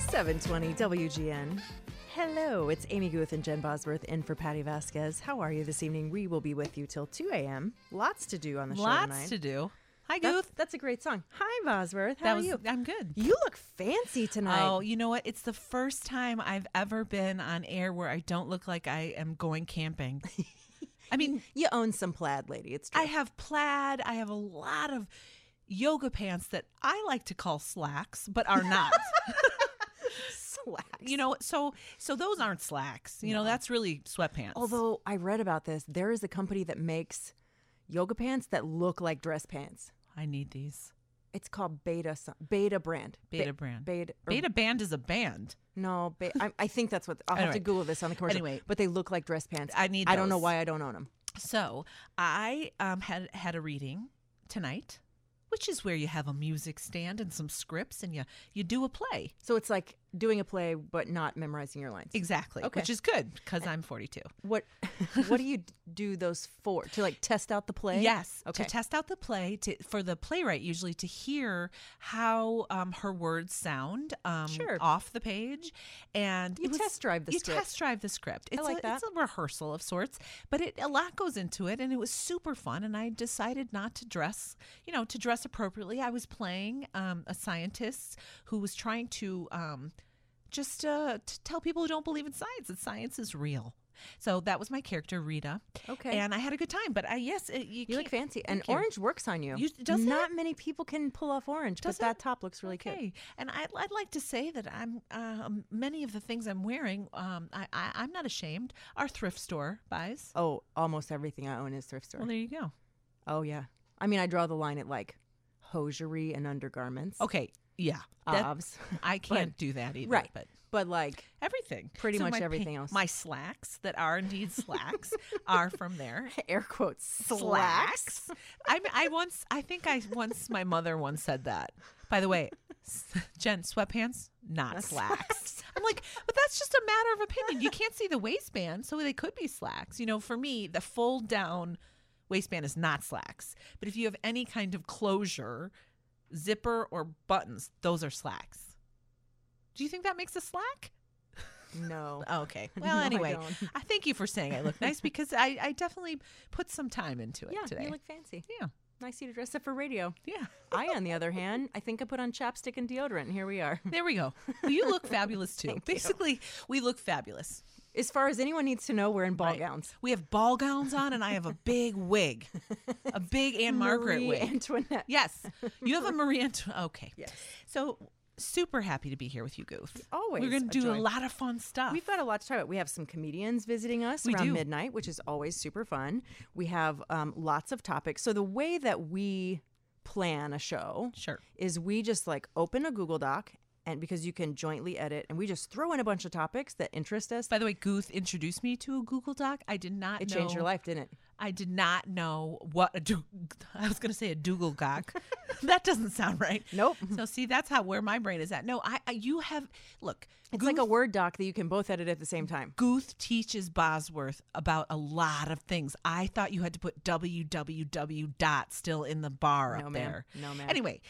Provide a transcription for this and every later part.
720 WGN. Hello, it's Amy Guth and Jen Bosworth in for Patty Vasquez. How are you this evening? We will be with you till 2 a.m. Lots to do on the show Lots tonight. to do. Hi, That's- Gooth. That's, a great song. Hi, Bosworth. How That are was- you? I'm good. You look fancy tonight. Oh, you know what? It's the first time I've ever been on air where I don't look like I am going camping. I mean, You own some plaid, lady. It's true. I have plaid, I have a lot of yoga pants that I like to call slacks, but are not. Slacks. you know, so so those aren't slacks. You know, that's really sweatpants. Although I read about this, there is a company that makes yoga pants that look like dress pants. I need these. It's called Beta some- Beta Brand. Be- Beta brand. Beta. or- Beta band is a band. No, ba- I, I think that's what I'll have to Anyway. Google this on the commercial. Anyway. but they look like dress pants. I need I don't know those. why I don't own them. So I um, had had a reading tonight, which is where you have a music stand and some scripts, and you you do a play. So it's like doing a play but not memorizing your lines. Exactly, Okay. which is good because I'm 42. What What do you d- do those for? To like test out the play? Yes, Okay. to test out the play to for the playwright usually to hear how um, her words sound um, Sure. off the page, and You it was- test drive the you script. test drive the script. It's like a, that. It's a rehearsal of sorts, but it a lot goes into it, and it was super fun. And I decided not to dress, you know, to dress appropriately. I was playing um, a scientist who was trying to. Um, just uh, to tell people who don't believe in science that science is real. So that was my character, Rita. Okay. And I had a good time, but I yes, it, you, You look can't- fancy, and thank you. orange works on you. You- does it? not many people can pull off orange, Does but that it? top looks really okay. cute. And I, I'd like to say that I'm um, many of the things I'm wearing, um, I, I, I'm not ashamed. Our thrift store buys. Oh, almost everything I own is thrift store. Well, there you go. oh yeah. I mean, I draw the line at like hosiery and undergarments. Okay, yeah, Oh, that- obs. I can't do that either. uh, right. but But like, everything, Pretty much my pa- everything else. My slacks that are indeed slacks are from there. air quotes, slacks. I I once I think I once my mother once said that. By the way, s- Jen, sweatpants, not, slacks. I'm like, but that's just a matter of opinion. You can't see the waistband, so they could be slacks. You know, for me, the fold down waistband is not slacks. But if you have any kind of closure, zipper or buttons, those are slacks. Do you think that makes a slack? Oh, No. Okay. Well, No, I anyway, don't. I, thank you for saying I look nice because I, I definitely put some time into it yeah, today. you look fancy. yeah. Nice you to dress up for radio. Yeah. I, on the other hand, I think I put on chapstick and deodorant, and here we are. There we go. Well, you look fabulous too. Basically, we look fabulous. As far as anyone needs to know, we're in ball Right. gowns. We have ball gowns on, and I have a big wig, a big Anne Margaret Marie wig. Antoinette. yes, you have a Marie Antoinette. Okay. Yes. So super happy to be here with you, Goof. Always We're going a to do a joy. lot of fun stuff. We've got a lot to talk about. We have some comedians visiting us We around do. midnight, which is always super fun. We have um, lots of topics. So the way that we plan a show Sure. is we just like open a Google Doc and because you can jointly edit and we just throw in a bunch of topics that interest us. By the way, Gooth introduced me to a Google Doc. I did not. It know, changed your life, didn't it? I did not know what a do- I was going to say a Dougal Gawk. that doesn't sound right. Nope. So see, that's how where my brain is at. No, I, I you have look. It's like a Word doc that you can both edit at the same time. Gooth teaches Bosworth about a lot of things. I thought you had to put www dot still in the bar No, ma'am. up there. No, ma'am. Anyway,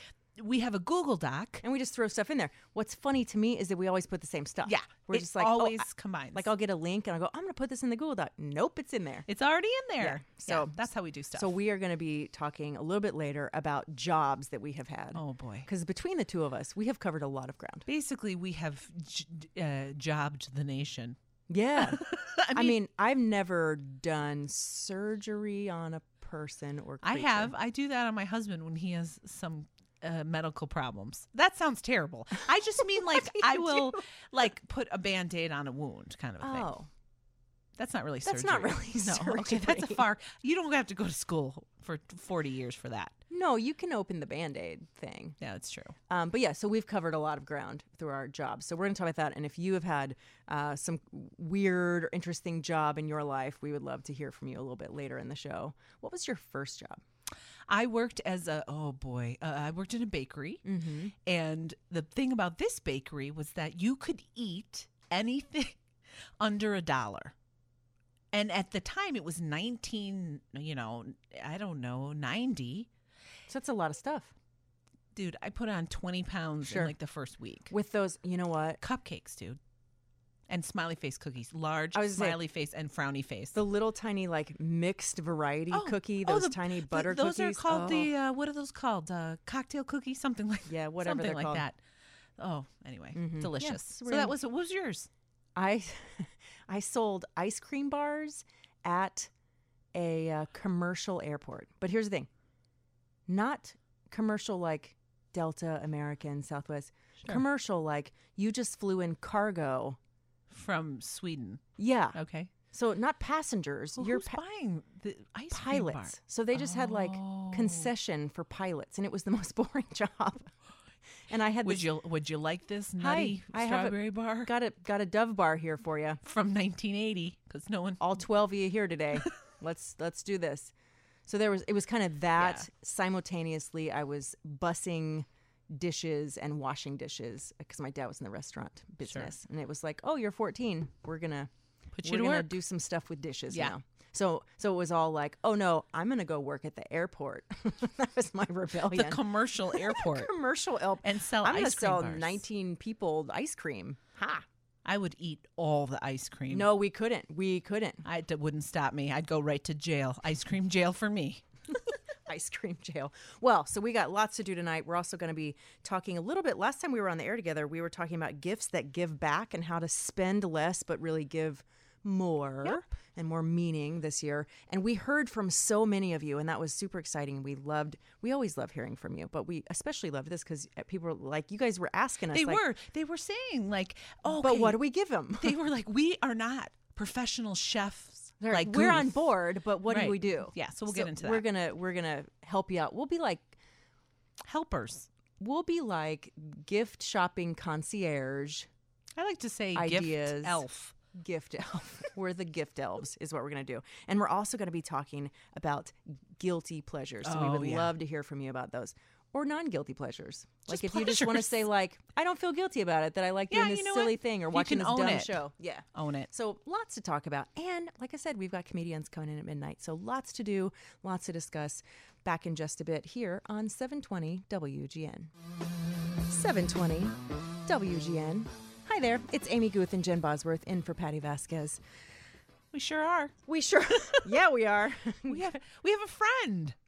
we have a Google Doc. And we just throw stuff in there. What's funny to me is that we always put the same stuff. Yeah, We're it just like, oh, always I- combines. like I'll get a link and I'll go, I'm going to put this in the Google Doc. Nope, it's in there. it's already in there. so- Yeah, that's how we do stuff. So we are going to be talking a little bit later about jobs that we have had. oh boy. Because between the two of us, we have covered a lot of ground. Basically, we have j- uh, jobbed the nation. Yeah. I I, mean, I've never done surgery on a person or I creature. have. I do that on my husband when he has some uh, medical problems. That sounds terrible. I just mean like I will like put a band aid on a wound kind of a thing. Oh, That's not really That's surgery. not really no, Okay, that's a surgery. far. You don't have to go to school for 40 years for that. no, you can open the band aid thing. Yeah, that's true. Um, but yeah, so we've covered a lot of ground through our jobs. So we're going to talk about that. And if you have had uh, some weird or interesting job in your life, we would love to hear from you a little bit later in the show. What was your first job? I worked as a oh boy, uh, I worked in a bakery, and the thing about this bakery was that you could eat anything under a dollar. And at the time, it was nineteen. You know, I don't know ninety. So that's a lot of stuff. dude, I put on 20 pounds Sure. in like the first week. With those, you know what? Cupcakes, dude. And smiley face cookies, large I was gonna say- smiley face and frowny face. The little tiny like mixed variety Oh, cookie, oh, those the- tiny th- butter those cookies. are called Oh, the uh, what are those called? Uh, cocktail cookie, something like yeah, whatever something they're like called. that. Oh, anyway, Mhm. Yeah, delicious. so we're in- that was what was yours? I I sold ice cream bars at a uh, commercial airport. But here's the thing. Not commercial like Delta, American, Southwest. Commercial like you just flew in cargo. From Sweden. Yeah. Okay. So not passengers, Well, Ah, you're who's pa- buying the ice cream bar? pilots. So they just had like Oh. concession for pilots and it was the most boring job. And I had Would this you would you like this Hi, nutty I have a- strawberry bar got a got a Dove bar here for you. from 1980? Because no one. all 12 of you here today let's let's do this so there was it was kind of that Yeah. simultaneously i was bussing dishes and washing dishes because my dad was in the restaurant business and it was like oh you're 14 we're gonna Put you we're to gonna work." do some stuff with dishes Yeah. now so so it was all like oh no i'm gonna go work at the airport that was my The rebellion commercial airport. commercial elp And sell i'm gonna ice cream sell bars. 19 people ice cream ha I would eat all the ice cream. no we couldn't we couldn't I, that wouldn't stop me. I'd go right to jail. Ice cream jail for me. ice cream jail. Well, so we got lots to do tonight. We're also going to be talking a little bit. Last time we were on the air together, we were talking about gifts that give back and how to spend less but really give more and more meaning this year. And we heard from so many of you, and that was super exciting. We loved, we always love hearing from you, but we especially loved this because people were like, you guys were asking us, They like, were. They were saying like, oh, but what do we give them? they were like, we are not professional chefs. like we're on Goof." board, but what Right. do we do? Yeah, so we'll get into We're that. gonna we're gonna help you out. We'll be like helpers. we'll be like gift shopping concierge, I like to say Ideas. gift elf. gift elf. we're the gift elves, is what we're gonna do, and we're also gonna be talking about guilty pleasures. So we Oh, would yeah. love to hear from you about those or non-guilty pleasures. like Just if you just want to pleasures. say like, I don't feel guilty about it that I like Yeah, doing this you know silly what? thing or You watching can this own dumb it. show. Yeah. Own it. So lots to talk about. And like I said, we've got comedians coming in at midnight. So lots to do, lots to discuss. Back in just a bit here on 720 WGN. 720 WGN. Hi there. It's Amy Guth and Jen Bosworth in for Patty Vasquez. We sure are. We sure. yeah, we are. We have we have a friend.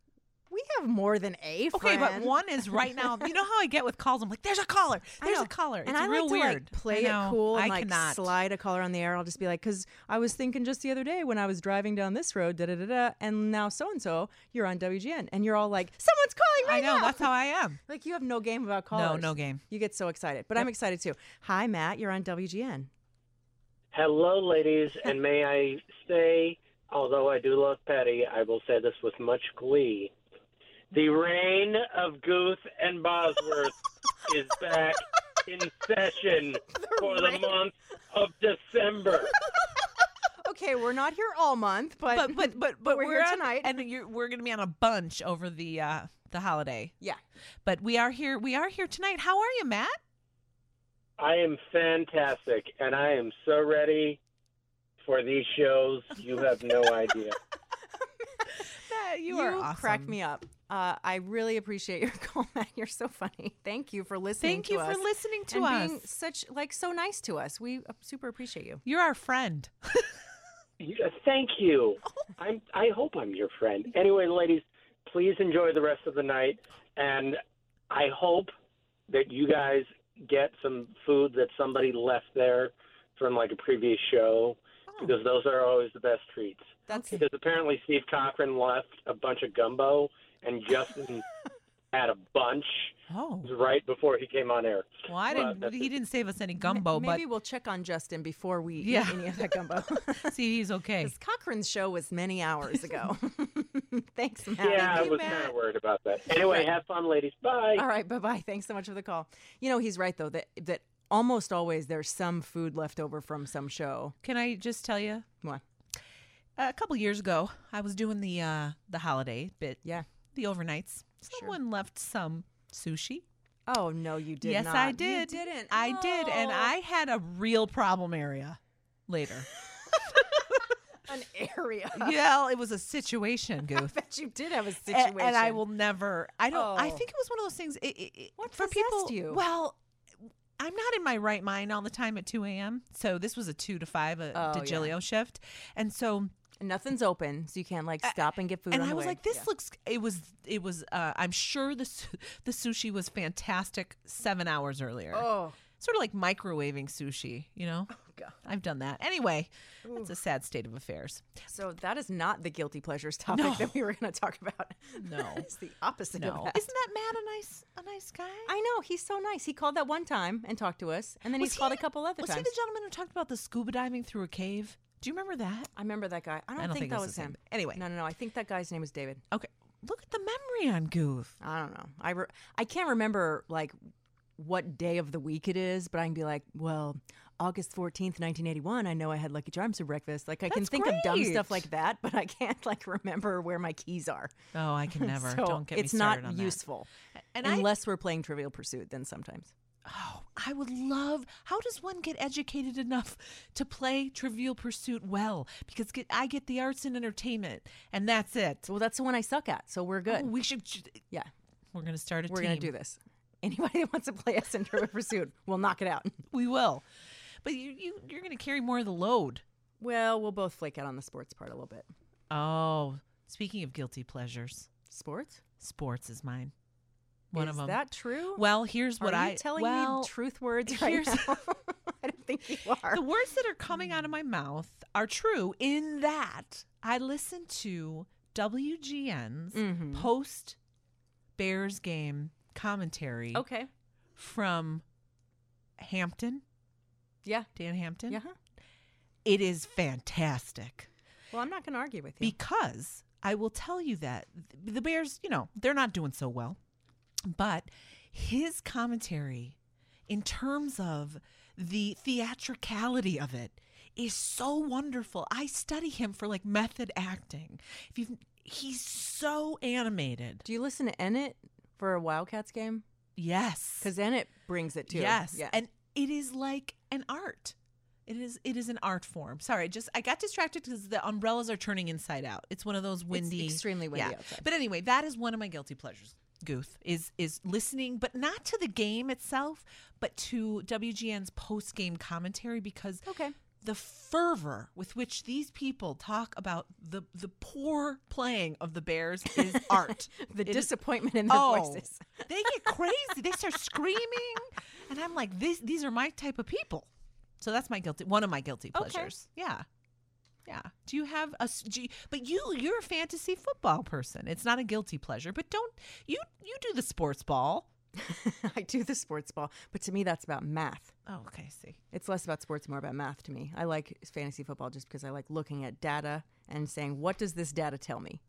We have more than a Okay, friend. but one is right now. You know how I get with calls? I'm like, there's a caller. I There's know. a caller. It's and I real like to weird. like play I know. it cool and I like cannot. slide a caller on the air. I'll just be like, because I was thinking just the other day when I was driving down this road, da da da da, and now so and so, you're on WGN, and you're all like, someone's calling I right know. now. That's how I am. like you have no game about No, callers. no game. You get so excited, but I'm excited too. Hi, Matt. You're on WGN. Hello, ladies, and may I say, although I do love Patty, I will say this with much glee. The reign of Gooth and Bosworth is back in session for the month of December. Okay, we're not here all month, but But but but but we're we're, here on- tonight. and you're, we're going to be on a bunch over the uh the holiday. yeah, But we are here. We are here tonight. How are you, Matt? I am fantastic, and I am so ready for these shows. You have no idea. you, crack me up. Uh, I really appreciate your call, Matt. You're so funny. Thank you for listening. Thank to you us for listening to and us. being such like so nice to us. We uh, super appreciate you. You're our friend. Yeah, Thank you. I'm, I hope I'm your friend. Anyway, ladies, please enjoy the rest of the night, and I hope that you guys get some food that somebody left there from like a previous show, because those are always the best treats. That's Because apparently Steve Cochran left a bunch of gumbo, and Justin had a bunch Oh, right before he came on air. well, I Well, didn't. that's he it. didn't save us any Ma- gumbo, Maybe we'll check on Justin before we Yeah. eat any of that gumbo. but see, he's okay. Because Cochran's show was many hours ago. Thanks, Matt. yeah, I you, was Matt. kind of worried about that. Anyway, have fun, ladies. Bye. All right, bye bye. Thanks so much for the call. You know, he's right though that that almost always there's some food left over from some show. Can I just tell you? What? A couple years ago, I was doing the uh the holiday bit, Yeah. the overnights. Someone left some sushi. Oh no, you did yes, not. I You did. didn't. I did, and Oh. I had a real problem area later. Oh, an area. yeah, it was a situation, Goof. But you did have a A- situation. And, I will never. I don't. I Oh. think it was one of those things. It, it, it- What for possessed people? you? Well, I'm not in my right mind all the time at 2 a.m. So this was a two to five a Oh, yeah. DiGilio shift, and so Nothing's open, so you can like stop and get food. and on I the was way. like, this Yeah. looks. It was. It was. Uh, I'm sure the su- the sushi was fantastic seven hours earlier. Oh, Sort of like microwaving sushi, you know. God. I've done that. Anyway, it's a sad state of affairs. so that is not the guilty pleasures topic No. that we were going to talk about. No. it's the opposite of No, that. isn't that Matt a nice a nice guy? I know he's so nice. He called that one time and talked to us, and then he's called a couple other was times. he the gentleman who talked about the scuba diving through a cave? Do you remember that? I remember that guy. I don't, I don't think, think it that was was his him. name. Anyway. no, no, no. I think that guy's name was David. Okay, look at the memory on Goof. I don't know. I re- I can't remember like what day of the week it is, but I can be like, well, August fourteenth, nineteen eighty one. I know I had Lucky Charms for breakfast. Like I can That's think of dumb stuff great. like that, but I can't like remember where my keys are. Oh, I can never. So Don't get it's me started not on that. useful And I, unless we're playing Trivial Pursuit. Then sometimes oh, I would love. How does one get educated enough to play Trivial Pursuit well? Because get, I get the arts and entertainment, and that's it. well, that's the one I suck at, so we're good. Oh, we should. yeah, We're gonna start a we're team. gonna do this. Anybody that wants to play us in Trivial Pursuit, we'll knock it out. We will. But you, you, you're gonna carry more of the load. Well, we'll both flake out on the sports part a little bit. Oh, speaking of guilty pleasures, Sports? sports is mine. One is of them. That true? well, here's what are I you telling well, me truth words right here's- now? I don't think you are. Hmm. The words that are coming out of my mouth are true in that I listen to WGN's Mm-hmm. post Bears game commentary okay. from Hampton, Yeah. Dan Hampton. Yeah. It is fantastic Well, I'm not going to argue with you. because I will tell you that th- the Bears, you know, they're not doing so well, but his commentary in terms of the theatricality of it is so wonderful. I study him for like method acting. If you he's so animated. Do you listen to Ennit for a Wildcats game? Yes. Because Ennit brings it too. Yes. Yeah. And it is like an art. It is it is an art form. Sorry, I just I got distracted because the umbrellas are turning inside out. It's one of those windy extremely windy outside. But anyway, that is one of my guilty pleasures. Goof is is listening, but not to the game itself, but to WGN's post game commentary because Okay. the fervor with which these people talk about the the poor playing of the Bears is art. the It is disappointment in their Oh, voices. they get crazy. they start screaming, and I'm like, "These these are my type of people." So that's my guilty one of my guilty Okay. pleasures. Yeah, yeah. Do you have a? s- Do you, but you you're a fantasy football person. It's not a guilty pleasure, but don't you you do the sports ball? I do the sports ball, but to me, that's about math. Oh, okay, I see. It's less about sports, more about math to me. I like fantasy football just because I like looking at data and saying, what does this data tell me?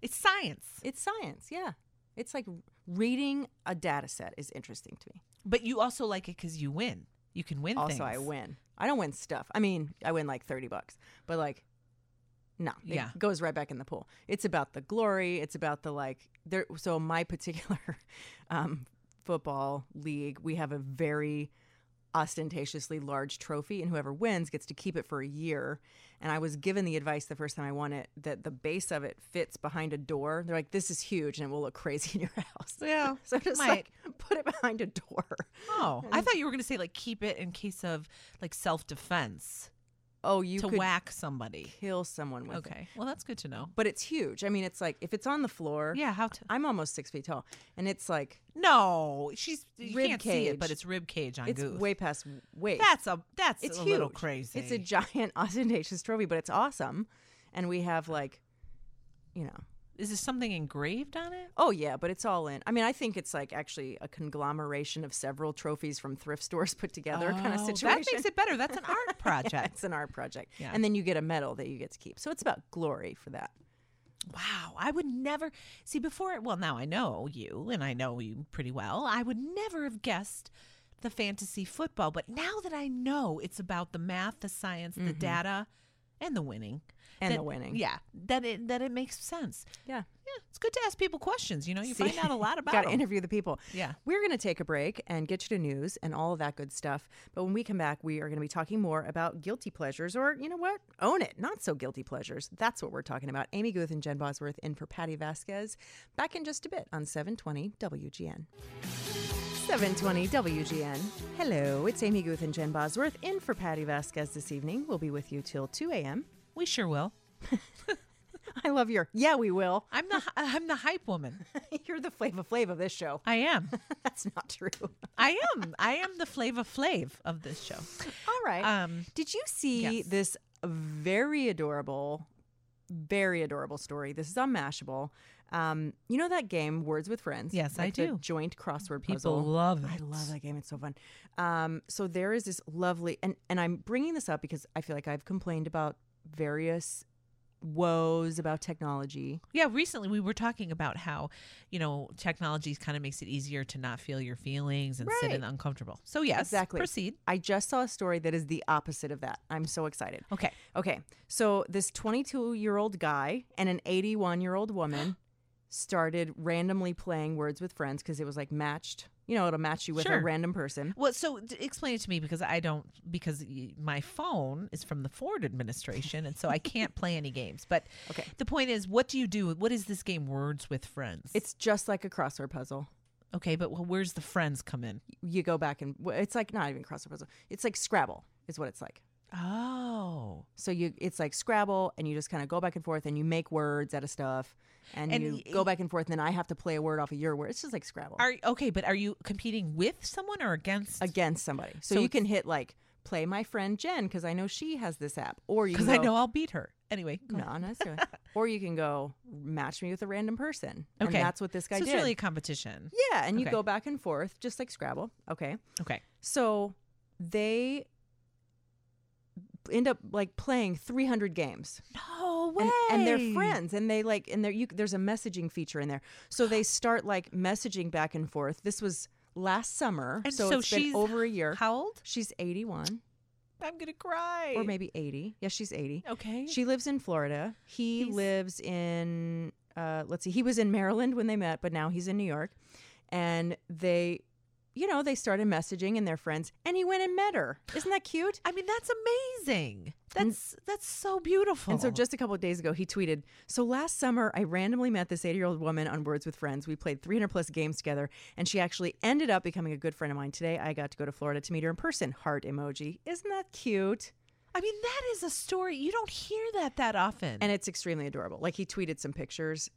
It's science, It's science. Yeah. It's like reading a data set is interesting to me. but you also like it because you win. You can win. also things. I win. I don't win stuff. I mean, I win like 30 bucks, but like, no, Yeah. it goes right back in the pool. It's about the glory. It's about the like there. So my particular um, football league, we have a very ostentatiously large trophy and whoever wins gets to keep it for a year. And I was given the advice the first time I won it that the base of it fits behind a door. They're like, this is huge and it will look crazy in your house. Yeah, So just might. like put it behind a door. Oh, I thought you were going to say like keep it in case of like self defense Oh, you to could whack somebody. kill someone with it. Okay, well that's good to know. But it's huge. I mean, it's like if it's on the floor. Yeah, how to? I'm almost six feet tall, and it's like No, she's you Rib can't see it, but cage. it's rib cage on it's Goof. way past waist. that's a that's it's a huge. little crazy. It's a giant ostentatious trophy, but it's awesome, and we have like, you know, is there something engraved on it? oh yeah, but it's all in. I mean, I think it's like actually a conglomeration of several trophies from thrift stores put together, kind of Oh, situation. That makes it better. That's an art project. it's an art project, Yeah. and then you get a medal that you get to keep. So it's about glory for that. Wow, I would never see before. Well, now I know you, and I know you pretty well. I would never have guessed the fantasy football, but now that I know, it's about the math, the science, the data, and the winning Mm-hmm. And that- the winning. Yeah, that it that it makes sense. Yeah. Yeah, it's good to ask people questions. You know, you See- find out a lot about Got to 'em. interview the people. Yeah. We're going to take a break and get you to news and all of that good stuff. But when we come back, we are going to be talking more about guilty pleasures or, you know what? Own it. Not so guilty pleasures. That's what we're talking about. Amy Guth and Jen Bosworth in for Patty Vasquez. Back in just a bit on 720 WGN. 720 WGN. Hello, it's Amy Guth and Jen Bosworth in for Patty Vasquez this evening. We'll be with you till 2 a.m. We sure will. I love your, yeah, we will. I'm the hy- I'm the hype woman. You're the Flava Flav of this show. I am. That's not true. I am. I am the Flava Flav of this show. All right. Um, Did you see Yes. this very adorable, very adorable story? This is on Mashable. Um, you know that game, Words with Friends? Yes, I Like the do. Joint crossword People puzzle. love I it. love that game. It's so fun. Um, so there is this lovely, and and I'm bringing this up because I feel like I've complained about various woes about technology. Yeah, recently we were talking about how, you know, technology kind of makes it easier to not feel your feelings and sit in Right. uncomfortable. So yes, Exactly. Proceed. I just saw a story that is the opposite of that. I'm so excited. Okay. Okay. So this 22 year old guy and an 81 year old woman started randomly playing Words with Friends because it was like matched. You know, it'll match you with a Sure. random person. Well, so d- explain it to me because I don't because y- my phone is from the Ford administration and so I can't play any games. But Okay. the point is, what do you do? What is this game? Words with friends. It's just like a crossword puzzle. okay, but wh- where's the friends come in? You go back and well, it's like not even crossword puzzle. It's like Scrabble is what it's like. Oh, So you it's like Scrabble and you just kind of go back and forth and you make words out of stuff and, And you y- go back and forth and then I have to play a word off of your word. It's just like Scrabble are okay, but are you competing with someone or against? against somebody. So, So you can hit like play my friend Jen because I know she has this app or you can Because I go- know I'll beat her anyway. go No, ahead. not necessarily. or you can go match me with a random person. And Okay. that's what this guy so did. it's really a competition. yeah, and you Okay. go back and forth, just like Scrabble. Okay. Okay. So they end up like playing 300 games No way. and, and they're friends and they like and there you there's a messaging feature in there so they start like messaging back and forth this was last summer And so, so it's she's been over a year How old? she's 81 I'm gonna cry. or maybe 80 yeah she's 80 okay. She lives in Florida. He He's- lives in uh, let's see, he was in Maryland when they met, but now he's in New York. And they, you know, they started messaging and they're friends. And he went and met her. Isn't that cute? I mean, that's amazing. And- That's that's so beautiful. Mm. And so just a couple of days ago, he tweeted, So last summer, I randomly met this 80 year old woman on Words with Friends. We played 300 plus games together, and she actually ended up becoming a good friend of mine. Today, I got to go to Florida to meet her in person. Heart emoji. Isn't that cute? I mean, that is a story you don't hear that that often. And it's extremely adorable. Like, he tweeted some pictures.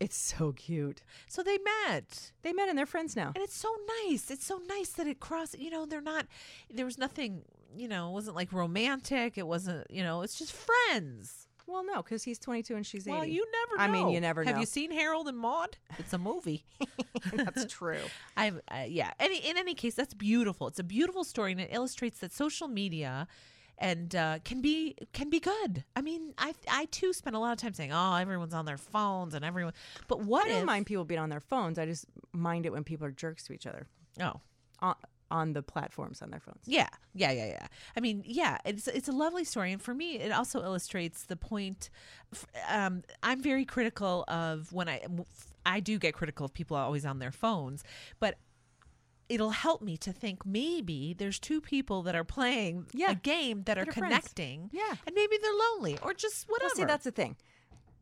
It's so cute. so they met, They met and they're friends now. and it's so nice. It's so nice that it crossed. You know, they're not. There was nothing. You know, it wasn't like romantic. It wasn't. You know, it's just friends. Well, no, because he's 22 and she's 80. Well, you never. I mean, you know. never Have know. you seen Harold and Maude? It's a movie. That's true. I uh, yeah. Any in any case, that's beautiful. It's a beautiful story, and it illustrates that social media and uh, can be can be good. I mean, I I too spend a lot of time saying, oh, everyone's on their phones and everyone. But what I don't if? mind people being on their phones. I just mind it when people are jerks to each other oh. on, on the platforms on their phones. Yeah, yeah, yeah, yeah. I mean, yeah, it's it's a lovely story, and for me, it also illustrates the point. f- Um, I'm very critical of when I I do get critical of people always on their phones, but it'll help me to think maybe there's two people that are playing Yeah, a game that, that are are friends. connecting, Yeah. and maybe they're lonely or just whatever. Well, see, that's the thing.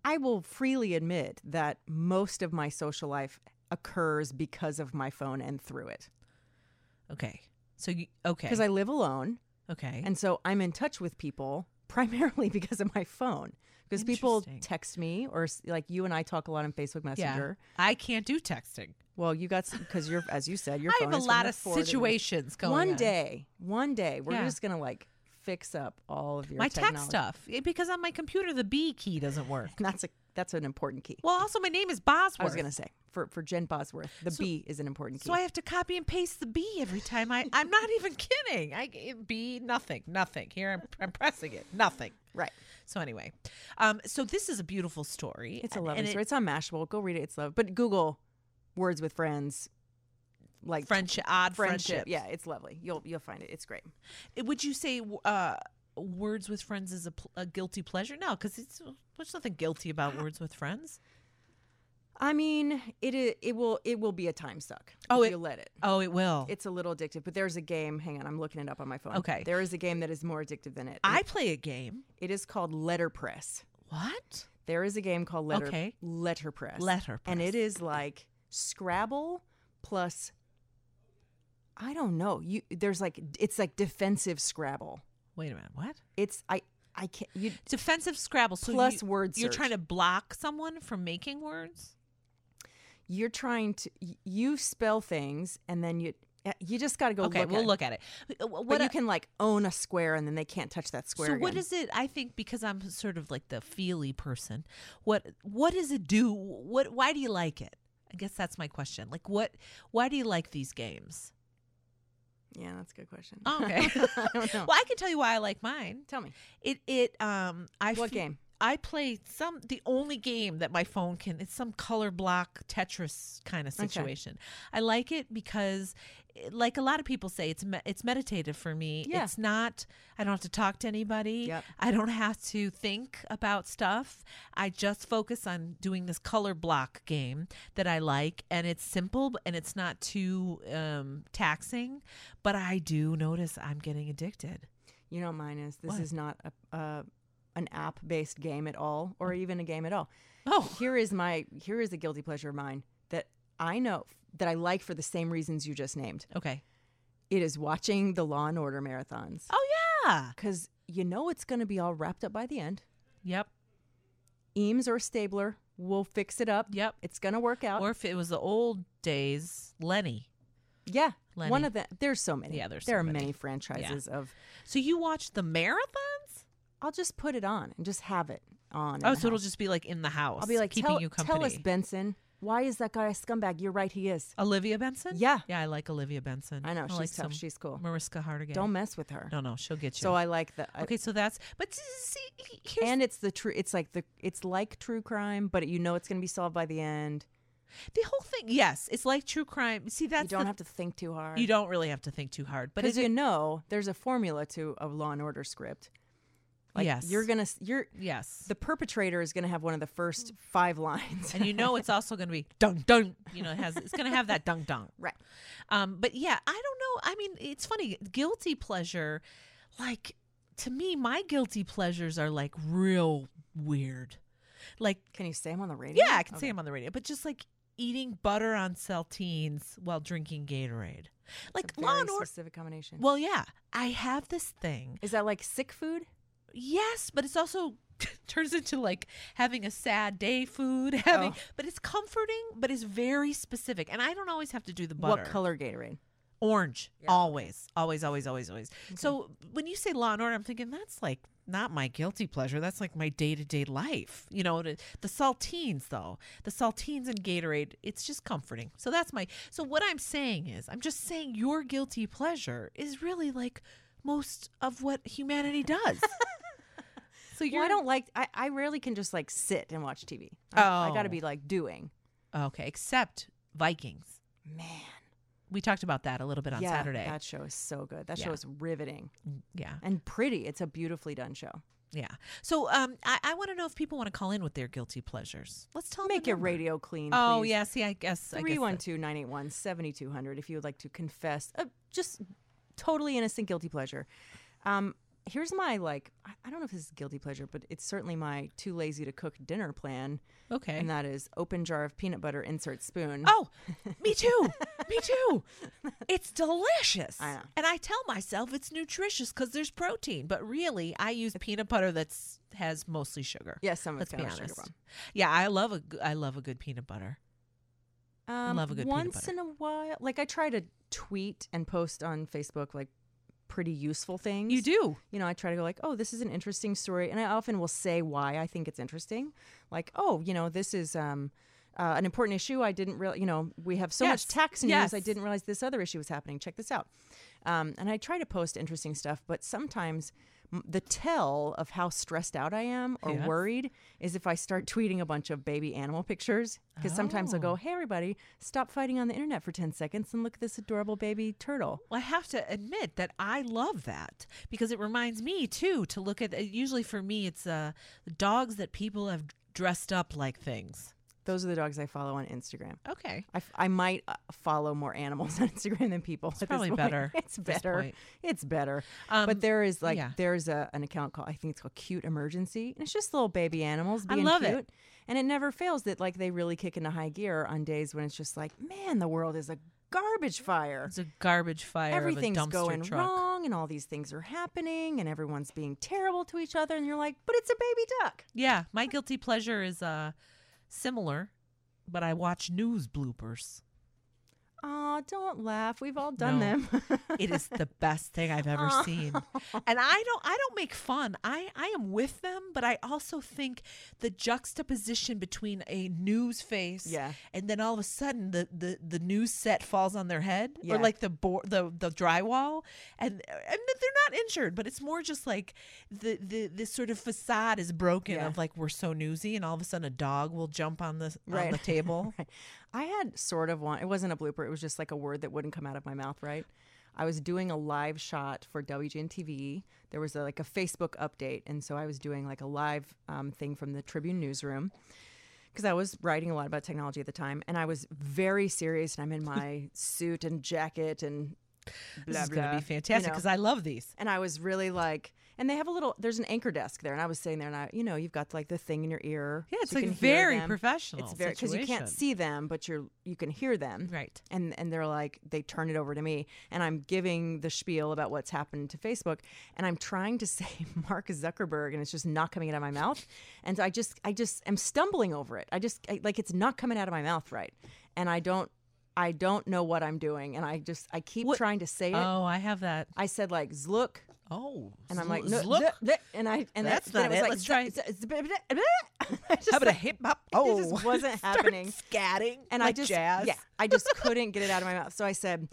I will freely admit that most of my social life occurs because of my phone and through it. okay. So you okay? Because I live alone. okay. And so I'm in touch with people primarily because of my phone. Because people Interesting. text me or s- like you and I talk a lot on Facebook Messenger. yeah, I can't do texting. Well, you got because you're as you said, your I phone have a is from lot the of Ford administration. situations going one on. day, one day, we're Yeah. just gonna like fix up all of your my tech technology. stuff eh, because on my computer the B key doesn't work. And that's a that's an important key. Well, also my name is Bosworth. I was gonna say for for Jen Bosworth, the B is an important key. so I have to copy and paste the B every time. I I'm not even kidding. I it- B nothing nothing here. I'm, I'm pressing it nothing. right, So anyway, um, so this is a beautiful story. it's a and- lovely and story. It's on Mashable. Go read it. It's love. But Google words with friends, like Friendship, odd friendship. friendship. Yeah, it's lovely. You'll you'll find it. It's great. Would you say uh, Words with Friends is a, pl- a guilty pleasure? No, because it's there's nothing guilty about Words with Friends. I mean, it i- it will it will be a time suck. Oh, if it- you let it. Oh, it will. It's a little addictive, but there's a game. Hang on, I'm looking it up on my phone. Okay. There is a game that is more addictive than it. I play a game. it is called Letterpress. What? There is a game called Letter Okay. Letterpress. Letterpress. And it is like Scrabble plus I don't know. You there's like it's like defensive Scrabble. Wait a minute. What? It's I I can't you Defensive Scrabble. So Plus you, word You're search. trying to block someone from making words. you're trying to y- you spell things and then you eh, you just got to go okay, look we'll at it. look at it. Uh, What but I- you can like own a square and then they can't touch that square So what again. is it? I think because I'm sort of like the feely person. What what does it do? What why do you like it? I guess that's my question. Like what why do you like these games? Yeah, that's a good question. Oh, okay. I don't know. Well, I can tell you why I like mine. Tell me. It it um I What fe- game? I play some the only game that my phone can it's some color block Tetris kind of Okay. situation. I like it because eh, like a lot of people say it's me- it's meditative for me. Yeah. It's not I don't have to talk to anybody. Yep. I don't have to think about stuff. I just focus on doing this color block game that I like and it's simple b- and it's not too um taxing, but I do notice I'm getting addicted. You know, what mine is this What? is not a, uh, an app based game at all, or even a game at all. Oh. Here is my here is a guilty pleasure of mine that I know that I like for the same reasons you just named. Okay. It is watching the Law and Order marathons Oh yeah. because you know it's going to be all wrapped up by the end. Yep. Eames or Stabler will fix it up. Yep. It's going to work out. Or if it was the old days, Lenny. yeah, Lenny. one of the there's so many. Yeah, there's there so are many. many, franchises of. So you watch the marathons? I'll just put it on and just have it on. in Oh, the so it'll house. just be like in the house. I'll be like, keeping tell, you company. tell us, Benson, why is that guy a scumbag? You're right, he is. Olivia Benson? Yeah. Yeah, I like Olivia Benson. I know she's like tough. some She's cool. Mariska Hargitay. Don't mess with her. No, no, she'll get you. So I like the. Okay, so that's but s- see here's and it's the true. It's like the. It's like true crime, but you know it's going to be solved by the end. the whole thing. Yes, it's like true crime. See that's you don't the- have to think too hard. you don't really have to think too hard. But because is you it know there's a formula to a Law and Order script. Like Yes. you're gonna s- you're yes. the perpetrator is gonna have one of the first five lines. Mm. and you know it's also going to be dunk dunk. You know, it has it's going to have that dunk dunk. Right. Um, but yeah, I don't know. I mean, it's funny. Guilty pleasure, like to me, my guilty pleasures are like real weird. Like, Can you say them on the radio? yeah, I can say Okay. them on the radio, but just like eating butter on saltines while drinking Gatorade. Like It's a Law very and Order. specific combination. Well, yeah, I have this thing. is that like sick food? Yes, but it's also turns into like having a sad day food having Oh. but it's comforting but it's very specific and i don't always have to do the butter What color Gatorade? orange always always always always always Mm-hmm. so when you say law and order i'm thinking that's like not my guilty pleasure that's like my day-to-day life you know the, the saltines though the saltines and gatorade it's just comforting so that's my so what i'm saying is i'm just saying your guilty pleasure is really like most of what humanity does so you're Well, I don't like. I, I rarely can just like sit and watch TV. I, I got to Oh. be like doing. okay except vikings Man, we talked about that a little bit on yeah, saturday that show is so good. That Yeah. show is riveting yeah and pretty. It's a beautifully done show. Yeah. So um, I, I want to know if people want to call in with their guilty pleasures. Let's tell them Make the your number. radio clean. Oh please. yeah. See, I guess I guess three one two nine eight one seventy two hundred. If you would like to confess, uh, just totally innocent guilty pleasure. Um, here's my like. I, I don't know if this is guilty pleasure, but it's certainly my too lazy to cook dinner plan, that- Okay. and that is open jar of peanut butter, insert spoon. Oh, me too. me too. It's delicious. I know. And I tell myself it's nutritious because there's protein, but really, I use peanut butter that's has mostly sugar. Yes, some of Let's it's be gonna have sugar honest. bomb. Yeah, I love a g- I love a good peanut butter. Um, Love a good peanut once butter. in a while, like I try to tweet and post on Facebook like pretty useful things. You do. You know, I try to go like, oh, this is an interesting story, and I often will say why I think it's interesting. Like, oh, you know, this is um, uh, an important issue. I didn't real, you know, we have so Yes. much tax news. Yes. I didn't realize this other issue was happening. Check this out. Um, and I try to post interesting stuff, but sometimes m- the tell of how stressed out I am or Yeah. worried is if I start tweeting a bunch of baby animal pictures. Because sometimes I'll go, Oh. hey, everybody, stop fighting on the internet for 10 seconds and look at this adorable baby turtle. Well, I have to admit that I love that because it reminds me too to look at. Usually for me, it's uh, dogs that people have dressed up like things. Those are the dogs I follow on Instagram. Okay. I, f- I might uh, follow more animals on Instagram than people. It's probably better It's at this better. point. It's better. Um, but there is like yeah. there's a, an account called I think it's called Cute Emergency, and it's just little baby animals I being love it. cute. And it never fails that like they really kick into high gear on days when it's just like, man, the world is a garbage fire. It's a garbage fire. Everything's of a dumpster going truck. wrong, and all these things are happening, and everyone's being terrible to each other. And you're like, but it's a baby duck. Yeah, my guilty pleasure is uh, similar, but I watch news bloopers. Oh, don't laugh. We've all done No. them. It is the best thing I've ever seen. And I don't I don't make fun. I I am with them, but I also think the juxtaposition between a news face Yeah. and then all of a sudden the the, the news set falls on their head Yeah. or like the bo- the the drywall and and that they're not injured, but it's more just like the the this sort of facade is broken Yeah. of like we're so newsy and all of a sudden a dog will jump on the on Right. the table. Right. I had sort of one. It wasn't a blooper. It was just like a word that wouldn't come out of my mouth. Right. I was doing a live shot for WGN TV. There was a, like a Facebook update, and so I was doing like a live um, thing from the Tribune newsroom because I was writing a lot about technology at the time, and I was very serious. And I'm in my suit and jacket and This blah, is going to blah, be fantastic you know. because I love these. And I was really like, and they have a little. There's an anchor desk there, and I was sitting there, and I, you know, you've got like the thing in your ear. Yeah, it's so you like can hear very them. professional. It's very because you can't situation. see them, but you're you can hear them. Right. And and they're like they turn it over to me, and I'm giving the spiel about what's happened to Facebook, and I'm trying to say Mark Zuckerberg, and it's just not coming out of my mouth, and I just I just am stumbling over it. I just I, like it's not coming out of my mouth right, and I don't I don't know what I'm doing, and I just I keep trying to say it. Oh, I have that. I said like Zlook. Oh, And I'm zl- like, no, zlook. zl- zl- and I, and That's then not it. it. Was Let's try- like, z- z- z- I just, How about a like, hip hop? it Oh, just wasn't Start happening. Scatting and like I just jazz. yeah, I just couldn't get it out of my mouth. So I said,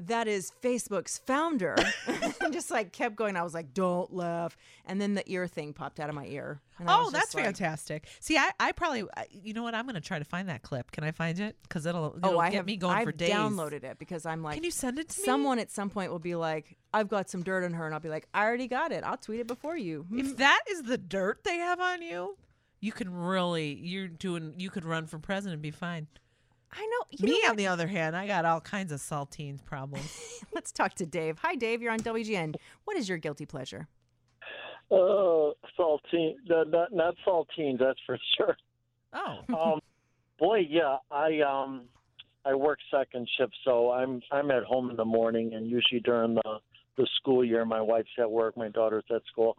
"That is Facebook's founder," and just like kept going. I was like, "Don't laugh," and then the ear thing popped out of my ear. And I Oh, was just that's like, fantastic. See, I, I probably, I- you know what? I'm going to try to find that clip. Can I find it? Because it'll, it'll Oh, I get have me going I've for days. downloaded it because I'm like, Can you send it to me? someone at some point will be like, "I've got some dirt on her," and I'll be like, "I already got it. I'll tweet it before you." Hmm. If that is the dirt they have on you, you can really, you're doing, you could run for president and be fine. I know. You know me, what? on the other hand, I got all kinds of saltines problems. Let's talk to Dave. Hi, Dave. You're on WGN. What is your guilty pleasure? Oh, saltine. No, not, not saltines, that's for sure. oh, Um, boy, yeah, I um, I work second shift, so I'm I'm at home in the morning, and usually during the the school year, my wife's at work, my daughter's at school.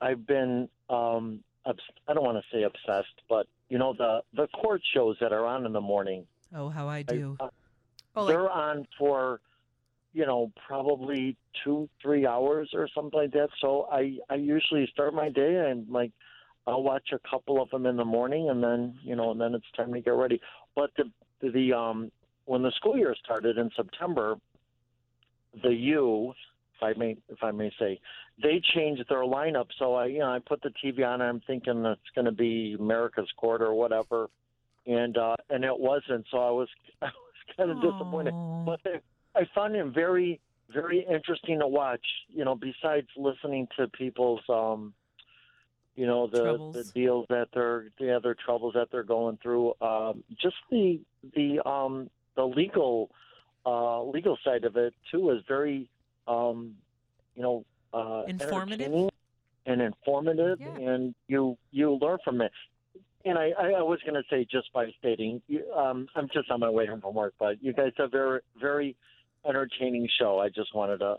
I've been um, obs- I don't want to say obsessed, but you know the the court shows that are on in the morning. oh, how I I- do. uh, Oh, they're on for you know probably two three hours or something like that so i i usually start my day and like i'll watch a couple of them in the morning and then you know and then it's time to get ready but the the um when the school year started in september the u if i may if i may say they changed their lineup so i you know i put the tv on and i'm thinking it's going to be america's court or whatever and uh and it wasn't so i was i was kind of disappointed Oh. but I, I found him very, very interesting to watch. You know, besides listening to people's, um, you know, the, the Troubles. deals that they're, the other troubles that they're going through. Um, just the the um, the legal uh, legal side of it too is very, um, you know, uh, Informative? entertaining and informative, Yeah. and you you learn from it. And I, I, I was going to say just by stating, you- um, I'm just on my way home from work, but you guys have very, very entertaining show. I just wanted to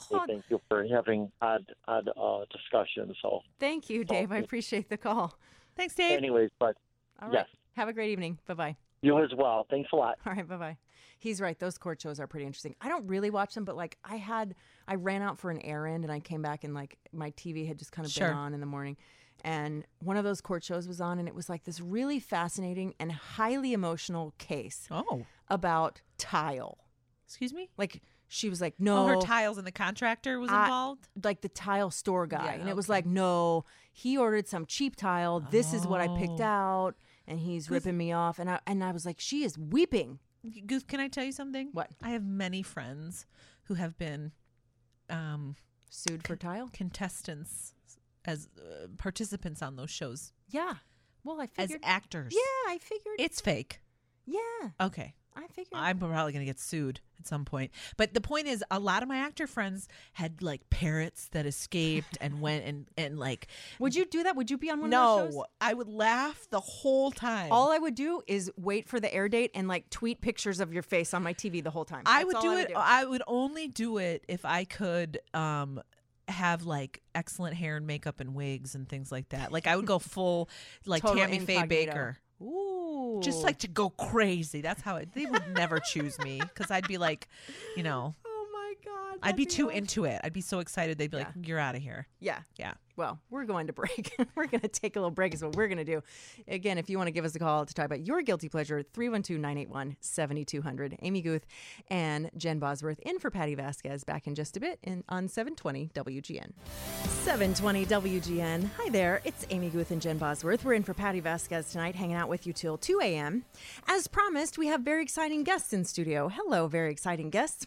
say Oh, thank you for having odd, odd uh, discussion. So, thank you, Dave. I appreciate the call. Thanks, Dave. anyways, but All right. Yes. Have a great evening. Bye bye. you as well. Thanks a lot. All right, bye bye. He's right. Those court shows are pretty interesting. I don't really watch them, but like I had, I ran out for an errand and I came back and like my TV had just kind of Sure. been on in the morning. And one of those court shows was on and it was like this really fascinating and highly emotional case Oh, about tile. excuse me. Like she was like, no, Oh, her tiles and the contractor was I- involved. like the tile store guy. Yeah, and it was okay. like, no, he ordered some cheap tile. This is what I picked Oh. out. And he's ripping me off. And I, and I was like, she is weeping. Goof, can I tell you something? What? I have many friends who have been um, Sued for tile? contestants as uh, participants on those shows Yeah. Well, I as figured. actors. yeah, I figured. it's fake. yeah, Okay, I figured. I'm probably going to get sued at some point. But the point is, a lot of my actor friends had like parrots that escaped and went and and like would you do that? Would you be on one of those shows? no, I would laugh the whole time. All I would do is wait for the air date and like tweet pictures of your face on my TV the whole time. I That's would all do it. I would only do it if I could um have like excellent hair and makeup and wigs and things like that. Like I would go full like Total Tammy Faye incognito. Baker. Ooh. Just like to go crazy. That's how it, they would never choose me because I'd be like, you know, Oh my god. I'd be that'd too awesome. into it. I'd be so excited. They'd be like, you're out of here. Yeah. Yeah. Well, we're going to break. we're going to take a little break, is what we're going to do. Again, if you want to give us a call to talk about your guilty pleasure, 312 981 7200. Amy Guth and Jen Bosworth in for Patty Vasquez back in just a bit in, on 720 WGN. 720 WGN. Hi there. It's Amy Guth and Jen Bosworth. We're in for Patty Vasquez tonight, hanging out with you till 2 a.m. As promised, we have very exciting guests in studio. Hello, very exciting guests.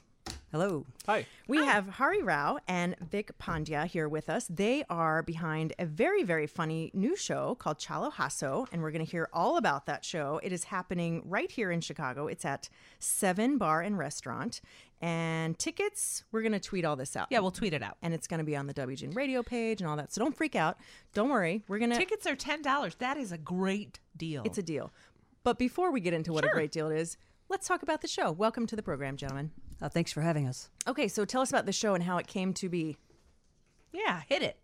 Hello. Hi. We have Hari Rao and Vic Pandya here with us. They are behind a very, very funny new show called Chalo Hasso, and we're going to hear all about that show. It is happening right here in Chicago. It's at Seven Bar and Restaurant. And tickets, we're going to tweet all this out. Yeah, we'll tweet it out. And it's going to be on the WGN radio page and all that. So don't freak out. Don't worry. We're going to. Tickets are ten dollars. That is a great deal. It's a deal. But before we get into what a great deal it is, let's talk about the show. Welcome to the program, gentlemen. Uh, thanks for having us. Okay, so tell us about the show and how it came to be. yeah, hit it.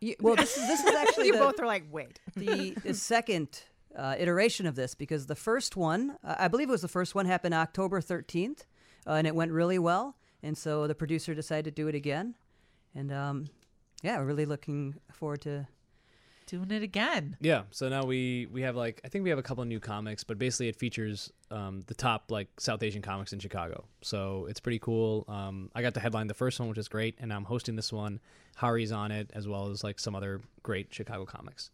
You, Well, this is this is actually you the, both are like, wait. the, the second uh, iteration of this because the first one, uh, I believe it was the first one, happened October thirteenth, uh, and it went really well. And so the producer decided to do it again, and um, yeah, we're really looking forward to. Doing it again. Yeah. So now we we have like I think we have a couple of new comics, but basically it features um, the top like South Asian comics in Chicago. So it's pretty cool. Um, I got to headline the first one, which is great, and I'm hosting this one. Hari's on it as well as like some other great Chicago comics.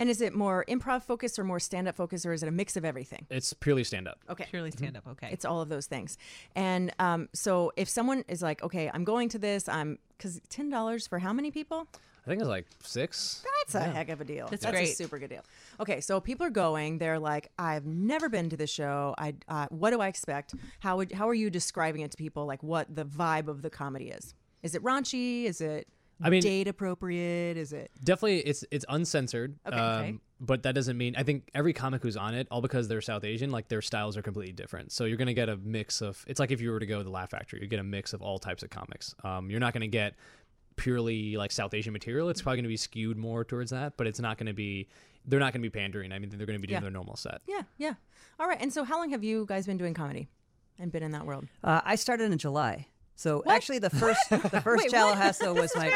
And is it more improv focused or more stand up focused or is it a mix of everything? It's purely stand up. Okay. Purely stand up. Okay. Mm-hmm. It's all of those things. And um, so if someone is like, okay, I'm going to this, I'm, because $10 for how many people? I think it's like six. That's a heck of a deal. That's That's a great. super good deal. Okay, so people are going. They're like, I've never been to the show. I, uh, what do I expect? How would, how are you describing it to people? Like, what the vibe of the comedy is? Is it raunchy? Is it I mean- date appropriate? Is it Definitely, it's it's uncensored. Okay. um, Okay. But that doesn't mean I think every comic who's on it, all because they're South Asian, like their styles are completely different. So you're gonna get a mix of. It's like if you were to go to the Laugh Factory, you get a mix of all types of comics. Um, you're not gonna get purely like South Asian material. It's probably gonna be skewed more towards that, but it's not gonna be. They're not gonna be pandering. I mean, they're gonna be doing Yeah. their normal set. Yeah, yeah. All right. And so, how long have you guys been doing comedy and been in that world? Uh, I started in July, so actually the first the first Wait, what? Chalhassa was my was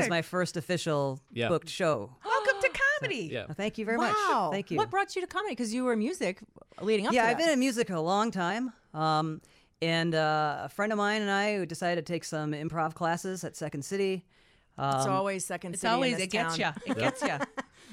fantastic. my first official Yeah. booked show. Welcome to comedy. Yeah. Uh, Thank you very wow. much. Thank you. What brought you to comedy? Because you were in music leading up. yeah, to I've that. been in music a long time. Um, and uh, a friend of mine and I who decided to take some improv classes at Second City. It's always second. Um, It's city in always this it gets you. town. It gets you.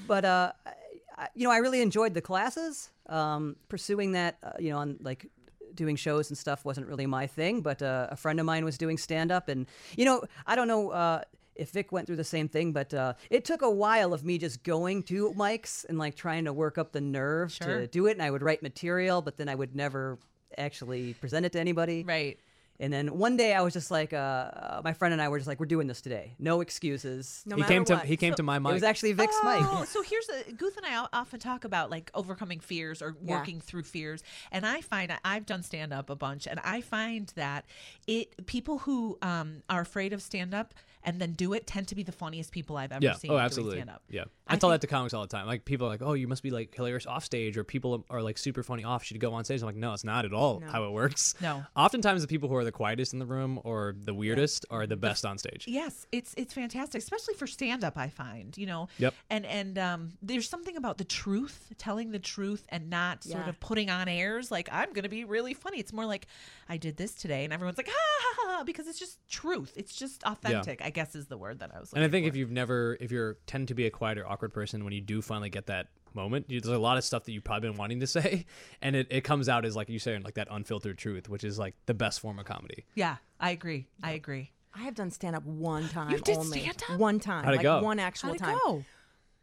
But uh, I- I, you know, I really enjoyed the classes. Um, pursuing that, uh, you know, on like doing shows and stuff wasn't really my thing. But uh, a friend of mine was doing stand up, and you know, I don't know. Uh, if Vic went through the same thing, but uh, it took a while of me just going to mics and like trying to work up the nerve Sure. to do it. And I would write material, but then I would never actually present it to anybody. Right. And then one day I was just like, uh, uh, my friend and I were just like, we're doing this today. No excuses. No he matter came to what. he came to my mic. It was actually Vic's Oh, mic. so here's a Guth and I o- often talk about like overcoming fears or Yeah. working through fears, and I find I- I've done stand up a bunch, and I find that it people who um, are afraid of stand up and then do it tend to be the funniest people I've ever Yeah. seen Oh, doing absolutely. stand up. Yeah. I I, tell think- that to comics all the time. Like people are like, "Oh, you must be like hilarious off stage," or people are like super funny off. You should go on stage. I'm like, no, it's not at all how it works. No. Oftentimes, the people who are the quietest in the room or the weirdest are the best on stage. Yes, it's it's fantastic, especially for stand up. I find you know. Yep. And and um, there's something about the truth, telling the truth, and not sort Yeah. of putting on airs. Like I'm gonna be really funny. It's more like I did this today, and everyone's like ha ha ha, ha," because it's just truth. It's just authentic. I guess is the word that I was. And I looking think for. if you've never, if you're tend to be a quiet or awkward person, when you do finally get that moment, you, there's a lot of stuff that you've probably been wanting to say, and it, it comes out as like you say, like that unfiltered truth, which is like the best form of comedy. yeah, I agree. I agree. I have done stand up one time. did only. stand-up? One time. How'd it like go? one actual How'd it time. go?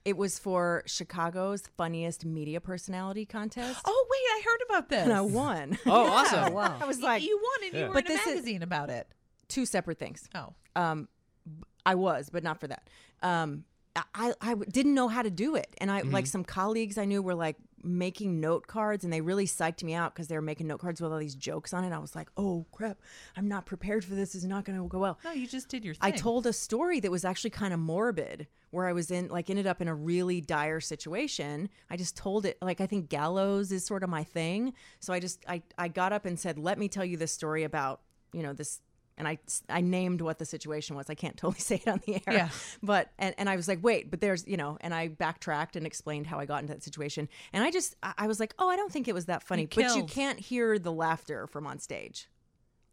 It was for Chicago's funniest media personality contest. Oh wait, I heard about this. and I won. Oh, awesome! wow. I was Y- like you won, and Yeah. you were But in a this is- magazine about it. two separate things. Oh, Um, b- I was, but not for that. Um, I- I, I w- didn't know how to do it. And I, like some colleagues I knew were like making note cards and they really psyched me out because they were making note cards with all these jokes on it. I was like, oh crap, I'm not prepared for this. It's not going to go well. no, you just did your thing. I told a story that was actually kind of morbid, where I was in like ended up in a really dire situation. I just told it like I think gallows is sort of my thing, so I just I I got up and said, "Let me tell you this story about you know this." And I, I named what the situation was. I can't totally say it on the air. Yeah. But, and, and I was like, wait, but there's, you know, and I backtracked and explained how I got into that situation. And I just, I, I was like, oh, I don't think it was that funny. but you killed. can't hear the laughter from on stage.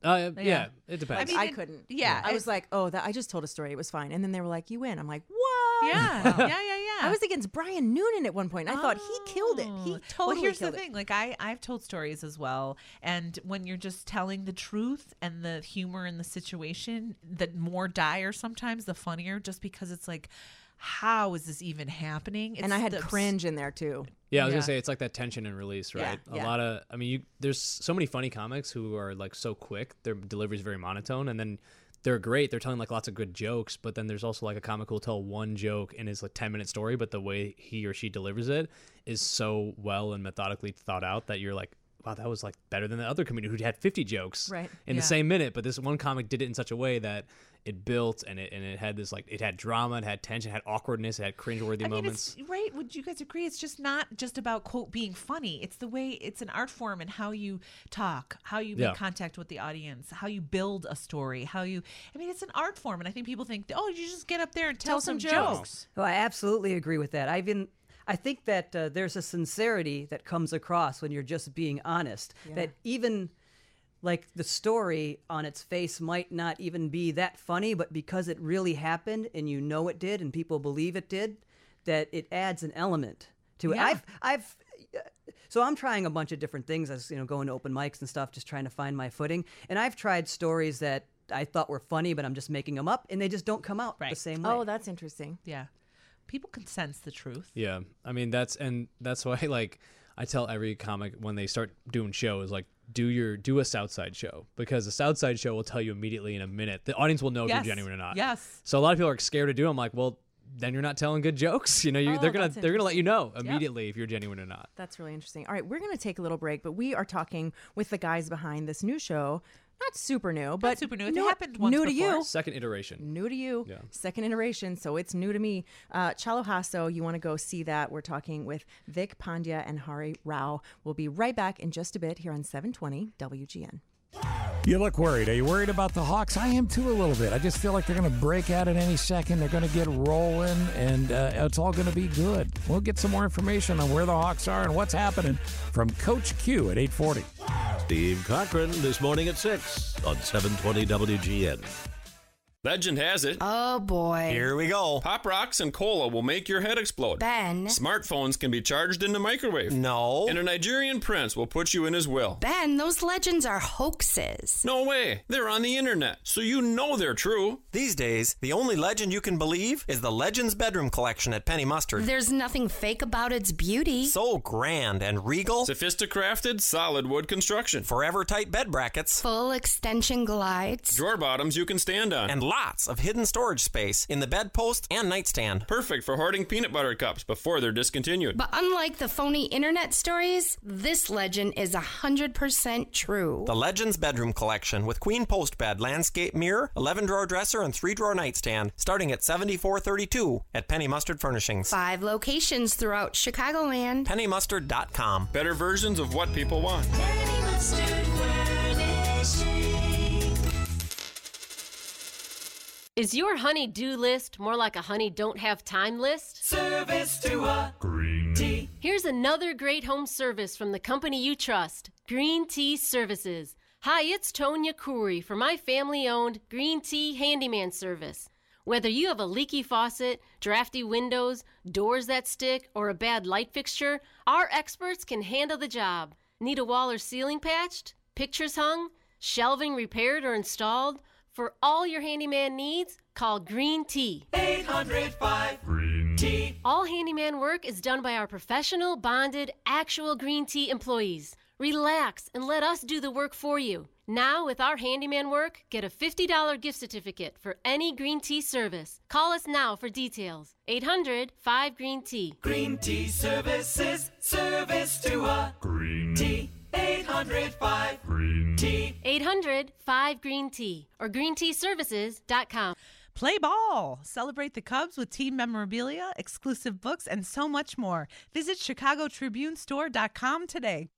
Uh, yeah. Yeah. it depends. mean, I it- couldn't. yeah, I it- was like, oh, that I just told a story. It was fine. And then they were like, you win. I'm like, what? Yeah, yeah, yeah, yeah. I was against Brian Noonan at one point. and I thought he killed it. He Oh. totally Well, here's killed the it. thing. Like I, I've told stories as well, and when you're just telling the truth and the humor in the situation, the more dire sometimes, the funnier, just because it's like, how is this even happening? It's And I had the- cringe in there too. Yeah, I was Yeah. gonna say it's like that tension and release, Yeah, right? a yeah. lot of, I mean, you, there's so many funny comics who are like so quick. Their delivery's very monotone, and then they're great. They're telling like lots of good jokes, but then there's also like a comic who'll tell one joke in his like 10 minute story, but the way he or she delivers it is so well and methodically thought out that you're like, wow, that was like better than the other comedian who had 50 jokes Right. in Yeah. the same minute. But this one comic did it in such a way that it built and it and it had this like it had drama, it had tension, it had awkwardness, it had cringeworthy I mean, moments. it's right. Would you guys agree? It's just not just about quote being funny. It's the way it's an art form and how you talk, how you Yeah. make contact with the audience, how you build a story, how you. I mean, it's an art form, and I think people think, oh, you just get up there and tell, some, jokes. Oh, I absolutely agree with that. I even I think that uh, there's a sincerity that comes across when you're just being honest. That even like the story on its face might not even be that funny, but because it really happened and you know it did and people believe it did, that it adds an element to it. Yeah. I've I've uh, so I'm trying a bunch of different things as you know going to open mics and stuff, just trying to find my footing. And I've tried stories that I thought were funny, but I'm just making them up, and they just don't come out the Right. same way. Oh, that's interesting. Yeah. People can sense the truth. Yeah. I mean that's and that's why like I tell every comic when they start doing shows like do your do a South Side show because a South Side show will tell you immediately in a minute. The audience will know if Yes. you're genuine or not. Yes. So a lot of people are scared to do. it. I'm like, well, then you're not telling good jokes. You know, you, Oh, they're gonna that's they're gonna let you know immediately if you're genuine or not. That's really interesting. All right, we're going to take a little break, but we are talking with the guys behind this new show. Not super new, but super new. It happened once new to before. you. Second iteration. new to you. Second iteration, so it's new to me. Uh, Chalohasso, you want to go see that. We're talking with Vic Pandya and Hari Rao. We'll be right back in just a bit here on 720 WGN. You look worried. Are you worried about the Hawks? I am too a little bit. I just feel like they're going to break out at any second. They're going to get rolling, and uh, it's all going to be good. We'll get some more information on where the Hawks are and what's happening from Coach Q at 840. Steve Cochran this morning at 6 on 720 WGN. Legend has it. Oh boy. Here we go. Pop rocks and cola will make your head explode. Ben. Smartphones can be charged in the microwave. No. And a Nigerian prince will put you in his will. Ben, those legends are hoaxes. No way. They're on the internet, so you know they're true. These days, the only legend you can believe is the Legends Bedroom Collection at Penny Mustard. There's nothing fake about its beauty. So grand and regal, Sophisticrafted, solid wood construction. forever tight bed brackets, Full extension glides. Drawer bottoms you can stand on. and lots of hidden storage space in the bedpost and nightstand. Perfect for hoarding peanut butter cups before they're discontinued. But unlike the phony internet stories, this legend is 100% true. The Legends Bedroom Collection with queen post bed, landscape mirror, 11 drawer dresser, and 3 drawer nightstand, starting at 7432 at Penny Mustard Furnishings. Five locations throughout Chicagoland. PennyMustard.com. Better versions of what people want. Is your honey do list more like a honey don't have time list? Service to a green tea. Here's another great home service from the company you trust Green Tea Services. Hi, it's Tonya Khoury for my family owned Green Tea Handyman Service. Whether you have a leaky faucet, drafty windows, doors that stick, or a bad light fixture, our experts can handle the job. Need a wall or ceiling patched? Pictures hung? Shelving repaired or installed? For all your handyman needs, call Green Tea. 805 Green Tea. All handyman work is done by our professional, bonded, actual Green Tea employees. Relax and let us do the work for you. Now, with our handyman work, get a $50 gift certificate for any green tea service. Call us now for details. 800 5 Green Tea. Green Tea Services. Service to a green tea. 805 Green Tea. 800 5 Green Tea or greenteaservices.com. Play ball. Celebrate the Cubs with team memorabilia, exclusive books, and so much more. Visit ChicagoTribuneStore.com today.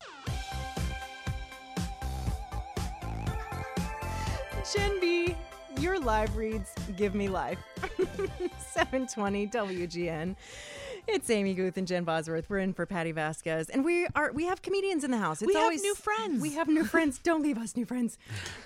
Jen B, your live reads give me life. 720 WGN. It's Amy Guth and Jen Bosworth. We're in for Patty Vasquez, and we are we have comedians in the house. It's We have always, new friends. We have new friends. Don't leave us, new friends.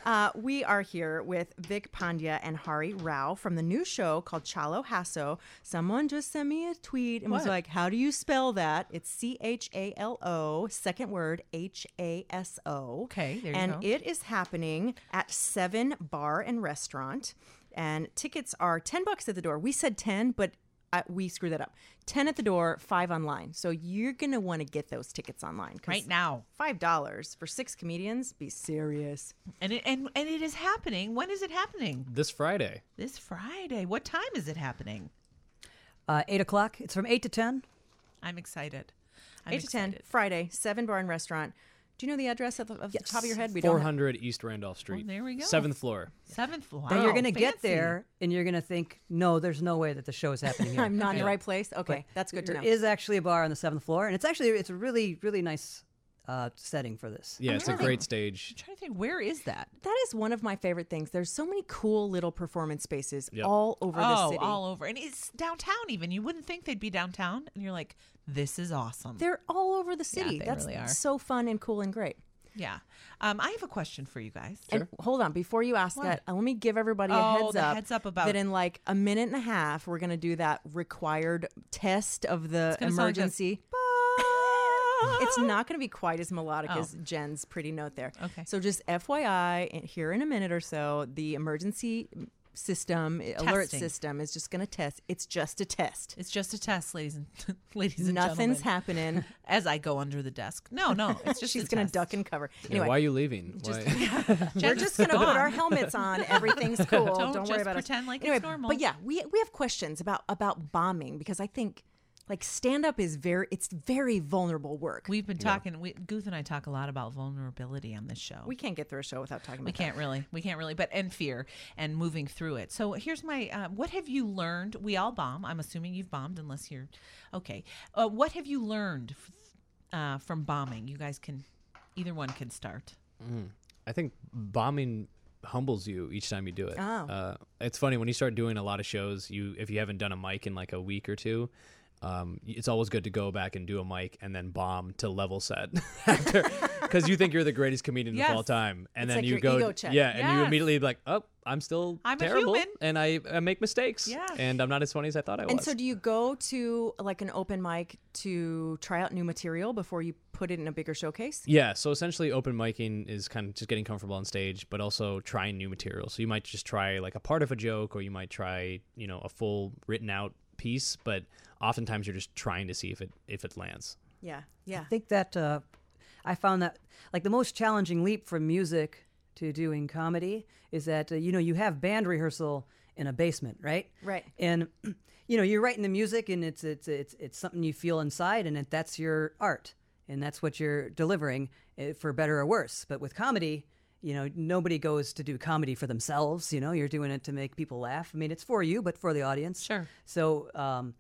Uh, we are here with Vic Pandya and Hari Rao from the new show called Chalo Hasso. Someone just sent me a tweet and was What? like, "How do you spell that?" It's C H A L O, second word H A S O. Okay, there you and go. it is happening at Seven Bar and Restaurant, and tickets are ten bucks at the door. We said ten, but I, we screwed that up. Ten at the door, five online. So you're gonna want to get those tickets online 'cause Right now. Five dollars for six comedians. Be serious. And it, and, and it is happening. When is it happening? This Friday. This Friday. What time is it happening? Uh, eight o'clock. It's from eight to ten. I'm excited. I'm Eight to ten excited. Friday, Seven Bar and Restaurant. Do you know the address off the, off the top of your head? We don't. Four have- hundred East Randolph Street. there we go. Seventh floor. Seventh floor. That you're gonna get Fancy. there and you're gonna think, no, there's no way that the show is happening here. I'm not in the right place. Okay, that's good to There know. is actually a bar on the seventh floor, and it's actually it's a really really nice uh, setting for this. Yeah, it's a trying- great stage. I'm trying to think, where is that? That is one of my favorite things. There's so many cool little performance spaces Yep. all over the oh, city. all over. And it's downtown even. You wouldn't think they'd be downtown. And you're like, this is awesome. They're all over the city. Mm. they That's really are. so fun and cool and great. yeah. Um, I have a question for you guys. And hold on, before you ask that, uh, let me give everybody a Oh, heads the up. heads up about- that in like a minute and a half, we're gonna do that required test of the It's gonna sound like this. emergency. It's not going to be quite as melodic Oh. as Jen's pretty note there. Okay. So just FYI, in- eh, here in a minute or so, the emergency system i- alert Testing. system is just going to test. It's just a test. It's just a test, ladies and ladies and Nothing's gentlemen. happening. As I go under the desk. No, no. It's just She's going going to duck and cover. Yeah, Anyway, why are you leaving? Why? We're just gonna put our helmets on. Everything's cool. Don't, Don't worry just about it. pretend like it's anyway, normal. But yeah, we we have questions about about bombing because I think like stand up is very it's very vulnerable work. We, We've been talking. We, Gooth and I talk a lot about vulnerability on this show. can't get through a show without talking about We can't really. We can't really. But and fear and moving through it. So here's my. Uh, what have you learned? We all bomb. I'm assuming you've bombed, unless you're. Okay. Uh, what have you learned f- uh, from bombing? You guys can. Either one can start. I think bombing humbles you each time you do Oh. it. Uh, it's funny when you start doing a lot of shows. You if you haven't done a mic in like a week or two. Um, it's always good to go back and do a mic and then bomb to level set after because you think you're the greatest comedian Yes. of all time and It's then like you your go ego check. yeah and you Yes. immediately be like oh I'm still I'm a terrible human. and I, I make mistakes Yes. and I'm not as funny as I thought I was And so, do you go to like an open mic to try out new material before you put it in a bigger showcase? Yeah, so essentially open micing is kind of just getting comfortable on stage, but also trying new material. So you might just try like a part of a joke or you might try, you know, a full written out piece, but oftentimes you're just trying to see if it if it lands. Yeah, yeah. I think that uh, I found that like the most challenging leap from music to doing comedy is that uh, you know you have band rehearsal in a basement, right? Right. And you know, you're writing the music, and it's it's it's it's something you feel inside, and it, that's your art, and that's what you're delivering, eh, for better or worse. But with comedy, you know, nobody goes to do comedy for themselves. You know, you're doing it to make people laugh. I mean, it's for you, but for the audience. Sure. So. Um,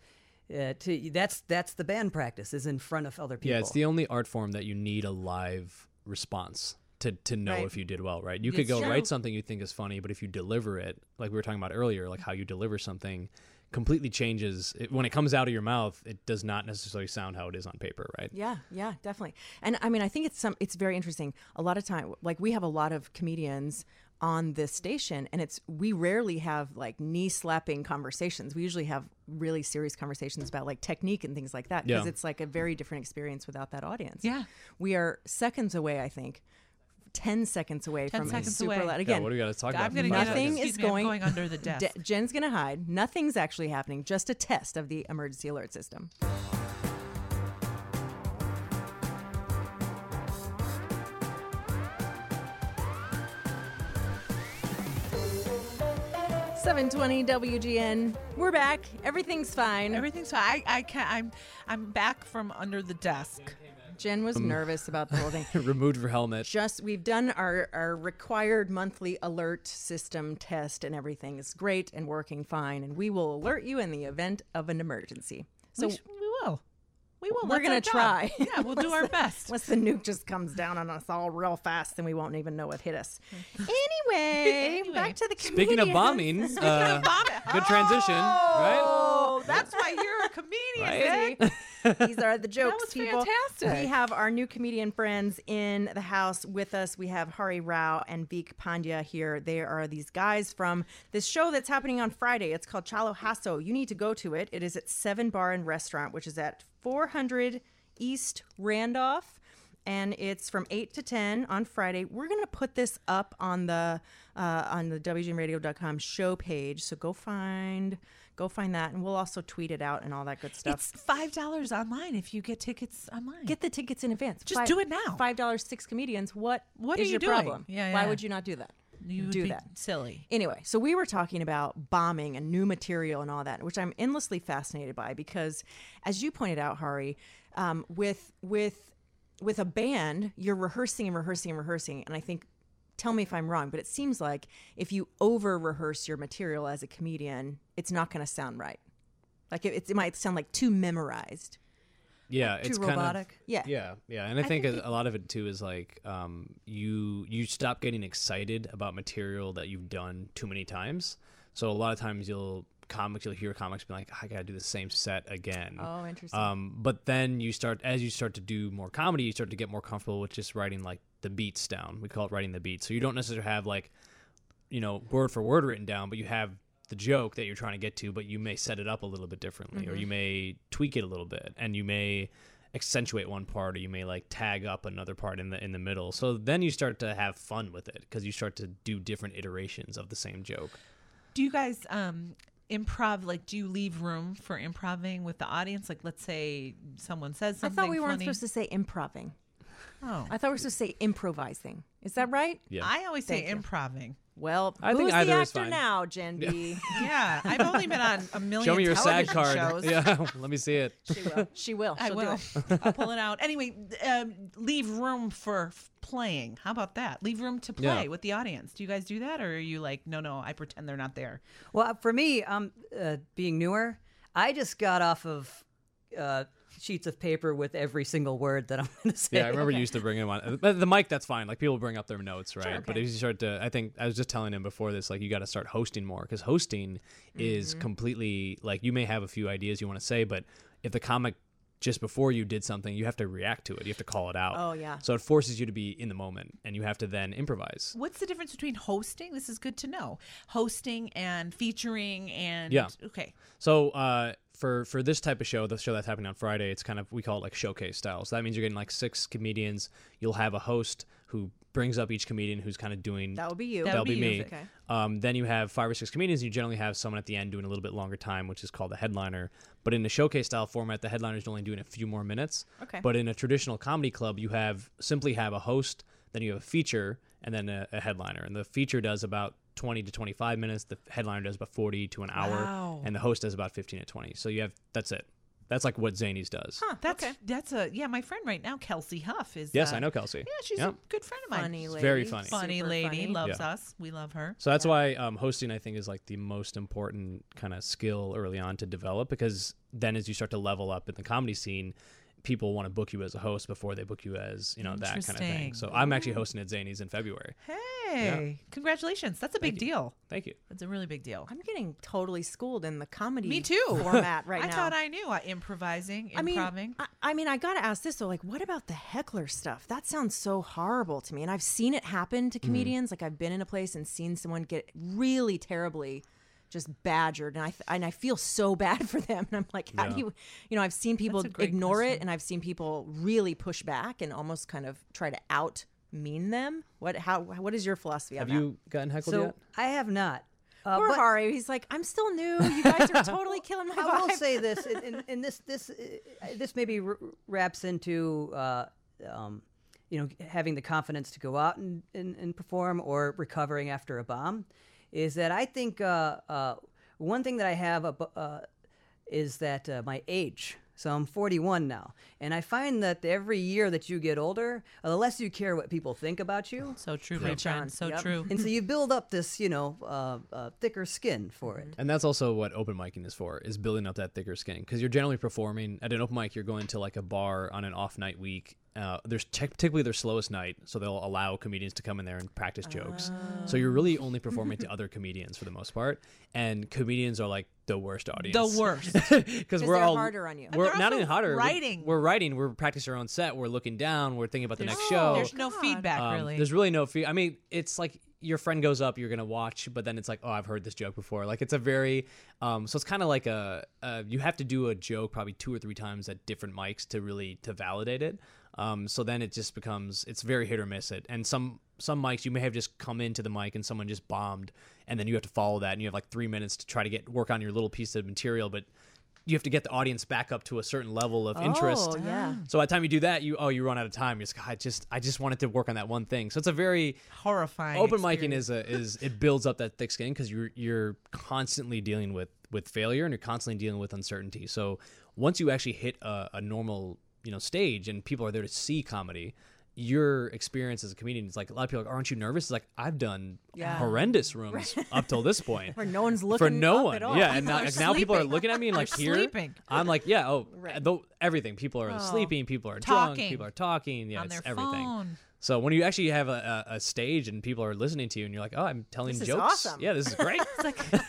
uh, to, that's that's the band practice is in front of other people. Yeah, it's the only art form that you need a live response to, to know Right. if you did well, right? You It's could go true. write something you think is funny, but if you deliver it, like we were talking about earlier, like how you deliver something completely changes it, when it comes out of your mouth, it does not necessarily sound how it is on paper, right? Yeah, yeah, definitely. And I mean, I think it's some it's very interesting. A lot of time like we have a lot of comedians on this station and it's we rarely have like knee slapping conversations. We usually have really serious conversations about like technique and things like that because Yeah. it's like a very different experience without that audience. Yeah. We are seconds away, I think. 10 seconds away 10 from seconds a super away. loud Yeah, again. what do we gotta talk about I'm gonna for five get a- Nothing excuse is me, I'm going, going under the desk. De- Jen's going to hide. Nothing's actually happening. Just a test of the emergency alert system. Seven twenty WGN. We're back. Everything's fine. Everything's fine. I, I can I'm I'm back from under the desk. Jen was Um, nervous about the whole thing. Removed her helmet. Just we've done our our required monthly alert system test and everything is great and working fine and we will alert you in the event of an emergency. So we, sh- we will. We will. we're That's our gonna job. try. Yeah, we'll do Unless our the- best. Unless the nuke just comes down on us all real fast, then we won't even know it hit us. Hmm. Anyway, back to the Speaking of comedians. bombing, Speaking uh, of bombing. good transition, right? Oh, that's why you're a comedian. Right? These are the jokes, was people. fantastic. We have our new comedian friends in the house with us. We have Hari Rao and Veek Pandya here. They are these guys from this show that's happening on Friday. It's called Chalo Hasso. You need to go to it. It is at Seven Bar and Restaurant, which is at 400 East Randolph. And it's from eight to ten on Friday. We're gonna put this up on the uh, on the WGNRadio.com show page. So go find go find that, and we'll also tweet it out and all that good stuff. It's five dollars online if you get tickets online. Get the tickets in advance. Just Five- do it now. Five dollars, six comedians. What What is are you your doing? problem? Yeah, Why yeah. would you not do that? You would do be that. Silly. Anyway, so we were talking about bombing and new material and all that, which I'm endlessly fascinated by because, as you pointed out, Hari, um, with with with a band, you're rehearsing and rehearsing and rehearsing, and I think. Tell me if I'm wrong, but it seems like if you over rehearse your material as a comedian, it's not going to sound right. Like it, it might sound like too memorized. yeah too it's kind of- robotic. Yeah. yeah yeah and i, think, a, a lot of it too is like um, you you stop getting excited about material that you've done too many times so a lot of times you'll comics you'll hear comics be like i gotta do the same set again Oh, interesting. um, but then you start as you start to do more comedy you start to get more comfortable with just writing like the beats down we call it writing the beats so you don't necessarily have like you know word for word written down but you have the joke that you're trying to get to but you may set it up a little bit differently or Mm-hmm. Mhm. you may tweak it a little bit and you may accentuate one part or you may like tag up another part in the in the middle so then you start to have fun with it because you start to do different iterations of the same joke Do you guys um improv like do you leave room for improving with the audience? Like let's say someone says I something. thought we weren't funny. supposed to say improving. Oh. I thought we were supposed to say improvising. Is that right? Yeah. I always say Thank you. improving. Well, I think who's the either is actor fine. now, Jen Yeah. B? Yeah, I've only been on a million show me your sad Oh, television card shows. yeah let me see it She will. She will. I She'll will. Do it. I'll pull it out. Anyway, th- um, leave room for f- playing. How about that? Leave room to play Yeah. with the audience. Do you guys do that, or are you like, no, no, I pretend they're not there? Well, for me, um, uh, being newer, I just got off of uh, sheets of paper with every single word that I'm going to say. Yeah, I remember you used to bring him on Uh, but the mic. That's fine. Like people bring up their notes, right? But if you start to, I think I was just telling him before this, like you got to start hosting more because hosting Mm-hmm. is completely like you may have a few ideas you want to say, but if the comic just before you did something, you have to react to it. You have to call it out. Oh, yeah. So it forces you to be in the moment, and you have to then improvise. What's the difference between hosting? This is good to know. Hosting and featuring and Yeah. okay. So uh, for for this type of show, the show that's happening on Friday, it's kind of we call it like showcase style. So that means you're getting like six comedians. You'll have a host who brings up each comedian who's kind of doing That would be you. That That'll would be be, you. me. Okay. Um, then you have five or six comedians. You generally have someone at the end doing a little bit longer time, which is called the headliner. But in the showcase style format, the headliner is only doing a few more minutes. Okay. But in a traditional comedy club, you have simply have a host, then you have a feature, and then a, a headliner. And the feature does about 20 to 25 minutes. The headliner does about 40 to an hour, Wow. and the host does about 15 to 20. So you have that's it. That's like what Zanies does. Huh, that's that's a yeah. My friend right now, Kelsey Huff, is Yes, uh, I know Kelsey. Yeah, she's Yeah. a good friend of mine. Funny She's very lady, funny. funny super lady, funny. loves Yeah. us. We love her. So that's why um, hosting, I think, is like the most important kind of skill early on to develop because then as you start to level up in the comedy scene, people want to book you as a host before they book you as you know that kind of thing. Interesting. So I'm actually hosting at Zanies in February. Hey, congratulations! That's a big deal. Thank you. That's a really big deal. I'm getting totally schooled in the comedy Me too. format right I now. thought I knew. I improvising, I mean, improving. I, I mean, I gotta ask this though. Like, what about the heckler stuff? That sounds so horrible to me. And I've seen it happen Mm. to comedians. Like, I've been in a place and seen someone get really terribly just badgered, and I and I feel so bad for them. And I'm like, how Yeah. do you, you know, I've seen people That's a great ignore it, and I've seen people really push back and almost kind of try to out mean them. What? How? What is your philosophy Have on that? you gotten heckled So yet? I have not. Uh, Poor but- Hari, he's like, I'm still new. You guys are totally killing my I vibe. will say this, and, and, and this this uh, this maybe r- wraps into uh, um, you know having the confidence to go out and, and, and perform or recovering after a bomb, is that I think uh, uh, one thing that I have ab- uh, is that uh, my age. So I'm 41 now, and I find that every year that you get older, uh, the less you care what people think about you. so true, my friend. So Yep. true. And so you build up this, you know, uh, uh, thicker skin for it. And that's also what open micing is for, is building up that thicker skin. Because you're generally performing at an open mic, you're going to like a bar on an off night week. Uh, there's tech- typically their slowest night, so they'll allow comedians to come in there and practice jokes. So you're really only performing to other comedians for the most part, and comedians are like the worst The audience. worst. because 'Cause we're they're all harder on you. And We're they're not also even harder. we're- writing. We're, writing. We're practicing our own set. We're looking down. We're thinking about the next show. There's no feedback Um, really. There's really no fear. I mean, it's like your friend goes up, you're gonna watch, but then it's like, oh, I've heard this joke before. Like it's a very, um, so it's kind of like a, uh, you have to do a joke probably two or three times at different mics to really to validate it. Um, so then it just becomes it's very hit or miss it. And some some mics you may have just come into the mic and someone just bombed, and then you have to follow that, and you have like three minutes to try to get work on your little piece of material, but you have to get the audience back up to a certain level of interest. Oh, yeah. So by the time you do that, you oh you run out of time. You're just "God, I just I just wanted to work on that one thing. So it's a very Horrifying. open micing is a is it builds up that thick skin because you're you're constantly dealing with with failure and you're constantly dealing with uncertainty. So once you actually hit a, a normal you know stage and people are there to see comedy. Your experience as a comedian is like a lot of people are like, aren't you nervous? It's like I've done Yeah. horrendous rooms up till this point Where no one's looking for no up one. at all. Yeah, and now, are like, now people are sleeping. looking at me and like They're here. sleeping. I'm like, yeah, oh, Right. though everything. People are Oh. sleeping. People are Talking. drunk. People are talking. Yeah, on it's their everything. phone. So when you actually have a, a, a stage and people are listening to you and you're like, oh, I'm telling This is jokes. awesome. Yeah, this is great.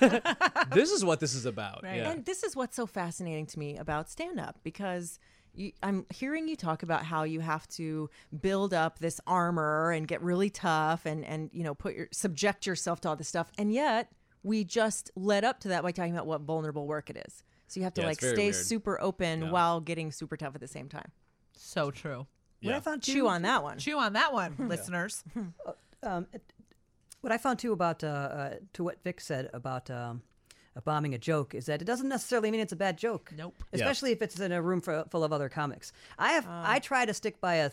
this is what this is about. Right. Yeah. And this is what's so fascinating to me about stand up because you, I'm hearing you talk about how you have to build up this armor and get really tough and and you know put your subject yourself to all this stuff and yet we just led up to that by talking about what vulnerable work it is. So you have to Yeah, it's like very stay weird. super open while getting super tough at the same time. So true. What Yeah. I found Chew too- on that one. Chew on that one, listeners. um, it- what I found too about uh, uh, to what Vic said about um, uh, bombing a joke is that it doesn't necessarily mean it's a bad joke. Nope. Yeah. Especially if it's in a room fu- full of other comics. I have I try to stick by a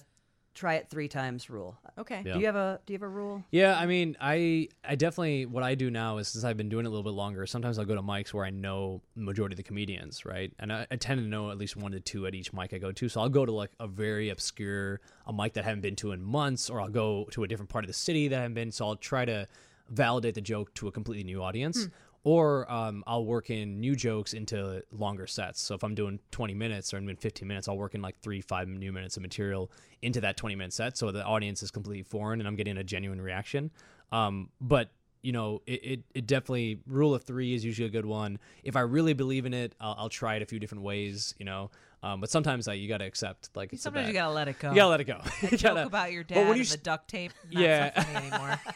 try it three times rule. Okay. Yeah. Do you have a Do you have a rule? Yeah, I mean, I I definitely what I do now is since I've been doing it a little bit longer, sometimes I'll go to mics where I know majority of the comedians, right? And I, I tend to know at least one to two at each mic I go to. So I'll go to like a very obscure a mic that I haven't been to in months, or I'll go to a different part of the city that I haven't been. So I'll try to validate the joke to a completely new audience. Hmm. Or um, I'll work in new jokes into longer sets. So if I'm doing 20 minutes or even 15 minutes, I'll work in like three, five new minutes of material into that 20 minute set. So the audience is completely foreign and I'm getting a genuine reaction. Um, but you know, it, it, it definitely rule of three is usually a good one. If I really believe in it, I'll, I'll try it a few different ways, you know. Um, but sometimes I, you got to accept like it's a Sometimes you bad- gotta let it go. you gotta let it go. You joke gotta- about your But dad when and you the s- duct tape. Not Yeah. so funny anymore.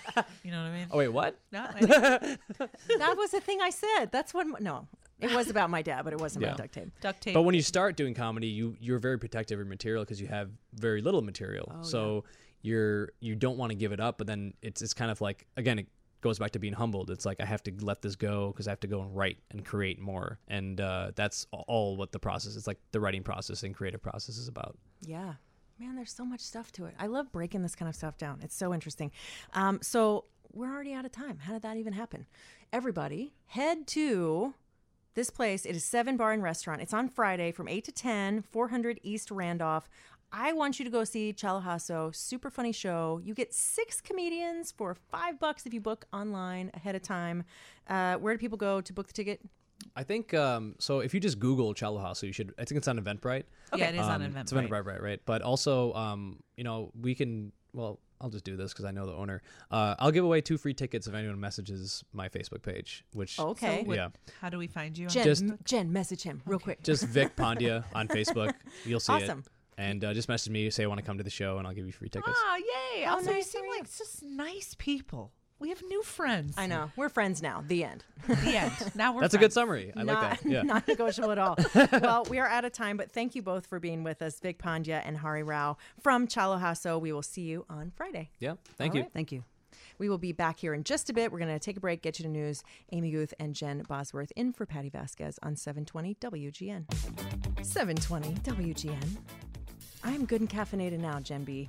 You know what I mean? oh wait, what? No, I think that was the thing I said. That's what my- no. It was about my dad, but it wasn't Yeah. about duct tape. duct tape. But when you start doing comedy, you you're very protective of your material because you have very little material. so you're you don't want to give it up, but then it's it's kind of like again it goes back to being humbled. It's like I have to let this go because I have to go and write and create more, and uh, that's a- all what the process. It's like the writing process and creative process is about. Yeah. Man, there's so much stuff to it. I love breaking this kind of stuff down. It's so interesting. Um, so we're already out of time. How did that even happen? Everybody, head to this place. It is Seven Bar and Restaurant. It's on Friday from 8 to 10, 400 East Randolph. I want you to go see Chalahasso. Super funny show. You get six comedians for five bucks if you book online ahead of time. Uh, where do people go to book the ticket? I think um, so. If you just Google Chalhassa, you should. I think it's on Eventbrite. Okay. Yeah, it is on Um, It's on Eventbrite. Eventbrite, right? Right. But also, um, you know, we can. Well, I'll just do this because I know the owner. Uh, I'll give away two free tickets if anyone messages my Facebook page. Which Okay. So what- yeah, How do we find you? on Jen, Oh, Just- Jen, message him real quick. just Vic Pandya on Facebook. You'll see Awesome. it. And uh, just message me, say I want to come to the show, and I'll give you free tickets. Ah, Oh, yay. How also, you nice seem like just nice people. We have new friends. I know. We're friends now. The end. The end. Now we're That's a good summary. I not, like that. Yeah. not negotiable at all. well, we are out of time, but thank you both for being with us, Vic Pandya and Hari Rao from Chalahasso. We will see you on Friday. Yeah. Thank All you. right. Thank you. We will be back here in just a bit. We're going to take a break, get you to news. Amy Guth and Jen Bosworth in for Patty Vasquez on 720 WGN. 720 WGN. I'm good and caffeinated now, Jen B.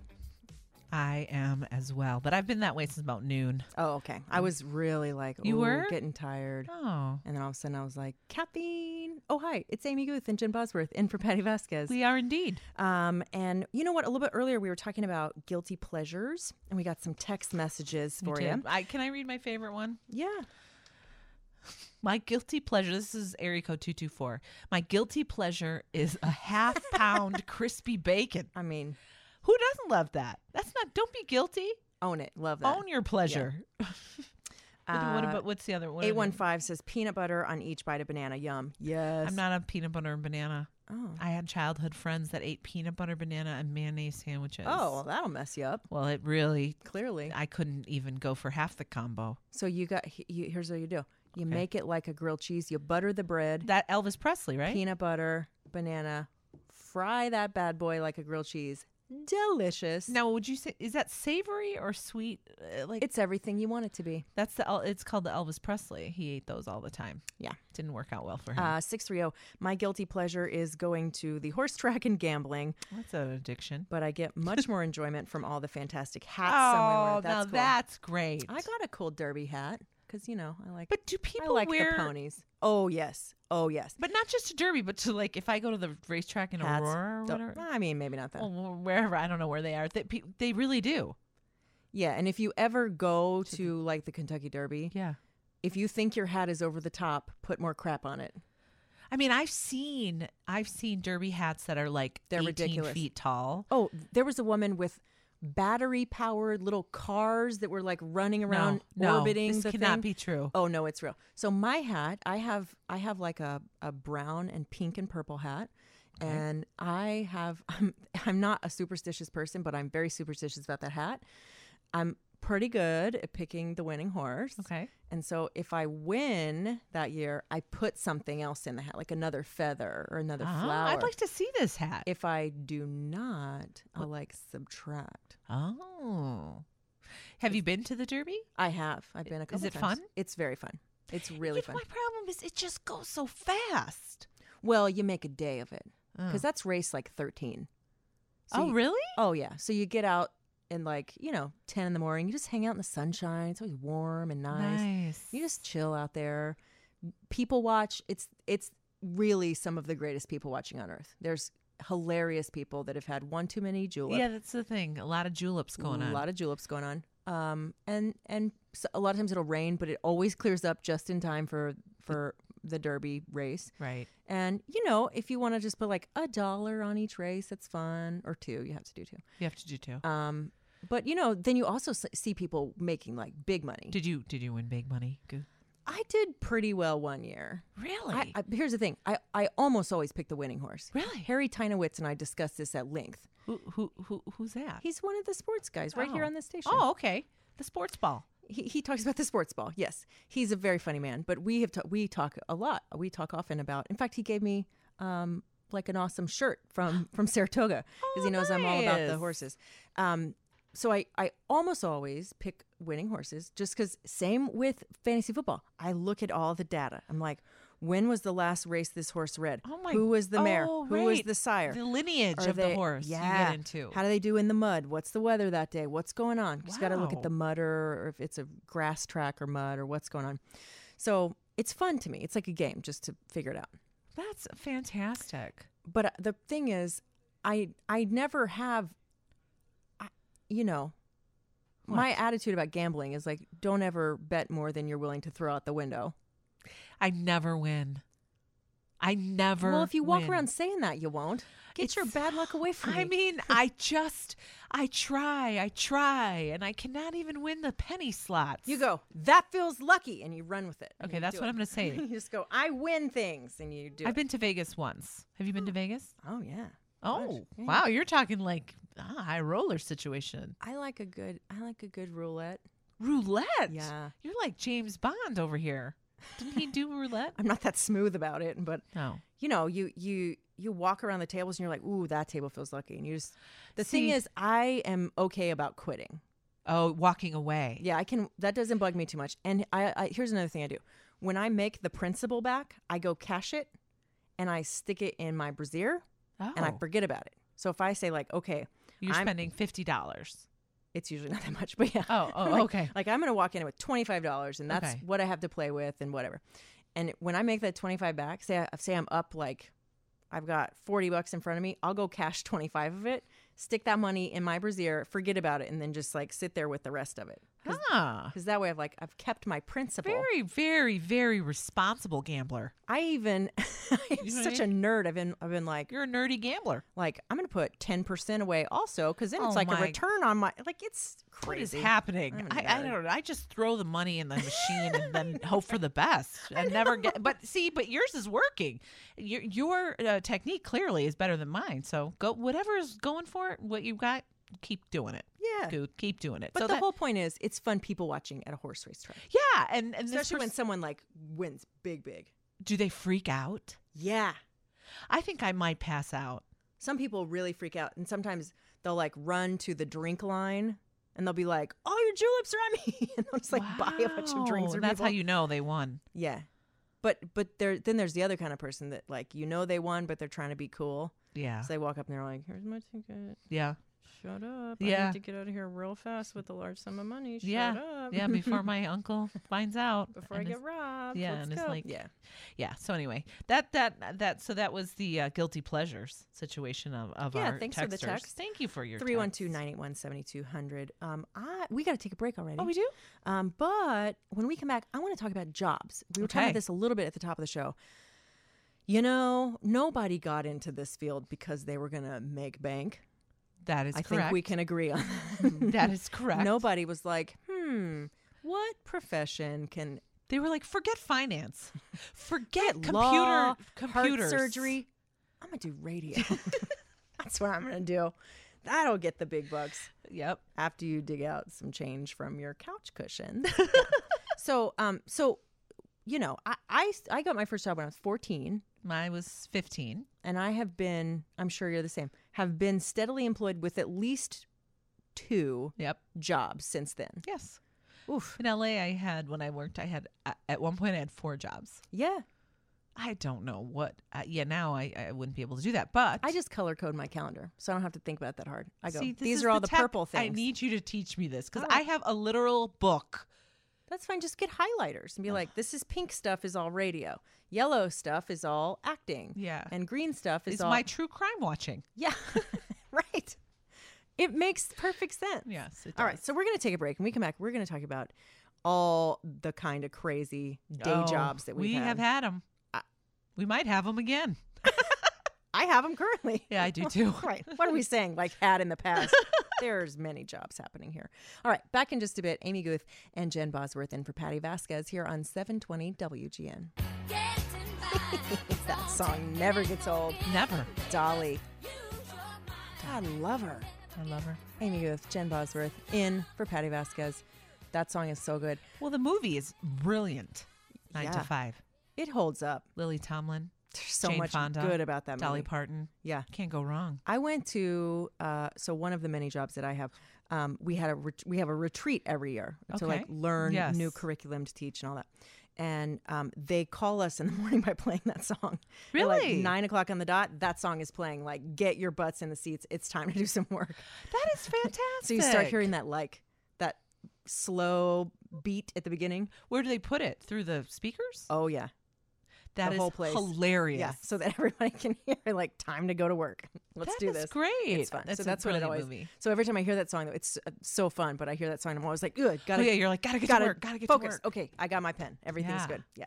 I am as well, but I've been that way since about noon. Oh, okay. I was really like, You "Ooh, were? getting tired. Oh. And then all of a sudden I was like, caffeine. Oh, hi. It's Amy Guth and Jen Bosworth in for Patty Vasquez. We are indeed. Um, and you know what? A little bit earlier we were talking about guilty pleasures and we got some text messages We for did. you. I, can I read my favorite one? Yeah. My guilty pleasure. This is area code two two four. My guilty pleasure is a half pound crispy bacon. I mean, who doesn't love that? That's not. Don't be guilty. Own it. Love that. Own your pleasure. What- what about- what's the other one? Eight one five says peanut butter on each bite of banana. Yum. Yes. I'm not a peanut butter and banana. Oh. I had childhood friends that ate peanut butter, banana, and mayonnaise sandwiches. Oh, well, that'll mess you up. Well, it really Clearly. I couldn't even go for half the combo. So you got he- you, here's what you do. You make it like a grilled cheese. You butter the bread. That Elvis Presley, right? Peanut butter, banana. Fry that bad boy like a grilled cheese. Delicious. Now, would you say is that savory or sweet? Uh, like It's everything you want it to be. that's the El- it's called the Elvis Presley. He ate those all the time. Yeah. didn't work out well for him. Uh, 630. My guilty pleasure is going to the horse track and gambling, that's an addiction. but I get much more enjoyment from all the fantastic hats someone Oh, wears. That's now cool. that's great. I got a cool derby hat because, you know, I like But do I people like wear the ponies. Oh, yes. Oh, yes. But not just to Derby, but to like if I go to the racetrack in Hats, Aurora or don't- whatever, I mean, maybe not that. well, wh- wherever I don't know where they are, they, pe- they really do. Yeah, and if you ever go to like the Kentucky Derby, Yeah. if you think your hat is over the top, put more crap on it. I mean, I've seen I've seen Derby hats that are like They're 18 ridiculous. feet tall. Oh, there was a woman with battery powered little cars that were like running around no, orbiting. this the cannot thing. be true. Oh no, it's real. So my hat, I have I have like a, a brown and pink and purple hat. And I have I'm I'm not a superstitious person, but I'm very superstitious about that hat. I'm pretty good at picking the winning horse. Okay. And so if I win that year, I put something else in the hat, like another feather or another Ah, flower. I'd like to see this hat. If I do not, I'll like subtract. oh, have you been to the Derby? I have. I've been a couple. it times. fun? It's very fun. It's really You know, fun. my problem is it just goes so fast. Well, you make a day of it Oh. because that's race like thirteen. oh, you- really? Oh yeah. So you get out and like you know ten in the morning, you just hang out in the sunshine. It's always warm and nice. Nice. You just chill out there. People watch. It's it's really some of the greatest people watching on earth. There's hilarious people that have had one too many juleps. Yeah, that's the thing. A lot of juleps going on. A lot of juleps going on. Um, and and so a lot of times it'll rain, but it always clears up just in time for for the Derby race. right. And you know, if you want to just put like a dollar on each race, that's fun, or two. You have to do two. You have to do too. Um, but you know, then you also s- see people making like big money. did you did you win big money? Goo? I did pretty well one year. Really? I, I, here's the thing: I, I almost always pick the winning horse. Really? Harry Tynowitz and I discussed this at length. who, who who who's that? He's one of the sports guys right here Oh. on the station. Uh, Oh, okay. The sports ball. he, he talks about the sports ball. Yes, he's a very funny man. But we have ta- we talk a lot. We talk often about. In fact, he gave me um like an awesome shirt from from Saratoga because he Oh, knows I'm all about the nice. horses. Um, so I I almost always pick winning horses just because. Same with fantasy football. I look at all the data. I'm like, When was the last race this horse red? Oh my- Who was the mare? oh, Who was right. the sire? The lineage Are of the they- horse you get Yeah. into. How do they do in the mud? What's the weather that day? What's going on? You got to look Wow. at the mud or or if it's a grass track or mud or what's going on. So it's fun to me. It's like a game just to figure it out. That's fantastic. But uh, the thing is, I I never have, I- you know, my attitude about gambling is like don't ever bet more than you're willing to throw out the window. I never win. I never. Well, if you walk win. around saying that, you won't. Get your bad luck away from I me. mean, I just, I try, I try, and I cannot even win the penny slots. You go, that feels lucky, and you run with it. and Okay, you that's do what it. I'm gonna say. you just go, I win things, and you do. I've it. been to Vegas once. Have you been to Vegas? Oh yeah. Oh yeah. wow, you're talking like ah, high roller situation. I like a good. I like a good roulette. Roulette. Yeah. You're like James Bond over here. Didn't he do roulette? I'm not that smooth about it, but No. you know, you you you walk around the tables and you're like, ooh, that table feels lucky, and you just. The See- thing is, I am okay about quitting. Oh, walking away. Yeah, I can. That doesn't bug me too much. And I, I here's another thing I do: when I make the principal back, I go cash it, and I stick it in my brassiere, and I Oh. forget about it. So if I say like, okay, You're I'm- spending fifty dollars. it's usually not that much, but yeah. Oh, oh, Like- okay. Like I'm gonna walk in with twenty five dollars, and that's Okay. what I have to play with, and whatever. And when I make that twenty five back, say I, say I'm up like, I've got forty bucks in front of me, I'll go cash twenty five of it, stick that money in my brassiere, forget about it, and then just like sit there with the rest of it. Because Ah. that way I've like I've kept my principle. Very, very, very responsible gambler. I even I'm You know what I such a nerd. I've been I've been like You're a nerdy gambler. like I'm gonna put ten percent away also because then Oh it's like a my- return on my like it's crazy. What is happening? I'm a I, I nerd. don't know. I just throw the money in the machine and then hope for the best. I never get. But see, but yours is working. Your your uh, technique clearly is better than mine. So go whatever is going for it. What you got, keep doing it. Yeah. Go- keep doing it. But so the that, whole point is it's fun people watching at a horse race track. yeah, and and this Especially when pers- someone like wins big big. do they freak out? Yeah. I think I might pass out. Some people really freak out and sometimes they'll like run to the drink line and they'll be like, All your juleps are at me and I'll just like buy a bunch of drinks Wow. or That's how people. you know they won. Yeah. But but there then there's the other kind of person that like you know they won but they're trying to be cool. Yeah. So they walk up and they're like, Here's my ticket. Yeah. Shut up. I Yeah. need to get out of here real fast with a large sum of money. Shut yeah. up. Yeah. Before my uncle finds out. Before I and get is- robbed. Yeah, Let's and it's go. like Yeah. yeah. So anyway, that that that so that was the uh, guilty pleasures situation of of Yeah, our thanks for the texters. text. Thank you for your Three one two texts. nine eight one seventy two hundred. Um, I we got to take a break already. Oh, we do. Um, but when we come back, I want to talk about jobs. We were talking Okay. about this a little bit at the top of the show. You know, nobody got into this field because they were going to make bank. That is I correct. think we can agree on that. That is correct. Nobody was like, hmm, what profession can They were like, forget finance, forget computer, law, computers, heart surgery? I'm gonna do radio. That's what I'm gonna do. That'll get the big bucks. Yep. after you dig out some change from your couch cushion. so, um, so you know, I, I I got my first job when I was 14, Mine was fifteen. and I have been, I'm sure you're the same, have been steadily employed with at least two Yep. jobs since then. Yes. Oof. In LA, I had when I worked, I had uh, at one point I had four jobs. Yeah, I don't know what. Uh, yeah, now I, I wouldn't be able to do that. But I just color code my calendar, so I don't have to think about that hard. I go, See, this these is are all the, tech- purple things. I need you to teach me this because All I right. have a literal book. That's fine. Just get highlighters and be like, this is pink stuff is all radio, yellow stuff is all acting, Yeah. and green stuff is It's all my true crime watching. Yeah. right. It makes perfect sense. Yes. It All right. So we're going to take a break and we come back. We're going to talk about all the kind of crazy day jobs that we've Oh, we have had them. we might have them again. I have them currently. Yeah, I do too. right. What are we saying? Like had in the past. There's many jobs happening here. All right. Back in just a bit. Amy Guth and Jen Bosworth in for Patty Vasquez here on 720 WGN. that song never gets old. Never. Dolly. God, love her. I love her. Amy Guth, Jen Bosworth, in for Patty Vasquez. That song is so good. Well, the movie is brilliant. Nine to Yeah. five. It holds up. Lily Tomlin. There's so Jane much Fonda, good about that Dolly movie. Parton. Yeah. Can't go wrong. I went to uh, so one of the many jobs that I have. Um, we had a ret- we have a retreat every year to like Okay. learn Yes. new curriculum to teach and all that. and um, they call us in the morning by playing that song. They're like, Really? nine o'clock on the dot, that song is playing. Like, get your butts in the seats. It's time to do some work. That is fantastic. so you start hearing that like that slow beat at the beginning. Where do they put it? Through the speakers? Oh yeah. That the is whole place. hilarious. Oh, Yeah, so that everybody can hear like time to go to work. Let's That do is this. great. It's fun. That's so a that's what it always. brilliant movie. So every time I hear that song, though, it's uh, so fun. But I hear that song, I'm always like, good. Gotta, Oh, yeah, you're like, gotta get to work, gotta get to focus. Oh, work. Okay, I got my pen. Everything's Yeah. good. Yeah.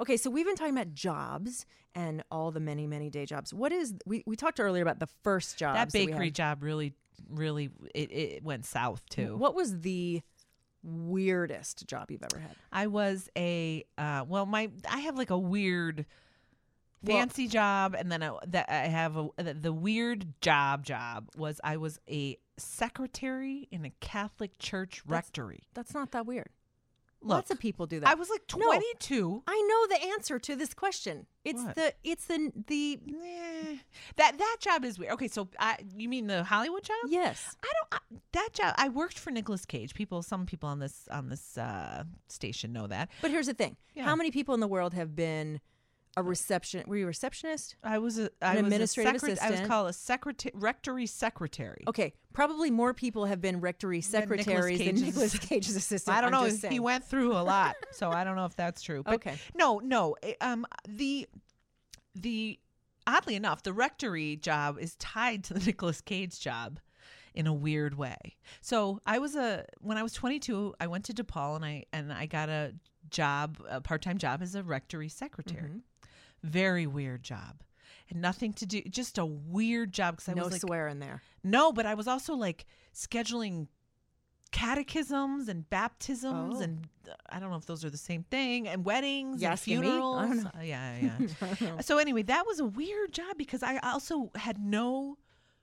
Okay, so we've been talking about jobs and all the many, many day jobs. What is we we talked earlier about the first job that we bakery had. job really, really, it, it went south too. What was the weirdest job you've ever had? I was a uh, well, my I have like a weird Well- fancy job, and then I, that I have a the- the weird job job was I was a secretary in a Catholic church That's- rectory. That's not that weird. Lots Look, of people do that. I was like No. twenty two. I know the answer to this question. It's What? the it's the the Eh, That that job is weird. Okay, so I, you mean the Hollywood job? yes. I don't I, that job. I worked for Nicolas Cage. People, some people on this on this uh, station know that. But here's the thing: Yeah. how many people in the world have been a reception? Were you a receptionist? I was a An I was administrative a secret- I was assistant. called a secretary, rectory secretary. Okay, probably more people have been rectory Nicolas secretaries than Cage's Nicolas assistant. Cage's assistant. I don't I'm know. just He saying. went through a lot, so I don't know if that's true. But Okay. No, no. eh, Um, the the oddly enough, the rectory job is tied to the Nicolas Cage job in a weird way. So I was a when I was 22, I went to DePaul and I and I got a job, a part time job as a rectory secretary. Mm-hmm. Very weird job. And nothing to do, just a weird job because I No was like, swear in there. no, but I was also like scheduling catechisms and baptisms Oh. and uh, I don't know if those are the same thing and weddings You and asking me? I funerals. don't know. Uh, yeah, yeah. don't know. so anyway, that was a weird job because I also had no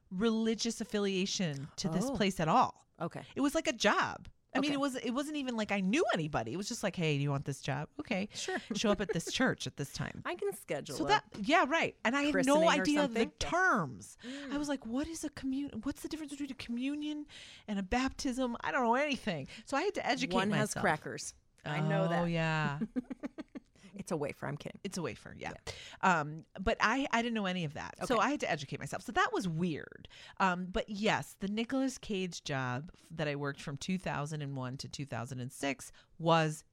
religious affiliation to this Oh. place at all. Okay. It was like a job. I mean, Okay. it was it wasn't even like I knew anybody. It was just like, hey, do you want this job? Okay, Sure. Show up at this church at this time. I can schedule. So a- that yeah, right. And I had christening no or idea of the something? Yeah. Mm. terms. I was like, what is a commun what's the difference between a communion and a baptism? I don't know anything. So I had to educate one myself. has crackers. I know that. Oh yeah. It's a wafer. I'm kidding. It's a wafer, yeah. Um, but I, I didn't know any of that. So Okay. I had to educate myself. So that was weird. Um, but yes, the Nicolas Cage job that I worked from 2001 to 2006 was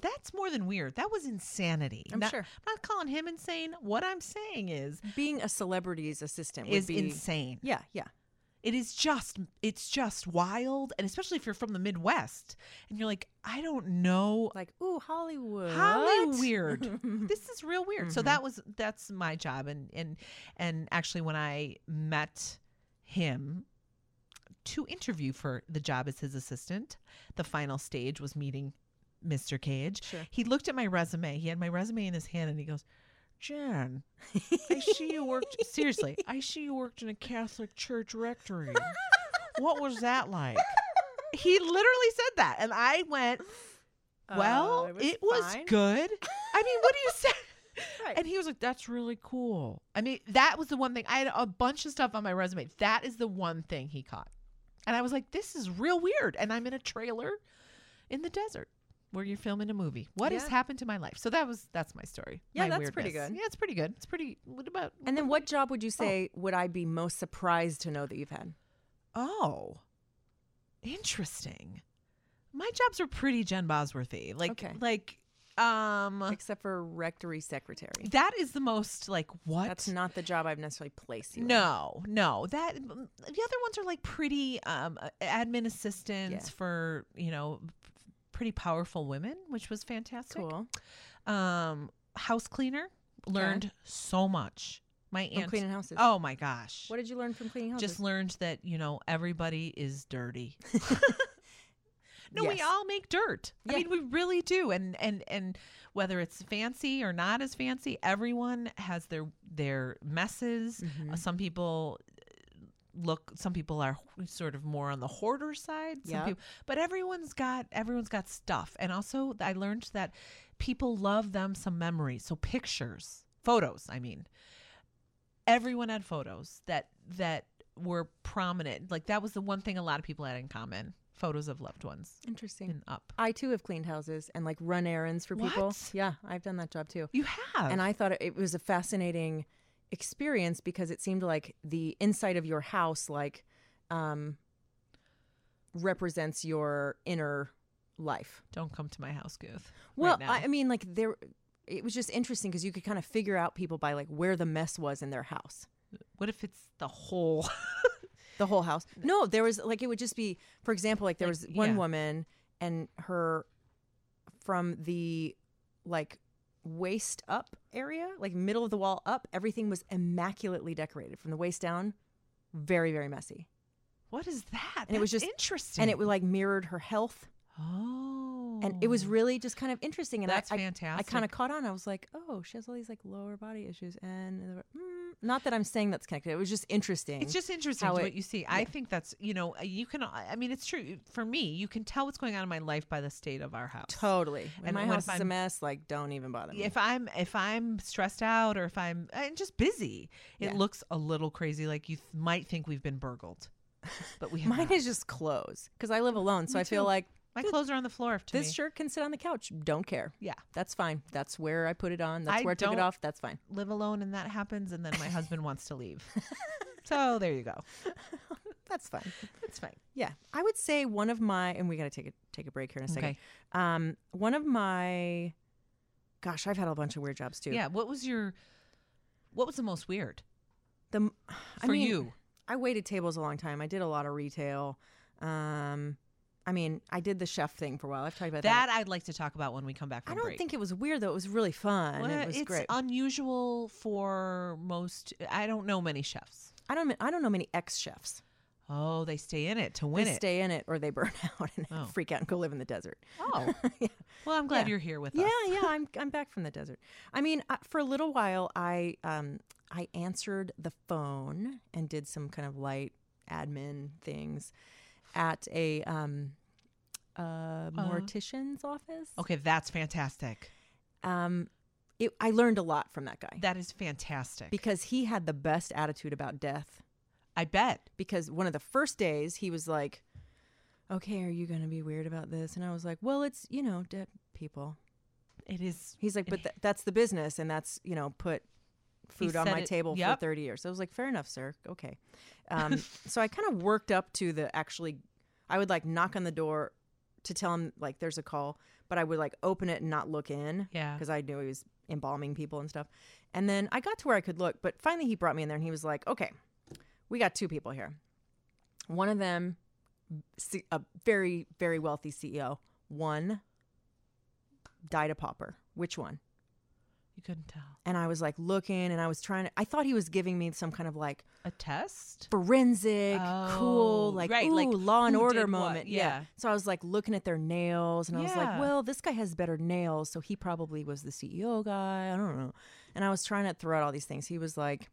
that's more than weird. That was insanity. I'm Not- sure. I'm not calling him insane. What I'm saying is Being a celebrity's assistant would is be insane. Yeah, yeah. It is just it's just wild and especially if you're from the Midwest and you're like I don't know Like, ooh, Hollywood. Holly weird. this is real weird. So that was that's my job and and and actually when I met him to interview for the job as his assistant, the final stage was meeting Mr. Cage. Sure. He looked at my resume. He had my resume in his hand and he goes, "Jen, I see you worked seriously. I see you worked in a Catholic church rectory. What was that like?" He literally said that, and I went, "Well, Uh, it was it was, fine." good." I mean, what do you say? Right. And he was like, "That's really cool." I mean, that was the one thing. I had a bunch of stuff on my resume. That is the one thing he caught, and I was like, "This is real weird." And I'm in a trailer in the desert where you're filming a movie. What has Yeah. happened to my life? So that was that's my story. Yeah, my that's pretty weirdness. good. Yeah, it's pretty good. It's pretty. What about? And then, what job would you say would I be most surprised to know that you've had? Oh, interesting. My jobs are pretty Jen Bosworthy. Like, Okay. like, um, Except for rectory secretary. that is the most like what? That's not the job I've necessarily placed you. in. No, no. That the other ones are like pretty um uh, admin assistants Yeah. for you know p- pretty powerful women, which was fantastic. Cool. Um, house cleaner learned so much. My From aunt cleaning houses. Oh my gosh! What did you learn from cleaning houses? Just learned that you know everybody is dirty. no, we Yes. all make dirt. Yeah. I mean, we really do. And and and whether it's fancy or not as fancy, everyone has their their messes. Mm-hmm. Uh, some people uh, look some people are sort of more on the hoarder side some Yeah. people, but everyone's got everyone's got stuff and also i learned that people love them some memories so pictures photos i mean everyone had photos that that were prominent like that was the one thing a lot of people had in common photos of loved ones. Interesting. And up. I too have cleaned houses and like run errands for people. What? Yeah, I've done that job too. You have. And I thought it- it was a fascinating experience because it seemed like the inside of your house like um represents your inner life. Don't come to my house, Gooth. Well, right now. I I mean like there it was just interesting because you could kind of figure out people by like where the mess was in their house. What if it's the whole the whole house? No, there was like it would just be for example like there was one yeah. woman and her from the like waist up area, like middle of the wall up, everything was immaculately decorated from the waist down. Very very messy. What is that? And it was That's just interesting. And it like mirrored her health. Oh. And it was really just kind of interesting. And I- That's I, fantastic. I kind of caught on. I was like, oh, she has all these like lower body issues. And mm, not that I'm saying that's connected. It was just interesting. It's just interesting how to it- what you see. I think that's you know uh, you can. I mean, it's true for me. You can tell what's going on in my life by the state of our house. Totally. When And my when house if is a I'm- mess, like don't even bother me. If I'm if I'm stressed out or if I'm and just busy, it Yeah. looks a little crazy. Like you th- might think we've been burgled, but we have Mine not. is just clothes because I live alone, so Me I feel too. like My clothes are on the floor. To this me. shirt can sit on the couch. Don't care. Yeah. that's fine. That's where I put it on. That's I where I took it don't- off. That's fine. live alone and that happens, and then my husband wants to leave. So there you go. That's fine. That's fine. Yeah, I would say one of my, and we got to take a take a break here in a second. Okay. Um, one of my, gosh, I've had a bunch of weird jobs too. Yeah. What was your What was the most weird? the m- I For mean, you. I waited tables a long time. I did a lot of retail. Um, I mean, I did the chef thing for a while. I've talked about that that. I'd like to talk about when we come back. I From don't break. think it was weird though. It was really fun. Well, it was it's great. unusual for most. I don't know many chefs. I don't. I don't know many ex chefs. Oh, they stay in it to win they it. stay in it or they burn out and they freak out and go live in the desert. Oh, well, I'm glad Yeah. you're here with yeah, us. yeah, I'm I'm back from the desert. I mean, uh, for a little while, I um I answered the phone and did some kind of light admin things at a um uh Uh-huh. mortician's office. Okay, that's fantastic. Um, it, I learned a lot from that guy That is fantastic. because he had the best attitude about death. I bet. Because one of the first days he was like, "Okay, are you going to be weird about this?" And I was like, "Well, it's you know dead people." It is. eh, He's like, "But th- that's the business, and that's you know put He food on said my it- table yep. for thirty years." I was like, "Fair enough, sir. Okay." Um, so I kind of worked up to the actually, I would like knock on the door to tell him like there's a call, but I would like open it and not look in. Yeah. Because I knew he was embalming people and stuff. And then I got to where I could look, but finally he brought me in there and he was like, okay, we got two people here. One of them, C- a very, very wealthy CEO. One died a pauper. Which one? You couldn't tell. And I was like looking and I was trying to, I thought he was giving me some kind of like A test? forensic, Oh, cool, like, right, ooh, like, law and who order did what? moment. Yeah. Yeah. So I was like looking at their nails and I was Yeah. like, well, this guy has better nails. So he probably was the CEO guy. I don't know. And I was trying to throw out all these things. He was like,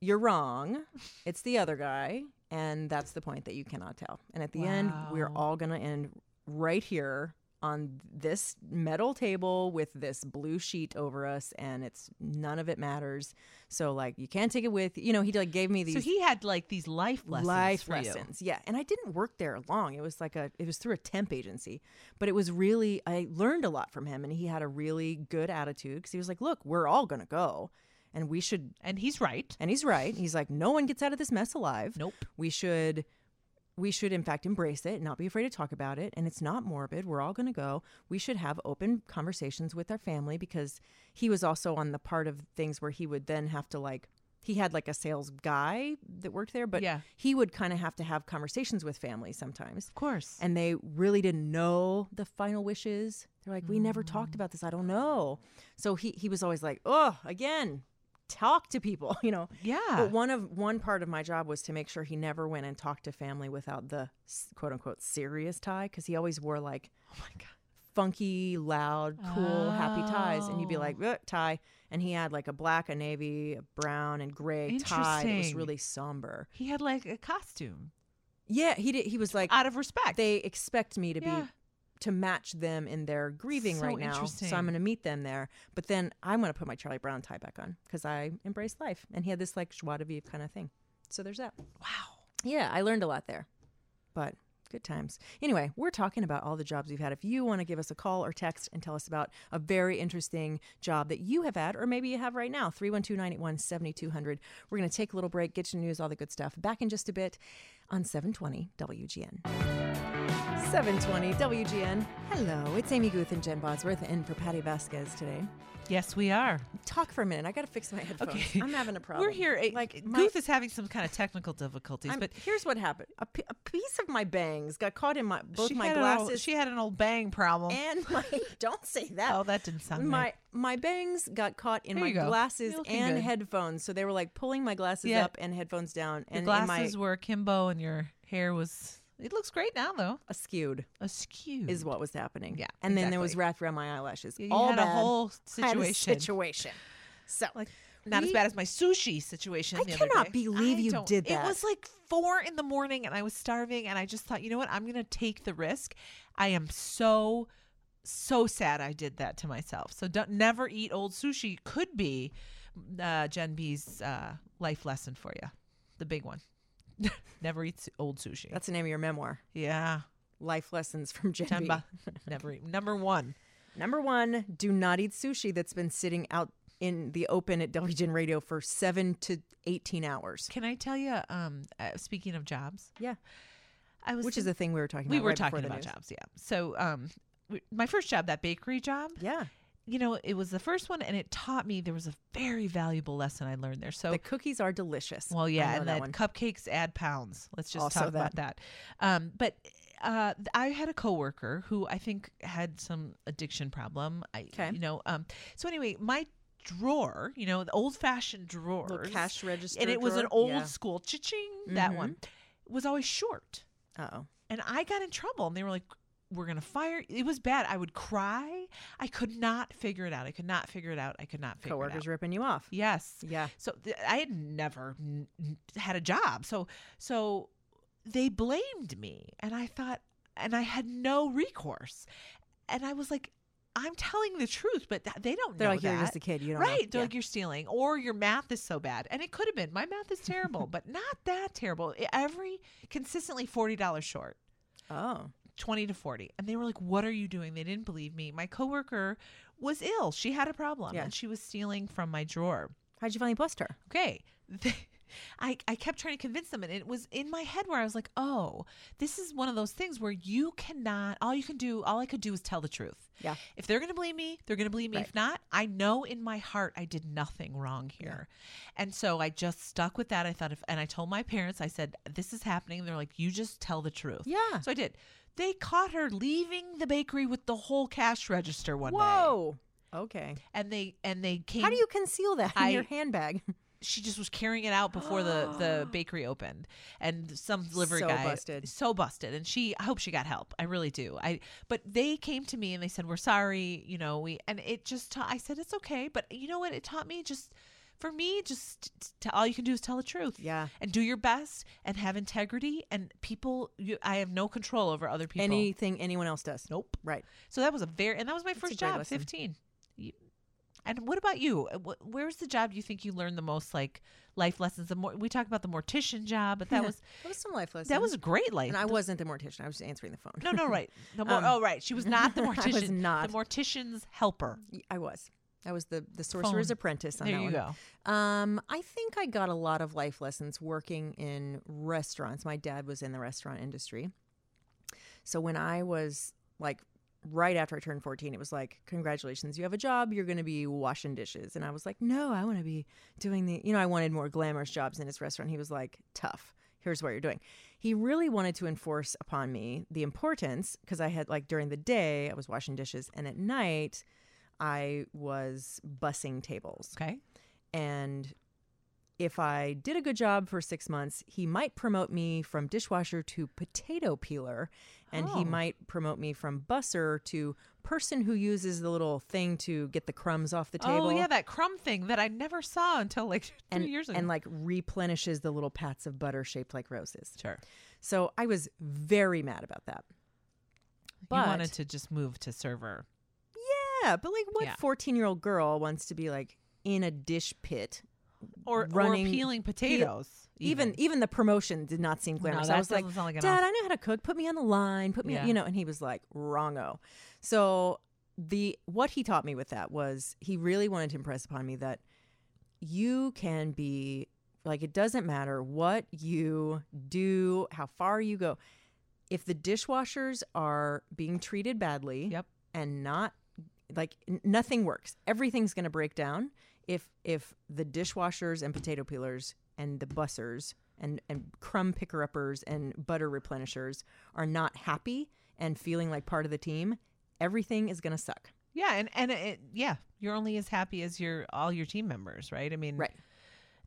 you're wrong. It's the other guy. And that's the point that you cannot tell. And at the end, we're Wow. all going to end right here on this metal table with this blue sheet over us and it's none of it matters so like you can't take it with you know he like gave me these So he had like these life lessons. life for you. lessons. Yeah, and I didn't work there long. It was like a it was through a temp agency, but it was really I learned a lot from him, and he had a really good attitude because he was like, "Look, we're all gonna go." And we should, and he's right. And he's right. He's like, no one gets out of this mess alive. Nope. We should, we should in fact embrace it, and not be afraid to talk about it. And it's not morbid. We're all going to go. We should have open conversations with our family because he was also on the part of things where he would then have to like, he had like a sales guy that worked there, but Yeah. he would kind of have to have conversations with family sometimes. Of course. And they really didn't know the final wishes. They're like, we never talked about this. I don't know. So he, he was always like, oh, again, talk to people, you know? Yeah. But one of one part of my job was to make sure he never went and talked to family without the s- quote unquote serious tie because he always wore like, oh my God. Funky, loud, cool, happy ties, and you'd be like "Ugh, tie, and he had like a black, a navy, a brown, and gray tie that was Interesting. really somber. He had like a costume. Yeah, he did. He was like out of respect. They expect me to Yeah. be to match them in their grieving So right now, so interesting. I'm going to meet them there. But then I'm going to put my Charlie Brown tie back on because I embrace life. And he had this like joie de vivre kind of thing. So there's that. Wow. Yeah, I learned a lot there, but Good times. Anyway, we're talking about all the jobs we've had. If you want to give us a call or text and tell us about a very interesting job that you have had, or maybe you have right now, 312 981 7200. We're going to take a little break, get you news, all the good stuff. Back in just a bit on 720 WGN. 720 WGN. Hello, it's Amy Guth and Jen Bosworth in for Patty Vasquez today. Yes, we are. Talk for a minute. I got to fix my headphones. Okay. I'm having a problem. We're here. Like my- Goof is having some kind of technical difficulties, I'm- but here's what happened: a, p- a piece of my bangs got caught in my both she my had an glasses. old- she had an old bang problem. and my don't say that. Oh, that didn't sound my right. my bangs got caught in There my you go. glasses You're looking and good. headphones, so they were like pulling my glasses Yeah. up and headphones down. Your And in glasses my, were akimbo, and your hair was. It looks great now, though. Askewed. Askewed is what was happening. Yeah, and then there was wrapped around my eyelashes. Mm. Yeah, you All had a bad. whole I had a situation. situation. So like Not as bad as my sushi situation. I the other cannot day. believe I you don't- did that. It was like four in the morning, and I was starving, and I just thought, you know what? I'm going to take the risk. I am so, so sad I did that to myself. So don't never eat old sushi. Could be uh, Jen B's uh, life lesson for you, the big one. never eat su- old sushi. That's the name of your memoir. Yeah. Life lessons from Jen. Jen B. Ba- never eat. Number one. Number one, do not eat sushi that's been sitting out in the open at WGN Radio for seven to 18 hours. Can I tell you? Um, uh, speaking of jobs, yeah, I was Which is think- the thing we were talking We about were right before talking the about news. jobs, yeah. So, um, we, my first job, that bakery job, yeah, you know, it was the first one, and it taught me there was a very valuable lesson I learned there. So the cookies are delicious. Oh. Well, I yeah, know and that then one. cupcakes add pounds. Let's just Also talk about that. Um, but uh, th- I had a coworker who I think had some addiction problem. I, you know, um, so anyway, my drawer, you know, the old-fashioned drawer, cash register and it was an drawer? old Yeah. school cha-ching. That Mhm. one was always short. Oh, and I got in trouble, and they were like. We're gonna fire. It was bad. I would cry. I could not figure it out. I could not figure it out. I could not figure it out. coworkers ripping you off. Yes. Yeah. So th- I had never n- n- had a job. So so they blamed me, and I thought, and I had no recourse, and I was like. I'm telling the truth, but th- they don't They're know like, that. "You're just a kid. You don't know." right? They're Yeah. like, you're stealing, or your math is so bad, and it could have been. My math is terrible, but not that terrible. E- Every consistently forty dollars short. Oh. 20 to 40. And they were like, What are you doing? They didn't believe me. My coworker was ill. She had a problem Yeah. and she was stealing from my drawer. How'd you finally bust her? Okay. I, I kept trying to convince them, and it was in my head where I was like, oh, this is one of those things where you cannot, all you can do, all I could do is tell the truth. Yeah. If they're going to believe me, they're going to believe me. If Right. not, I know in my heart I did nothing wrong here. And so I just stuck with that. I thought, if, and I told my parents, I said, this is happening. And they're like, you just tell the truth. Yeah. So I did. They caught her leaving the bakery with the whole cash register one day. Whoa. Okay. And they, and they came. How do you conceal that in I- your handbag? she just was carrying it out before the the bakery opened and some delivery So guy busted. so busted and she i hope she got help i really do i but they came to me and they said we're sorry you know we and it just ta- i said it's okay but you know what it taught me just for me just t- all you can do is tell the truth Yeah. and do your best and have integrity and people you, i have no control over other people Anything anyone else does. Nope. Right. so that was a very and that was my a first great job lesson. 15 You- and what about you Uh, wh- where's the job you think you learned the most like life lessons the more we talked about the mortician job but that was that was some life lessons. that was a great life And I wasn't the mortician. I was just answering the phone. no no right the mor- Um, oh right she was not the I was mortician not. the mortician's helper Y- I was. I was the the sorcerer's Phone. apprentice. On There that you one. go. Um, I think I got a lot of life lessons working in restaurants. My dad was in the restaurant industry, so when I was like right after I turned fourteen, it was like, "Congratulations, you have a job. You're going to be washing dishes." And I was like, "No, I want to be doing the you know I wanted more glamorous jobs in his restaurant." He was like, "Tough." Here's what you're doing. He really wanted to enforce upon me the importance because I had like during the day I was washing dishes and at night I was bussing tables. Okay. And if I did a good job for six months, he might promote me from dishwasher to potato peeler, and Oh. he might promote me from busser to person who uses the little thing to get the crumbs off the table. oh yeah that crumb thing that i never saw until like two and, years ago and like replenishes the little pats of butter shaped like roses. Sure. So I was very mad about that. But you wanted to just move to server Yeah, but like what Yeah. 14 year old girl wants to be like in a dish pit Or- or running peeling pe- potatoes, even. even the promotion did not seem glamorous. that I was like, doesn't sound like an Dad, offer." I know how to cook. Put me on the line. Put me, Yeah. you know. And he was like, wrongo. So the what he taught me with that was he really wanted to impress upon me that you can be like it doesn't matter what you do, how far you go. If the dishwashers are being treated badly, yep. and not like n- nothing works. Everything's going to break down if if the dishwashers and potato peelers and the bussers and and crumb picker uppers and butter replenishers are not happy and feeling like part of the team. Everything is going to suck. Yeah, and and it, yeah, you're only as happy as your all your team members, right? I mean, right.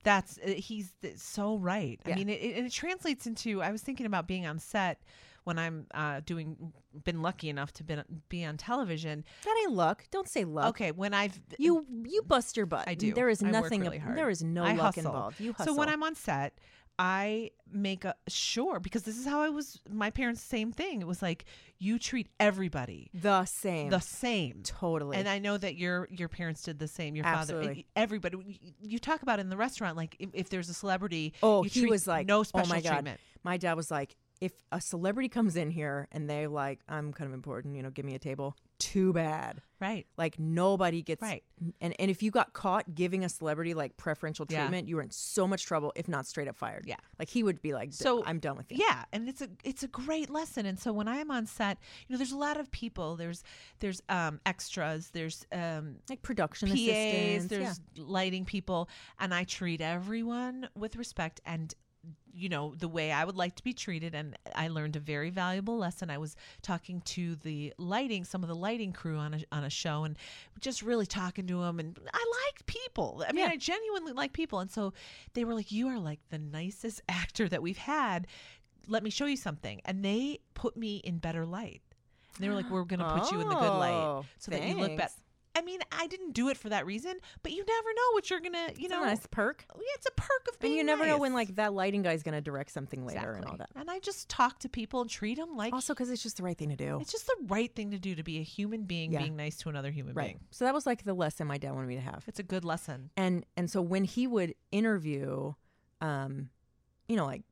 That's uh, he's th- so right. I Yeah. mean, it, it, and it translates into. I was thinking about being on set when I'm uh, doing. Been lucky enough to been, be on television. That ain't luck. Don't say luck. Okay, when I've you you bust your butt. I do. There is I work nothing. really hard. There is no I luck hustle. involved. You hustle. So when I'm on set, I make a sure because this is how I was. My parents same thing. It was like you treat everybody the same, the same, totally. And I know that your your parents did the same. Your father, Absolutely. e- everybody. You- You talk about in the restaurant, like if, if there's a celebrity. Oh, you he treat was like, no special oh my god. treatment. My dad was like, if a celebrity comes in here and they like, I'm kind of important, you know, give me a table. Too bad, right? Like nobody gets Right. And and if you got caught giving a celebrity like preferential Yeah. treatment, you were in so much trouble, if not straight up fired. Yeah, like he would be like, so So- I'm done with you. Yeah, and it's a it's a great lesson. And so when I'm on set, you know, there's a lot of people. There's there's um, extras. There's um, like production PAs. assistants, There's lighting people, and I treat everyone with respect and you know the way I would like to be treated. And I learned a very valuable lesson. I was talking to the lighting, some of the lighting crew on a on a show, and just really talking to them. And I liked people. I mean, Yeah. I genuinely like people. And so they were like, "You are like the nicest actor that we've had." Let me show you something. And they put me in better light. And they were like, we're going to put you in the good light Oh, so that you look better. thanks. I mean, I didn't do it for that reason, but you never know what you're going to, It's you a know. nice perk. Yeah, it's a perk of being and you never know nice. when like that lighting guy's going to direct something later and all Exactly. that. And I just talk to people and treat them like. Also, because it's just the right thing to do. It's just the right thing to do to be a human being, Yeah. being nice to another human right. being. So that was like the lesson my dad wanted me to have. It's a good lesson. and and so when he would interview um you know like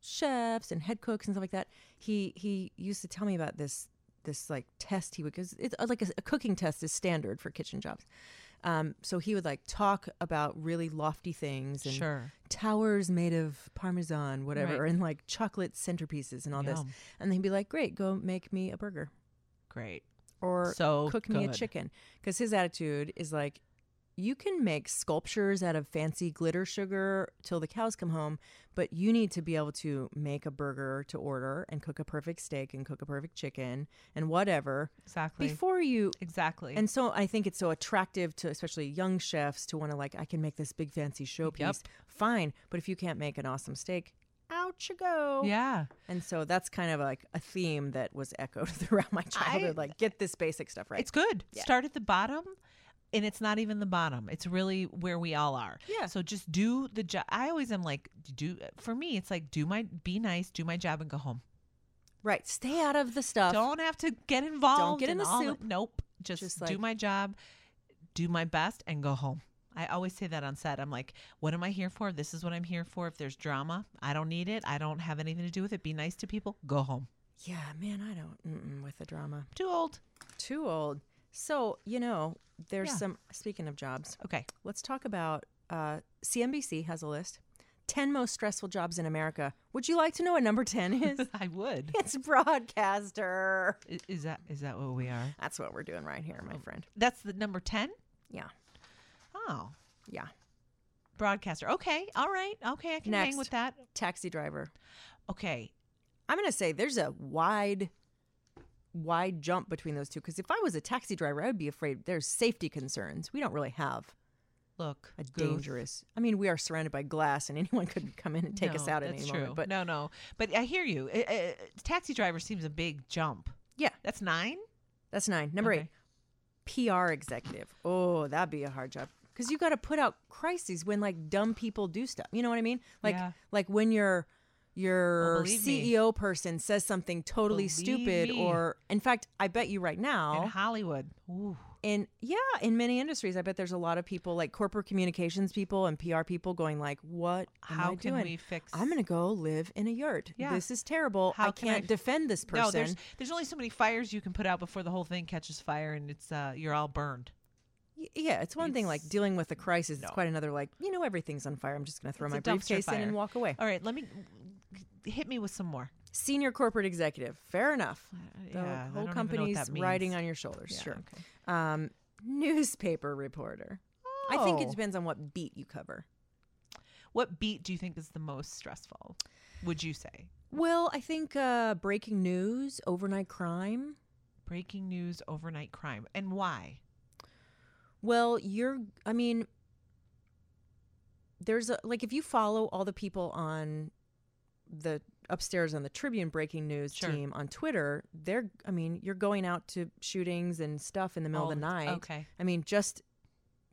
chefs and head cooks and stuff like that he he used to tell me about this this like test he would because it's uh, like a, a cooking test is standard for kitchen jobs um, so he would like talk about really lofty things and Sure. towers made of parmesan whatever Right. and like chocolate centerpieces and all this Yum. and he'd be like great go make me a burger Great. or So cook me a good. chicken because his attitude is like you can make sculptures out of fancy glitter sugar till the cows come home but you need to be able to make a burger to order and cook a perfect steak and cook a perfect chicken and whatever Exactly. before you Exactly. and so i think it's so attractive to especially young chefs to want to like i can make this big fancy showpiece fine but if you can't make an awesome steak out you go Yeah. and so that's kind of like a theme that was echoed throughout my childhood like get this basic stuff right It's good. Yeah. Start at the bottom, and it's not even the bottom. It's really where we all are. Yeah. So just do the job. I always am like, do for me, it's like do my be nice, do my job, and go home. Right. Stay out of the stuff. Don't have to get involved. get in the all soup. nope. Just, Just do like- my job, do my best, and go home. I always say that on set. I'm like, what am I here for? This is what I'm here for. If there's drama, I don't need it. I don't have anything to do with it. Be nice to people. Go home. Yeah, man, I don't mm-mm, with the drama. Too old. Too old. So, you know, there's Yeah. some speaking of jobs. Okay. Let's talk about uh CNBC has a list. 10 most stressful jobs in America. Would you like to know what number 10 is? I would. It's broadcaster. I- Is that is that what we are? That's what we're doing right here, my friend. That's the number ten. Yeah. Oh, Yeah. broadcaster. Okay, all right. Okay, I can hang with that. Taxi driver. Okay. I'm going to say there's a wide wide jump between those two cuz if I was a taxi driver, I would be afraid there's safety concerns. We don't really have Look, a Goof. dangerous. I mean, we are surrounded by glass, and anyone could come in and take us No, out at that's any true. moment. But no, no. But I hear you. Uh, uh, taxi driver seems a big jump. Yeah, that's nine. that's nine. Number eight, PR executive. Oh, that'd be a hard job because you got to put out crises when like dumb people do stuff. You know what I mean? Like, Yeah. like when your Your believe me. CEO person says something totally Believe stupid, me. or in fact, I bet you right now in Hollywood. Ooh. in yeah in many industries i bet there's a lot of people like corporate communications people and pr people going like what am How I can doing? we fix- i'm gonna go live in a yurt Yeah. this is terrible i How can I can't f- defend this person No, there's there's only so many fires you can put out before the whole thing catches fire and it's uh you're all burned. Y- yeah it's one thing like dealing with a crisis it's quite another like you know everything's on fire i'm just gonna throw It's my a dumpster briefcase in fire. and walk away All right, let me hit me with some more. senior corporate executive fair enough the Uh, yeah, I don't even know whole what company's that means. riding on your shoulders Yeah, sure um, newspaper reporter i think it Oh. depends on what beat you cover What beat do you think is the most stressful? Would you say? Well, I think uh, breaking news, overnight crime. Breaking news, overnight crime. And why? Well, you're, I mean, there's a, like, if you follow all the people on the upstairs on the Tribune breaking news Sure. team on Twitter, they're, I mean, you're going out to shootings and stuff in the middle All of the the t- night. okay. I mean, just,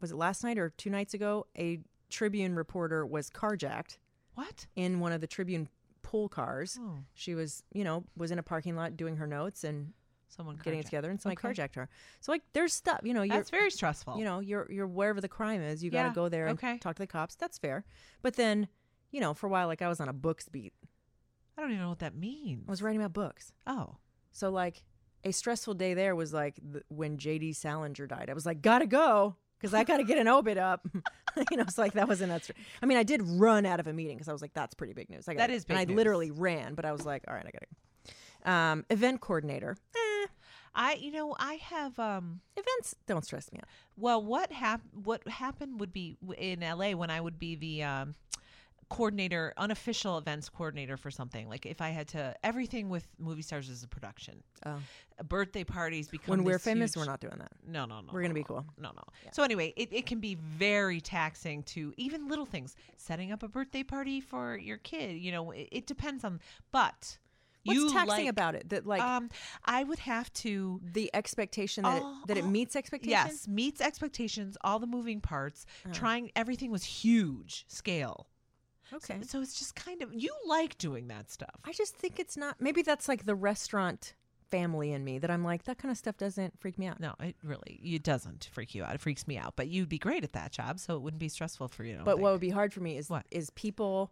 was it last night or two nights ago? A Tribune reporter was carjacked. What? In one of the Tribune pool cars. Oh. She was, you know, was in a parking lot doing her notes and Someone getting carjacked- it together and somebody okay. carjacked her. So like there's stuff, you know, you're, That's very stressful. You know, you're you're wherever the crime is, you got Yeah, to go there and okay. talk to the cops. That's fair. But then, you know, for a while like I was on a books beat. I don't even know what that means. I was writing about books. Oh. So like a stressful day there was like th- when JD Salinger died. I was like, "Got to go." Because I got to get an obit up, you know. It's like that wasn't that. str- I mean, I did run out of a meeting because I was like, "That's pretty big news." I gotta That go." is and big I news. literally ran, but I was like, "All right, I gotta." Go. Um, event coordinator. I you know, I have um Events don't stress me out. Well, what hap- what happened would be w- in LA when I would be the um, coordinator, unofficial events coordinator for something. Like if I had to, everything with movie stars is a production. Oh. Uh, Birthday parties become When we're this famous, huge- we're not doing that. No, no, no. We're gonna no, be no, cool. No, no. So anyway, it, it can be very taxing to even little things. Setting up a birthday party for your kid, you know, it, it depends on. But What's you taxing like- about it? That like um, I would have to the expectation that all- it, that it all- meets expectations. Oh, Oh. Yes, meets expectations. All the moving parts. Trying everything was huge scale. Okay. So it's just kind of you like doing that stuff. I just think it's not. Maybe that's like the restaurant family in me that I'm like that kind of stuff doesn't freak me out. No, it really it doesn't freak you out. It freaks me out. But you'd be great at that job, so it wouldn't be stressful for you. I don't but think. what would be hard for me is What? is people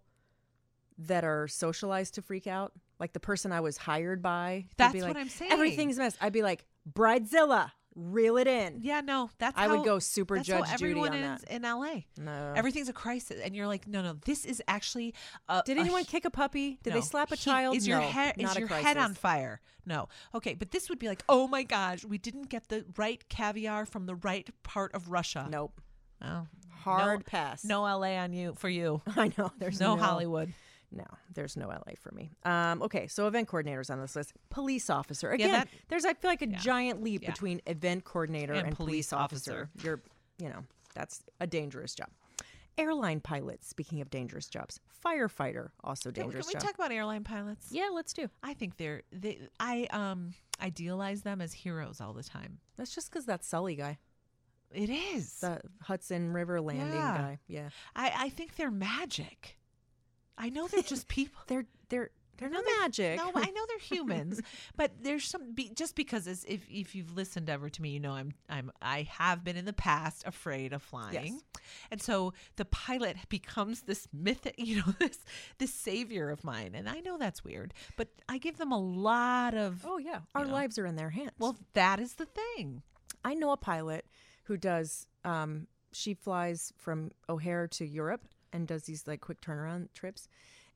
that are socialized to freak out. Like the person I was hired by. would That's be what like, I'm saying. Everything's messed. I'd be like Bridezilla, reel it in. Yeah, no, that's I would how- go super that's Judge how Judy everyone on is that. in LA. No. everything's a crisis, and you're like, no, no, this is actually. A, Did a anyone hu- kick a puppy? Did they No. slap a He- child? Is your No, head not is a your head on crisis. fire? No. Okay, but this would be like, oh my gosh, we didn't get the right caviar from the right part of Russia. Nope. Oh, Hard no, pass. No LA on you for you. I know. There's no, no Hollywood. No, there's no LA for me. Um, okay, so event coordinators on this list. Police officer. Again, that- there's I feel like a giant leap Yeah. between event coordinator and, And police, police officer. You're you know, that's a dangerous job. Airline pilot, speaking of dangerous jobs. Firefighter, also Can we- dangerous Can we job. talk about airline pilots? yeah, let's do. I think they're they. I um idealize them as heroes all the time. That's just because that Sully guy. It is. The Hudson River landing Yeah. guy. Yeah. I I think they're magic. I know they're just people. They're they're they're not magic. No, I know they're humans, but there's some be, just because it's, if if you've listened ever to me, you know I'm I'm I have been in the past afraid of flying, and so the pilot becomes this myth, you know this this savior of mine, and I know that's weird, but I give them a lot of Oh yeah. Our know. lives are in their hands. well, that is the thing. I know a pilot who does. Um, she flies from O'Hare to Europe and does these like quick turnaround trips,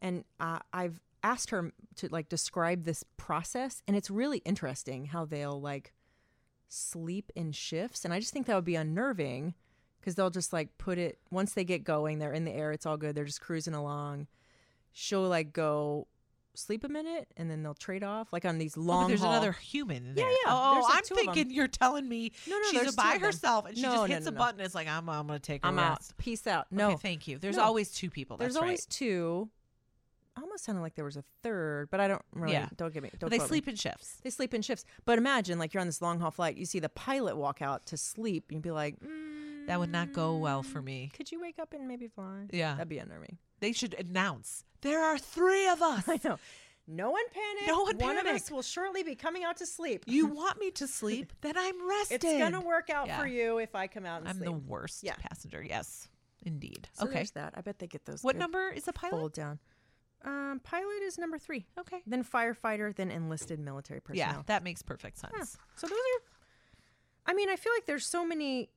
and uh, I've asked her to like describe this process, and it's really interesting how they'll like sleep in shifts, and I just think that would be unnerving because they'll just like put it once they get going, they're in the air, it's all good, they're just cruising along. She'll like go sleep a minute, and then they'll trade off like on these Oh, but long. there's haul- another human in there. yeah. Oh, There's, like, I'm two of 'em. thinking you're telling me No, no, she's there's two by of 'em. herself and she No, just no, hits no, a no. button. It's like I'm I'm gonna take a I'm out. rest. Peace out. No, Okay, thank you. There's No. always two people. There's that's always right. two. Almost sounded like there was a third, but I don't really. Yeah. Don't get me. Don't But they quote me. sleep in shifts. They sleep in shifts. But imagine, like you're on this long haul flight, you see the pilot walk out to sleep, and you'd be like, mm, That would not go well for me. "Could you wake up and maybe fly?" Yeah. that'd be unnerving. They should announce there are three of us. I know. No one panic. No one One of panic. us will shortly be coming out to sleep. You want me to sleep? Then I'm rested. it's gonna work out Yeah. for you if I come out and I'm sleep. the worst Yeah. passenger. Yes, indeed. So okay. there's that. I bet they get those. What good number is a pilot? Fold down. Um, pilot is number three. Okay. Then firefighter, then enlisted military personnel. Yeah, that makes perfect sense. Huh. So those are. I mean, I feel like there's so many.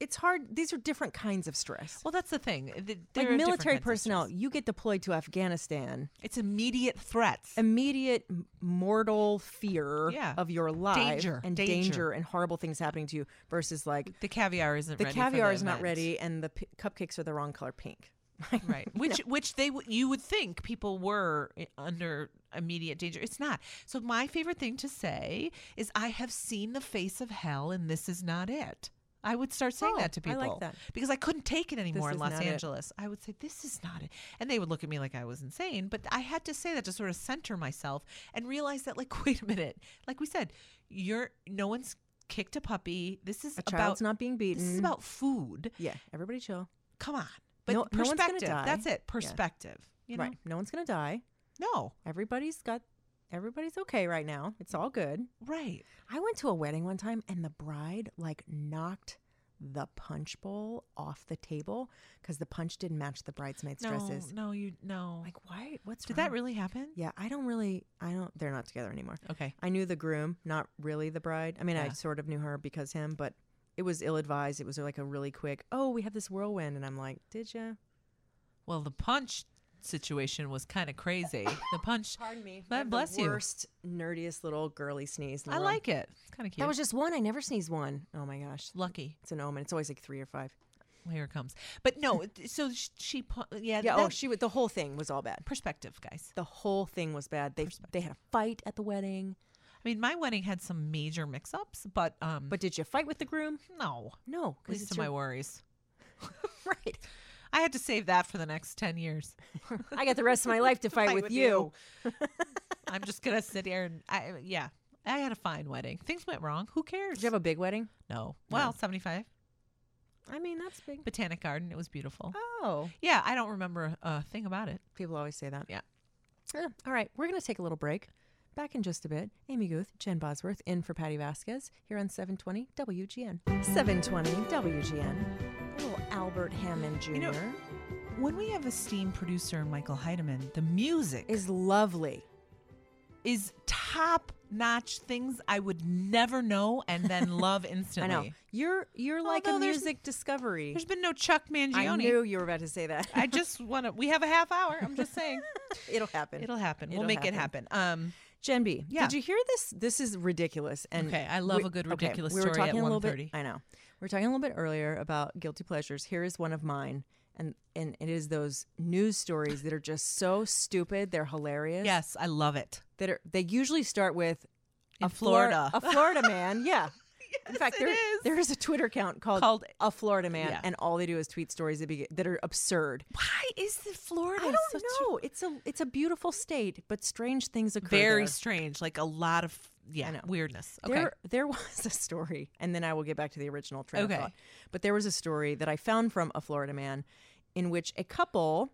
It's hard. These are different kinds of stress. Well, that's the thing. Th- there are like different military kinds of stress. personnel, you get deployed to Afghanistan. It's immediate threats. Immediate m- mortal fear Yeah. of your life Danger, and danger. danger. and horrible things happening to you versus like The caviar isn't the ready. for caviar is not event. ready and the p- cupcakes are the wrong color pink. right? Which which they w- you would think people were i- under immediate danger. It's not. So my favorite thing to say is I have seen the face of hell and this is not it. I would start saying Oh, that to I people like that. because I couldn't take it anymore in is Los not it. Angeles. I would say this is not it, and they would look at me like I was insane. But I had to say that to sort of center myself and realize that, like, wait a minute, like we said, you're no one's kicked a puppy. This is A about child's not being beaten. This is about food. Yeah, everybody chill. Come on, but no, no one's perspective. gonna die. That's it. Yeah. Perspective. You know? Right. No one's gonna die. No. Everybody's got everybody's okay right now. It's all good. Right. I went to a wedding one time and the bride like knocked the punch bowl off the table because the punch didn't match the bridesmaids' No, dresses. no, you no. Like why? What's Did that wrong? really happen? Yeah, I don't really. I don't. They're not together anymore. Okay. I knew the groom, not really the bride. I mean, I Yeah. sort of knew her because him, but it was ill advised. It was like a really quick. Oh, we have this whirlwind, and I'm like, did ya? Well, the punch situation was kind of crazy. The punch. Pardon me. I God have the bless you. Worst, nerdiest little girly sneeze. in the I world. like it. It's kind of cute. That was just one. I never sneeze one. Oh my gosh, lucky. it's an omen. It's always like three or five. Well, here it comes. But no, it- so sh- she. pu- Yeah. Yeah. oh, that- she. would- The whole thing was all bad. Perspective, guys. The whole thing was bad. They they had a fight at the wedding. I mean, my wedding had some major mix-ups, but um, But did you fight with the groom? no, No, because it's least of your- my worries. right. I had to save that for the next ten years. I got the rest of my life to fight, with, you. I'm just gonna sit here and I yeah. I had a fine wedding. Things went wrong. Who cares? Did you have a big wedding? no. Well, seventy five. I mean, that's big. Botanic Garden. It was beautiful. Oh, Yeah, I don't remember a, a thing about it. people always say that. Yeah. Yeah. All right, we're going to take a little break. Back in just a bit, Amy Guth, Jen Bosworth, in for Patty Vasquez here on 720 WGN. 720 WGN. A little Albert Hammond Jr. know, When we have esteemed producer Michael Heidemann, the music is, is lovely. top notch things I would never know and then love instantly. I know you're you're like a Although there's- music discovery. There's been no Chuck Mangione. I knew you were about to say that. I just want to. We have a half hour. I'm just saying. It'll happen. It'll happen. we'll It'll make happen. it happen. Um, Jen B, Yeah. did you hear this? This is ridiculous. And Okay, I love a good ridiculous we were story at talking a little 1:30. bit. I know. We were talking a little bit earlier about guilty pleasures. Here is one of mine, and and it is those news stories that are just so stupid. They're hilarious. yes, I love it. That are they usually start with In a Flor- Florida. a Florida man. Yeah. In fact, it there is. there is a Twitter account called, Called- a Florida man, Yeah. and all they do is tweet stories that, be, that are absurd. Why is the Florida? I don't such a- know. it's a it's a beautiful state, but strange things occur. very there. strange. Like a lot of yeah know. weirdness. Okay. There, there was a story, and then I will get back to the original train Okay. of thought. But there was a story that I found from a Florida man, in which a couple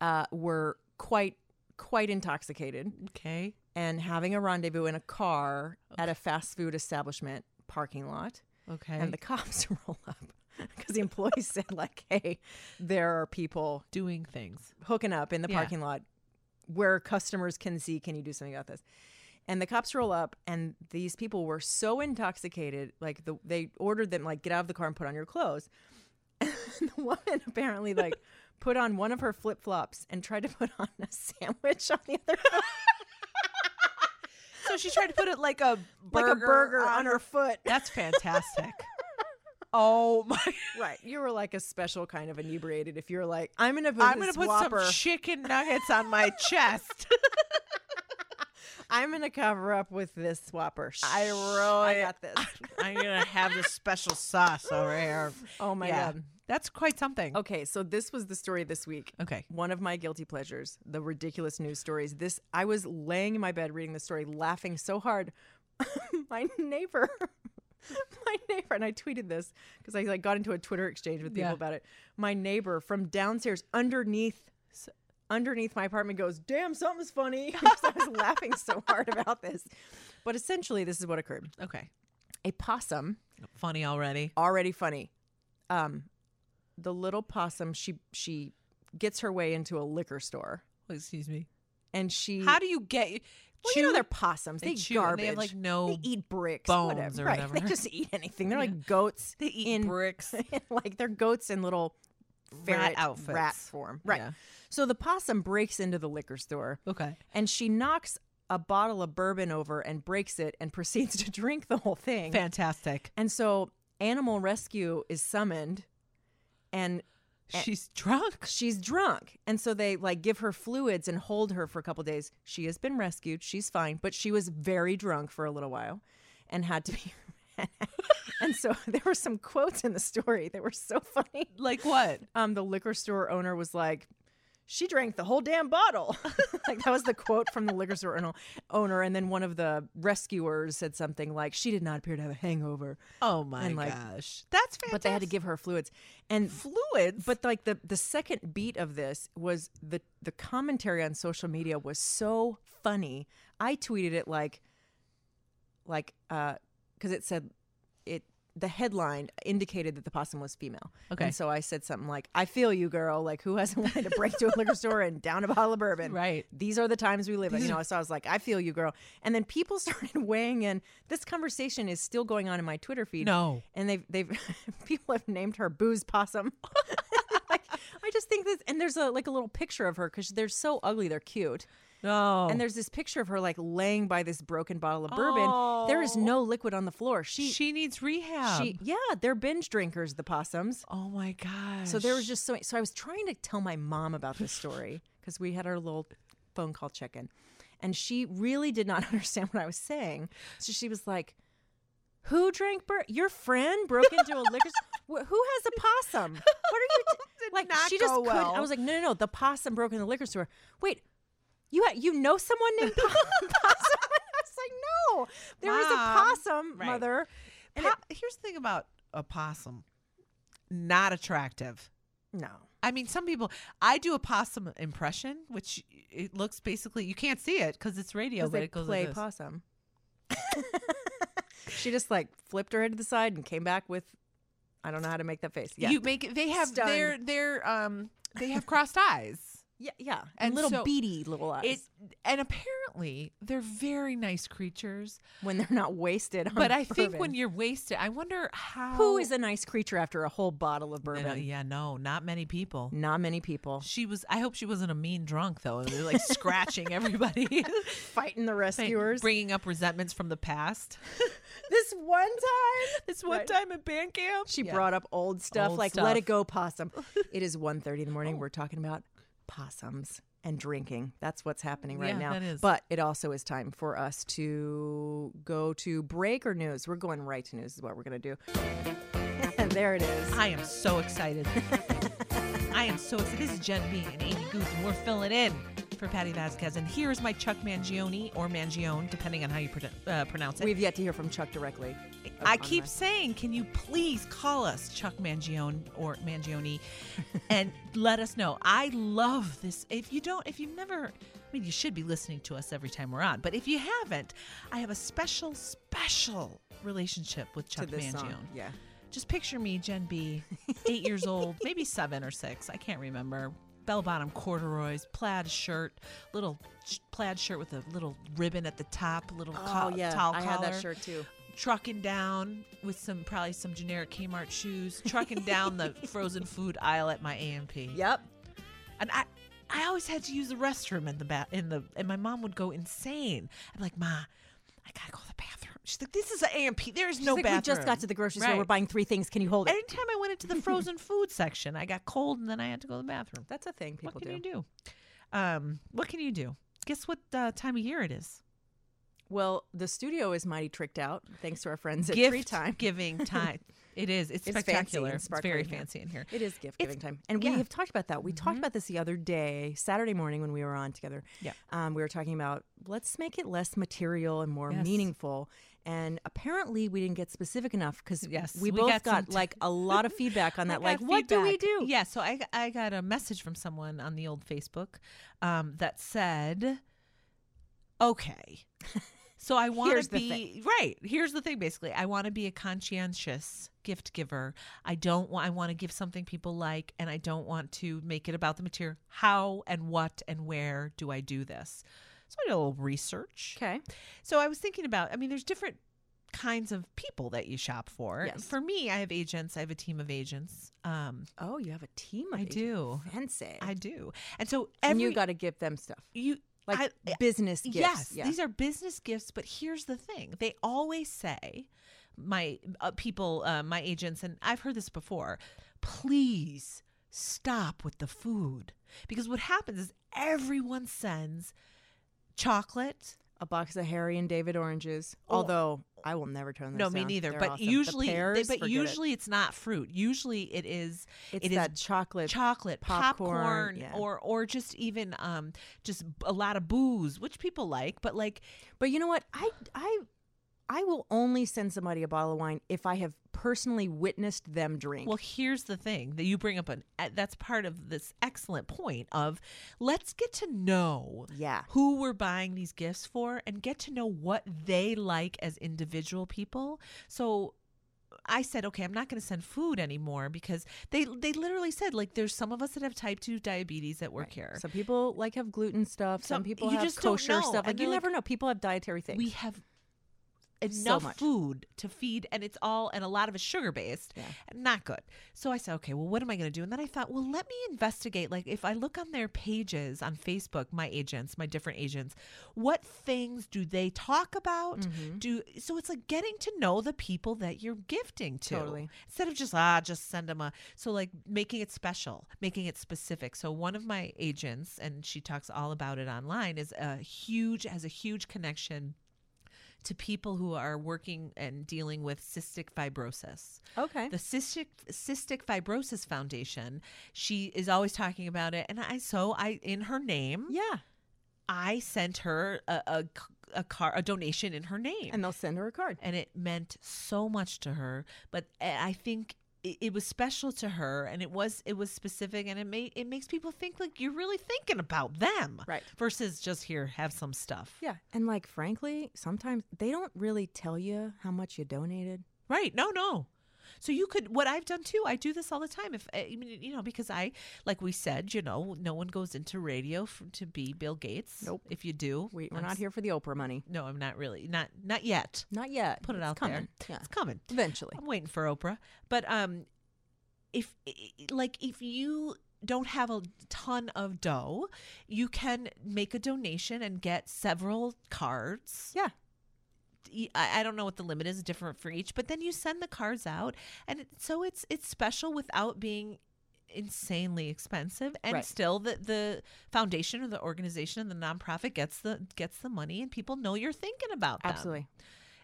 uh, were quite quite intoxicated okay. and having a rendezvous in a car at a fast food establishment parking lot, Okay. and the cops roll up because the employees said like, "Hey, there are people doing things. hooking up in the Yeah. parking lot where customers can see can you do something about this and the cops roll up and these people were so intoxicated like the, they ordered them like get out of the car and put on your clothes and the woman apparently like put on one of her flip-flops and tried to put on a sandwich on the other foot, So she tried to put it like a like a burger on her foot That's fantastic. oh my! right you were like a special kind of inebriated if you're like i'm gonna put, I'm gonna this put Whopper- some chicken nuggets on my chest. i'm gonna cover up with this whopper I i really- got this I'm gonna have this special sauce over here. oh my yeah, god that's quite something. Okay, so this was the story this week. Okay. One of my guilty pleasures, the ridiculous news stories. This I was laying in my bed reading the story, laughing so hard. my neighbor, my neighbor, and I tweeted this because I like got into a Twitter exchange with people Yeah. about it. My neighbor from downstairs underneath underneath my apartment goes, damn, something's funny. Because I was laughing so hard about this. But essentially, this is what occurred. Okay. A possum. Funny already. Already funny. Um, the little possum, she she gets her way into a liquor store. Oh, Excuse me. And she How do you get? well, you know they're possums. They They, eat chew and garbage. they have, like, no They eat bricks, bones whatever. or right. They whatever. just eat anything. They're like goats. They eat in, bricks. like they're goats in little ferret outfits. rat form. Right. Yeah. So the possum breaks into the liquor store. Okay. And she knocks a bottle of bourbon over and breaks it and proceeds to drink the whole thing. Fantastic. And so animal rescue is summoned and she's drunk. She's drunk. And so they like give her fluids and hold her for a couple days. She has been rescued. She's fine, but she was very drunk for a little while and had to be and so there were some quotes in the story that were so funny. Like what? Um, the liquor store owner was like, "She drank the whole damn bottle." like that was the quote from the liquor store owner- owner. And then one of the rescuers said something like, "She did not appear to have a hangover." Oh my And, like, gosh, that's fantastic. But they had to give her fluids and fluids. But like the the second beat of this was the the commentary on social media was so funny. I tweeted it like like uh because it said it the headline indicated that the possum was female. Okay. And so I said something like, I feel you, girl. Like, who hasn't wanted to break to a liquor store and down a bottle of bourbon? Right. These are the times we live in. You know, so I was like, I feel you, girl. And then people started weighing in. This conversation is still going on in my Twitter feed. No. And they've, they've, people have named her Booze Possum. like, I just think this, and there's a, like a little picture of her because they're so ugly, they're cute. No. And there's this picture of her like laying by this broken bottle of bourbon. There is Oh. no liquid on the floor. She she needs rehab. she yeah, they're binge drinkers, the possums. oh my gosh. So there was just so so I was trying to tell my mom about this story because we had our little phone call check in, and she really did not understand what I was saying. So she was like, "Who drank bur- your friend broke into a liquor? store? Who has a possum? What are you t-? like?" not she just go couldn't. well. I was like, "No, no, no! The possum broke into the liquor store. Wait, you ha- you know someone named po- possum?" I was like, "No, there was Mom. a possum, Right. mother." And Po- it- here's the thing about a possum, not attractive. no, I mean, some people. I do a possum impression, which it looks basically you can't see it because it's radio, 'Cause but they it goes play like this. possum. she just like flipped her head to the side and came back with, I don't know how to make that face. Yeah, You make it- they have Stunned. their their um they have crossed eyes. yeah, yeah, and, And little so beady little eyes It and apparently they're very nice creatures, when they're not wasted. On but I think bourbon. when you're wasted, I wonder how who is a nice creature after a whole bottle of I bourbon? know- yeah, no, not many people. Not many people She was. I hope she wasn't a mean drunk though. They're like scratching everybody, fighting the rescuers. bringing up resentments from the past. this one time, This one Right. time at band camp, she Yeah. brought up old stuff Old like "Let it stuff. Oh. go, possum." it is 1.30 in the morning. We're talking about possums and drinking. That's what's happening right Yeah, now. that is. But it also is time for us to go to break or news. We're going right to news. Is what we're gonna do. there it is. I am so excited. I am so excited. This is Jen B and Amy Goose, and we're filling in for Patty Vasquez. And here is my Chuck Mangione or Mangione, depending on how you pro- uh, pronounce it. We've yet to hear from Chuck directly. I on keep that. saying, can you please call us Chuck Mangione or Mangione and let us know? I love this. If you don't, if you've never, I mean, you should be listening to us every time we're on, but if you haven't, I have a special, special relationship with to Chuck this Mangione. song. Yeah. Just picture me, Gen B, eight years old, maybe seven or six. I can't remember. Bell bottom corduroys, plaid shirt, little sh- plaid shirt with a little ribbon at the top, little Oh col- yeah, towel I collar had that shirt too. trucking down with some probably some generic Kmart shoes, trucking down the frozen food aisle at my AMP. Yep. And I I always had to use the restroom in the ba- in the and my mom would go insane. I'm like, "Ma, I got to go to the bathroom." She's like, "This is an AMP. There's She's no like, We bathroom." just got to the grocery store. We're Right. buying three things. Can you hold it? Every time I went into the frozen food section, I got cold and then I had to go to the bathroom. That's a thing people what can you do? Um, what can you do? Guess what uh, time of year it is? Well, the studio is mighty tricked out thanks to our friends at Gift Tree Time. giving time. It is. It's, fancy spectacular. and It's sparkly very in here. fancy in here. It is gift giving time, and yeah. Mm-hmm. we have talked about that. We talked about this the other day, Saturday morning when we were on together. Yeah. um, we were talking about let's make it less material and more Yes. meaningful. And apparently, we didn't get specific enough because Yes, we, we both got got, some t- like a lot of feedback on I that. got Like, what do we feedback. do? Yeah, so I I got a message from someone on the old Facebook um, that said, "Okay, so I want Here's to the be thing. right. Here's the thing. Basically, I want to be a conscientious gift giver. I don't want. I want to give something people like, and I don't want to make it about the material. How and what and where do I do this? So I did a little research. Okay. So I was thinking about. I mean, there's different kinds of people that you shop for. Yes. For me, I have agents. I have a team of agents. Um, Oh, you have a team. Of I agents. do. Fancy. I do. And so every and you got to give them stuff. you like I- eh, business gifts. Yes, Yeah. these are business gifts. But here's the thing: they always say, my uh, people, uh, my agents, and I've heard this before. Please stop with the food because what happens is everyone sends chocolate. a box of Harry and David oranges. Oh. Although I will never turn those No, me down. neither. They're but awesome. The usually, they- pears, but forget it. usually it's not fruit. Usually it is. It's it is that chocolate, chocolate, popcorn, popcorn, yeah. or or just even um just a lot of booze, which people like. But like But you know what? I I I will only send somebody a bottle of wine if I have personally witnessed them drink. Well, here's the thing that you bring up, an uh, that's part of this excellent point of let's get to know yeah. who we're buying these gifts for and get to know what they like as individual people. So I said, okay, I'm not going to send food anymore because they they literally said like there's some of us that have type two diabetes that work here. Some people like have gluten stuff. Some, Some- people you have just don't kosher know, stuff. and Like you they're like, never know. People have dietary things. we have So enough much. food to feed and it's all and a lot of it's sugar based not good so i said okay well what am i going to do and then i thought well let me investigate like if i look on their pages on facebook my agents my different agents what things do they talk about Mm-hmm. do so it's like getting to know the people that you're gifting to Totally. instead of just ah just send them a so like making it special making it specific so one of my agents and she talks all about it online is a huge has a huge connection to people who are working and dealing with cystic fibrosis. Okay. The cystic cystic fibrosis foundation, she is always talking about it and I so I in her name, yeah. I sent her a a, a car a donation in her name And they'll send her a card. and it meant so much to her but eh, i I think it, it was special to her and it was it was specific and it made it makes people think like you're really thinking about them Right. versus just here have some stuff Yeah. And like frankly, sometimes they don't really tell you how much you donated. Right. No, no. So you could what I've done too. I do this all the time. If eh, I mean, you know, because I like we said, you know, no one goes into radio f to be Bill Gates. Nope. If you do, We, we're I'm not s- here for the Oprah money. No, I'm not really. Not not yet. Not yet. Put it It's out coming. there. Yeah. It's coming. Eventually. I'm waiting for Oprah. But um, if i- i- like if you don't have a ton of dough, you can make a donation and get several cards. Yeah. E- I I don't know what the limit is different for each, but then you send the cards out, and it, so it's it's special without being insanely expensive, and Right. still the the foundation or the organization and the nonprofit gets the gets the money, and people know you're thinking about them. Absolutely.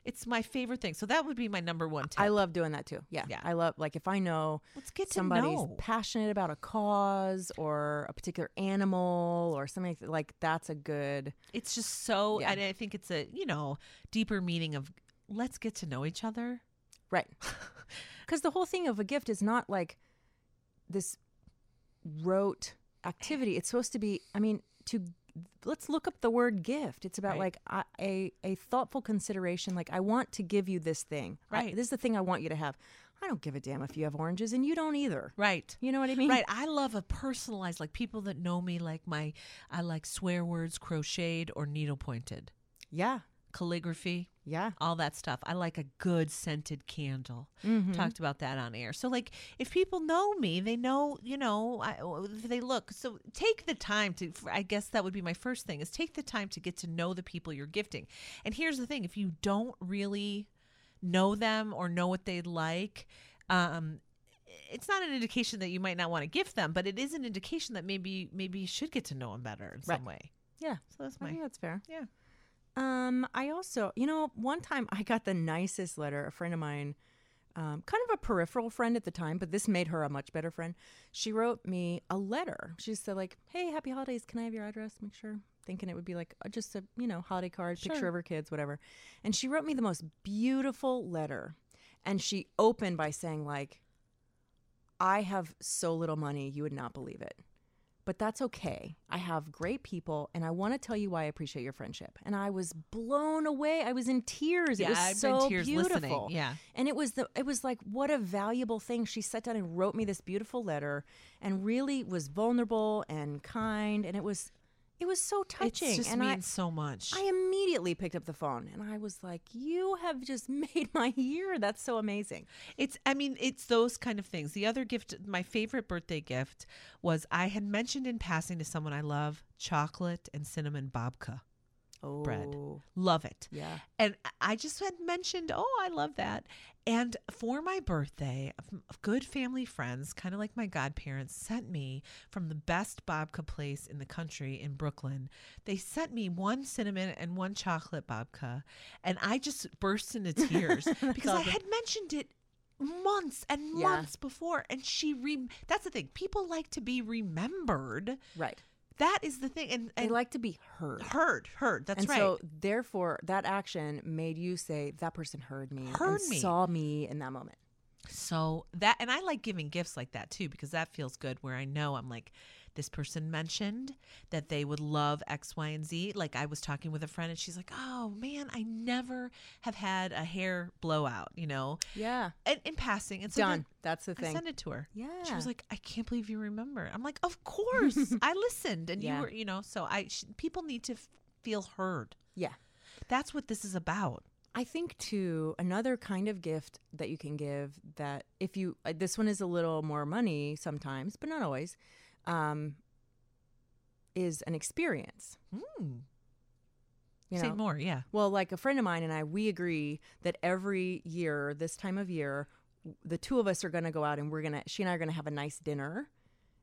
It's my favorite thing. So that would be my number one tip. I love doing that too. Yeah. Yeah. I love like if I know Let's get to somebody's know. passionate about a cause or a particular animal or something like, like that's a good It's just so, Yeah. and I think it's a you know deeper meaning of let's get to know each other. right. Because the whole thing of a gift is not like this rote activity. It's supposed to be. I mean, to let's look up the word gift. It's about Right. like a, a a thoughtful consideration. Like I want to give you this thing. I- Right. this is the thing I want you to have. I don't give a damn if you have oranges and you don't either. Right. You know what I mean? Right. I love a personalized, like people that know me, like my, I like swear words crocheted or needle pointed, Yeah. calligraphy, Yeah. all that stuff. I like a good scented candle. Mhm. Talked about that on air. So, like, if people know me, they know, you know, I, if they look. So, take the time to, I guess that would be my first thing is take the time to get to know the people you're gifting. And here's the thing if you don't really know them or know what they like, um, it's not an indication that you might not want to gift them, but it is an indication that maybe maybe you should get to know them better in some way. Yeah. So that's I my think that's fair. yeah. Um, I also, you know, one time I got the nicest letter. A friend of mine um, kind of a peripheral friend at the time, but this made her a much better friend. She wrote me a letter. She said like, "Hey, happy holidays. Can I have your address? Make sure." Thinking it would be like uh, just a you know holiday card, picture Sure. of her kids, whatever. And she wrote me the most beautiful letter, and she opened by saying like, "I have so little money, you would not believe it." But that's okay. I have great people, and I want to tell you why I appreciate your friendship. And I was blown away. I was in tears. Yeah, it was I've been so tears listening. beautiful. Yeah. And it was the it was like what a valuable thing. She sat down and wrote me this beautiful letter and really was vulnerable and kind and it was it was so touching. just and means so much. I immediately picked up the phone and I was like, You have just made my year. That's so amazing. It's I mean, it's those kind of things. The other gift, my favorite birthday gift was I had mentioned in passing to someone I love chocolate and cinnamon babka. Bread. Oh. Love it. Yeah. And I just had mentioned, oh, I love that. And for my birthday, f- good family friends, kind of like my godparents, sent me from the best babka place in the country in Brooklyn. They sent me one cinnamon and one chocolate babka. And I just burst into tears because I awesome. had mentioned it months and Yeah. months before. And she, re- that's the thing, people like to be remembered. Right. That is the thing. And, and they like to be heard. Heard, heard. That's and right. So therefore that action made you say, That person heard me. and Heard me. Saw me in that moment. So that, and I like giving gifts like that too, because that feels good where I know I'm like, this person mentioned that they would love X, Y, and Z. Like I was talking with a friend and she's like, oh man, I never have had a hair blowout, you know? Yeah. And in passing. And so Done. then That's the I thing. sent it to her. She Yeah. was like, I can't believe you remember. I'm like, of course. I listened and Yeah. you were, you know, so I, sh- people need to f- feel heard. Yeah. That's what this is about. I think too another kind of gift that you can give that if you uh, this one is a little more money sometimes, but not always, um, is an experience. Mm. You Say know? more. Yeah. Well, like a friend of mine and I, we agree that every year, this time of year, w- the two of us are going to go out and we're going to, she and I are going to have a nice dinner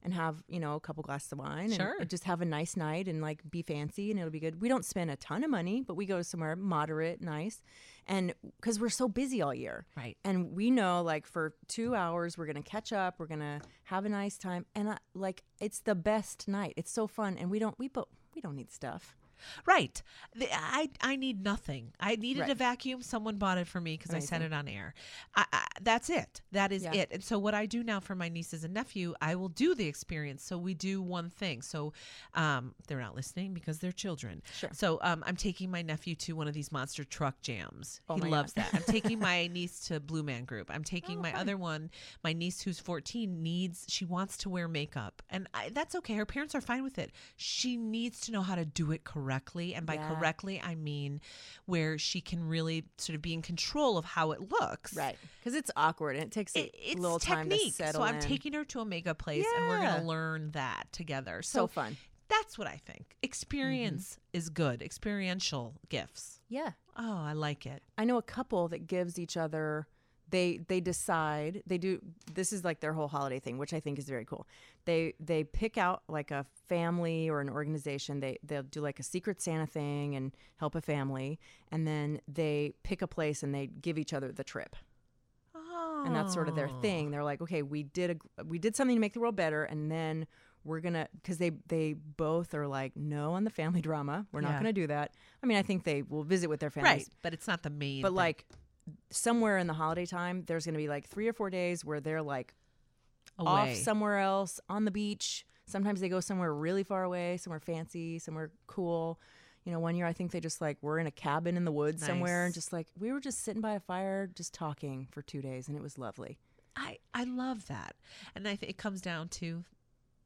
and have, you know, a couple glasses of wine and- Sure. and just have a nice night and like be fancy and it'll be good. We don't spend a ton of money, but we go somewhere moderate, nice. And because we're so busy all year. Right. And we know like for two hours, we're going to catch up, we're going to have a nice time. And I, like, it's the best night. It's so fun. And we don't, we, but we don't need stuff. Right. The, I I need nothing. I needed a Right. vacuum. Someone bought it for me because I said Amazing. it on air. I, I, that's it. That is Yeah. it. And so what I do now for my nieces and nephew, I will do the experience. So we do one thing. So um, they're not listening because they're children. Sure. So um, I'm taking my nephew to one of these monster truck jams. Oh he my loves God. that. I'm taking my niece to Blue Man Group. I'm taking my fun. other one, my niece who's 14 needs she wants to wear makeup and I, that's okay. Her parents are fine with it. She needs to know how to do it correctly and by Yeah. correctly I mean where she can really sort of be in control of how it looks. Right. Because it's awkward and it takes a It- it's little time to technique. settle so I'm in. taking her to a makeup place and we're going Yeah. to learn that together. So fun. Mm-hmm. That's what I think. Experience is good. Experiential gifts. Yeah. Oh, I like it. I know a couple that gives each other they they decide they do this is like their whole holiday thing which i think is very cool they they pick out like a family or an organization they they'll do like a secret santa thing and help a family and then they pick a place and they give each other the trip Oh. and that's sort of their thing. They're like, okay, we did a we did something to make the world better, and then we're gonna because they they both are like, no on the family drama. We're not Yeah. gonna do that. I mean, I think they will visit with their families, Right, but it's not the main But thing. like somewhere in the holiday time, there's gonna be like three or four days where they're like Away. off somewhere else on the beach. Sometimes they go somewhere really far away, somewhere fancy, somewhere cool. You know, one year I think they just like were in a cabin in the woods somewhere and Nice. just like we were just sitting by a fire, just talking for two days, and it was lovely. I I love that, and I think it comes down to,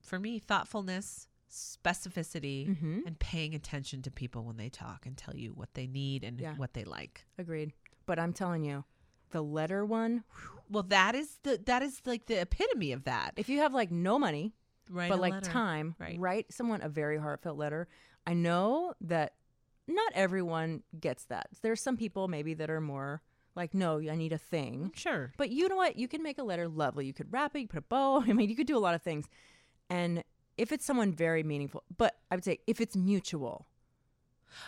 for me, thoughtfulness, specificity, Mm-hmm. and paying attention to people when they talk and tell you what they need and Yeah. what they like. Agreed. But I'm telling you, the letter one. Well, that is the that is like the epitome of that. If you have like no money, Write but a like letter. time, Right. write someone a very heartfelt letter. I know that not everyone gets that. There's some people maybe that are more like, no, I need a thing. Mm, Sure. But you know what? You can make a letter lovely. You could wrap it, you put a bow. I mean, you could do a lot of things. And if it's someone very meaningful, but I would say if it's mutual,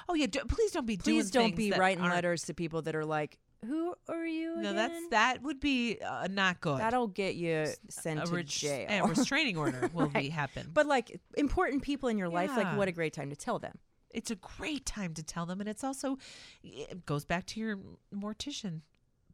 Oh yeah, do, please don't be doing please don't things be that writing aren't- letters to people that are like Who are you? No, that's that would be uh, not good. That'll get you sent a to ret- jail. a restraining order will be- happen. But like important people in your life, like Yeah. what a great time to tell them. It's a great time to tell them, and it's also it goes back to your mortician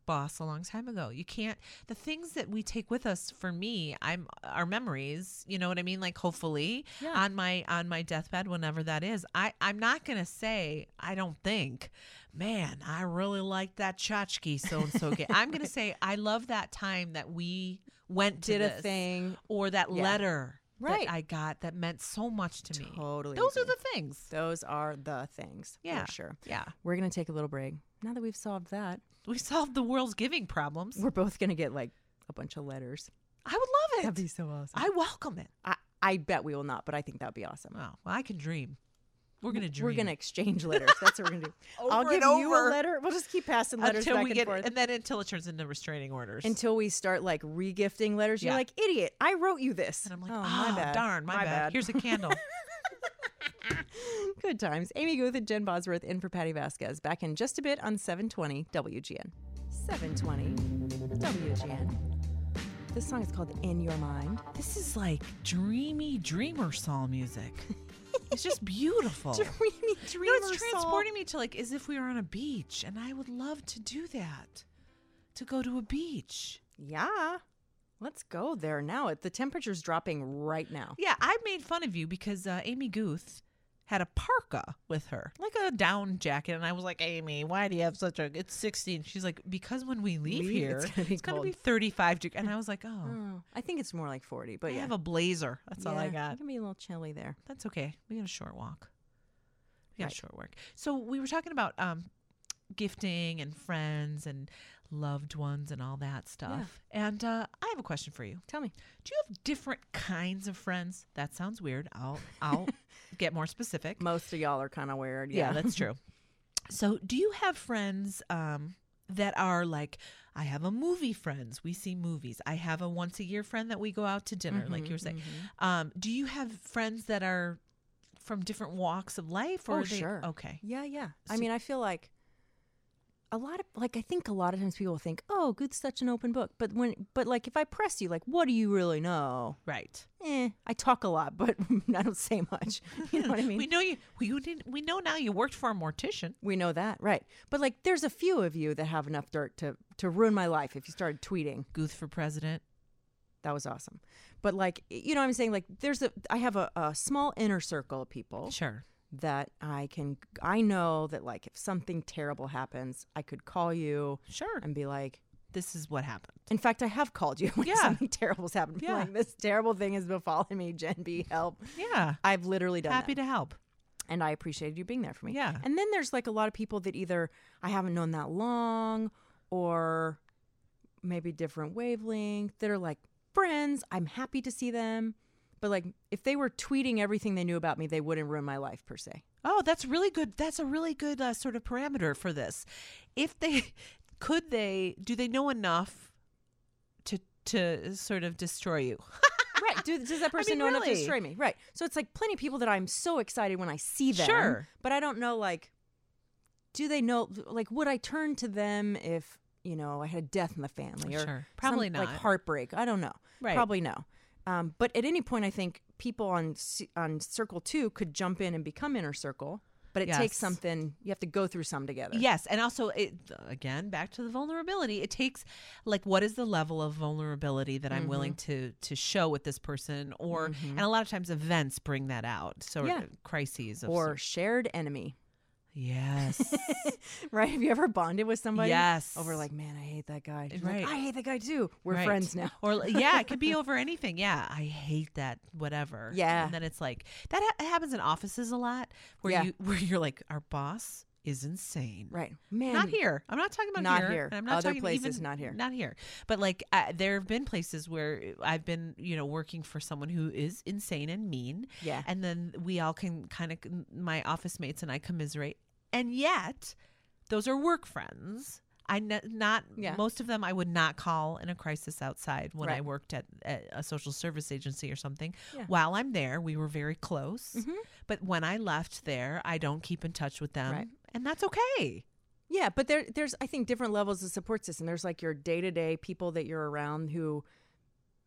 boss a long time ago. You can't the things that we take with us. For me, I'm our memories. You know what I mean? Like hopefully Yeah. on my on my deathbed, whenever that is, I I'm not gonna say I don't think. Man, I really like that tchotchke so and so game. I'm gonna say I love that time that we went to Did a this," thing. or that Yeah. letter Right. that I got that meant so much to me. Totally. Those are agree. the things. Those are the things. Yeah. For sure. Yeah. We're gonna take a little break. Now that we've solved that, we solved the world's giving problems. We're both gonna get like a bunch of letters. I would love it. That'd be so awesome. I welcome it. I, I bet we will not, but I think that'd be awesome. Oh, well, I can dream. We're gonna We're dream. gonna exchange letters. That's what we're gonna do. I'll Over and give you a over. letter. We'll just keep passing letters until back we and get, forth. and then until it turns into restraining orders. until we start like regifting letters. You're Yeah. like, idiot, I wrote you this. And I'm like, oh, "Oh, darn, my bad. Here's a candle. Good times. Amy Guth and Jen Bosworth in for Patty Vasquez. Back in just a bit on 720 WGN. 720 WGN. This song is called In Your Mind. this is like dreamy dreamer soul music. it's just beautiful. Dreamy dreamer Oh. No, it's soul. transporting me to like as if we were on a beach, and I would love to do that. To go to a beach. Yeah. Let's go there now. The temperature's dropping right now. Yeah, I made fun of you because uh, Amy Guth had a parka with her, like a down jacket, and I was like, Amy, why do you have such a? It's sixteen. She's like, because when we leave, Leave, here, it's gonna be cold." thirty-five degrees, and I was like, oh, Oh, I think it's more like 40, but I yeah. have a blazer. That's all I Yeah, got. It can be a little chilly there. That's okay. We got a short walk. We got Right. a short walk. So we were talking about um, gifting and friends and loved ones and all that stuff. And uh, I have a question for you. Tell me, do you have different kinds of friends? That sounds weird. I'll I'll get more specific. Most of y'all are kind of weird. Yeah, yeah. that's true. So, do you have friends um, that are like, I have a movie friends. We see movies. I have a once a year friend that we go out to dinner, like Mhm, you were saying. Um, do you have friends that are from different walks of life? Or oh, are they- sure. Okay. Yeah, yeah. I So- mean, I feel like a lot of like I think a lot of times people think, "Oh, good's such an open book," but when but like if I press you, like, what do you really know? Right. Eh, I talk a lot, but I don't say much. You know what I mean? We know you. We you didn't. We know now you worked for a mortician. We know that, right? But like, there's a few of you that have enough dirt to to ruin my life if you started tweeting. Gooth for president. That was awesome. But like, you know what I'm saying? Like, there's a I have a, a small inner circle of people. Sure. That I can I know that like if something terrible happens, I could call you. Sure. And be like, This is what happened. In fact, I have called you when Yeah. something terrible's happened. Be Yeah. Like this terrible thing has befallen me. Jen B, help. Yeah. I've literally done Happy that. to help. And I appreciated you being there for me. Yeah. And then there's like a lot of people that either I haven't known that long or maybe different wavelength that are like friends. I'm happy to see them. But like if they were tweeting everything they knew about me, they wouldn't ruin my life per se. Oh, that's really good. That's a really good uh, sort of parameter for this. If they could they do they know enough to to sort of destroy you? right. Do, does that person mean, know enough to really. destroy me? Right. So it's like plenty of people that I'm so excited when I see them. Sure. But I don't know, like, do they know, like, would I turn to them if, you know, I had a death in the family or Sure. Probably some, Like not. heartbreak. I don't know. Right. Probably no. Um, but at any point, I think people on s- on circle two could jump in and become inner circle. But it takes Yes. something. You have to go through some together. Yes, and also it again back to the vulnerability. It takes like what is the level of vulnerability that I'm Mhm. willing to to show with this person, or Mhm. and a lot of times events bring that out. So Yeah. crises of Or sort- shared enemy. yes, right? Have you ever bonded with somebody? Yes. Over like, man, I hate that guy. She's Right. Like, I hate that guy too. We're Right. friends now. Or l- yeah, it could be over anything. Yeah, I hate that whatever. Yeah. and then it's like that ha- happens in offices a lot where Yeah. you where you're like our boss is insane. right, man. Not here. I'm not talking about Not here. here. and I'm not Other talking places, even- not here. Not here. But like uh, there have been places where I've been, you know, working for someone who is insane and mean. Yeah. And then we all can kind of my office mates and I commiserate. And yet, those are work friends. I n- not Yeah. most of them I would not call in a crisis outside when I Right. worked at, at a social service agency or something. Yeah. Mm-hmm. While I'm there, we were very close. But when I left there, I don't keep in touch with them, Right. and that's okay. Yeah, but there there's I think different levels of support system. There's like your day to day people that you're around who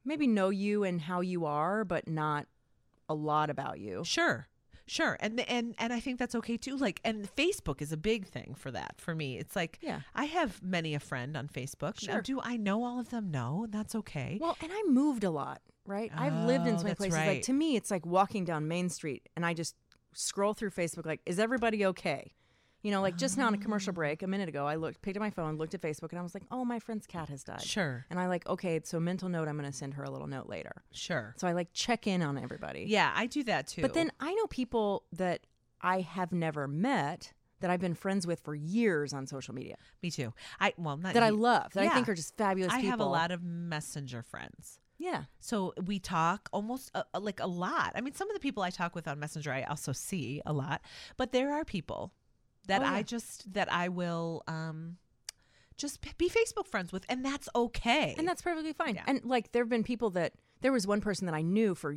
maybe know you and how you are, but not a lot about you. Sure. Sure. And and and I think that's okay too. Like and Facebook is a big thing for that for me. It's like Yeah. I have many a friend on Facebook. Now, Sure. do I know all of them? No, and that's okay. Well, and I moved a lot, right? I've lived in Oh, so many that's places. right. Like to me, it's like walking down Main Street and I just scroll through Facebook. Like, is everybody okay? You know, like just now on a Oh. commercial break a minute ago, I looked, picked up my phone, looked at Facebook, and I was like, "Oh, my friend's cat has died." Sure. And I like, okay, so mental note, I'm going to send her a little note later. Sure. So I like check in on everybody. Yeah, I do that too. But then I know people that I have never met that I've been friends with for years on social media. Me too. I well not that I you- love that I Uh, Yeah. think are just fabulous. I have a people. lot of messenger friends. Yeah. So we talk almost uh, uh, like a lot. I mean, some of the people I talk with on Messenger, I also see a lot, but there are people that Oh, yeah. I just, that I will um, just b- be Facebook friends with, and that's okay. And that's perfectly fine. And like there have been people that there was one person that I knew for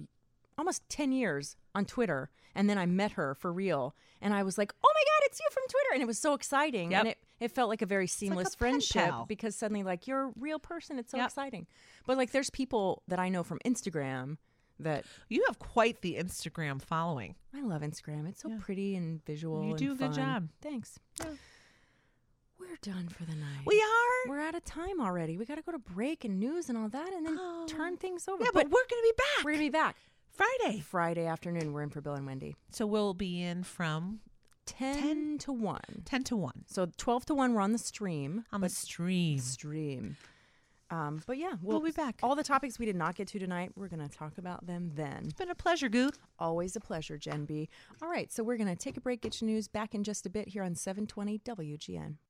almost 10 years on Twitter and then I met her for real and I was like, "Oh my god, it's you from Twitter." And it was so exciting and Yep. it it felt like a very like a seamless pen friendship pal. because suddenly like you're a real person. It's so Yep. exciting. But like there's people that I know from Instagram that you have quite the Instagram following. I love Instagram. It's so pretty and visual. You and do a good fun. job. Thanks. We're done for the night. We are. We're out of time already. We got to go to break and news and all that, and then turn things over. Oh. Yeah, but we're gonna be back. We're gonna be back Friday. Friday afternoon. We're in for Bill and Wendy, So we'll be in from ten, to one. 10 to 1. So twelve to one, we're on the stream. On the stream. Stream. Um, but yeah, We'll be back. All the topics we did not get to tonight, we're gonna talk about them then. It's been a pleasure, Goot. Always a pleasure, Jen B. All right, so we're gonna take a break, get your news back in just a bit here on 720 WGN.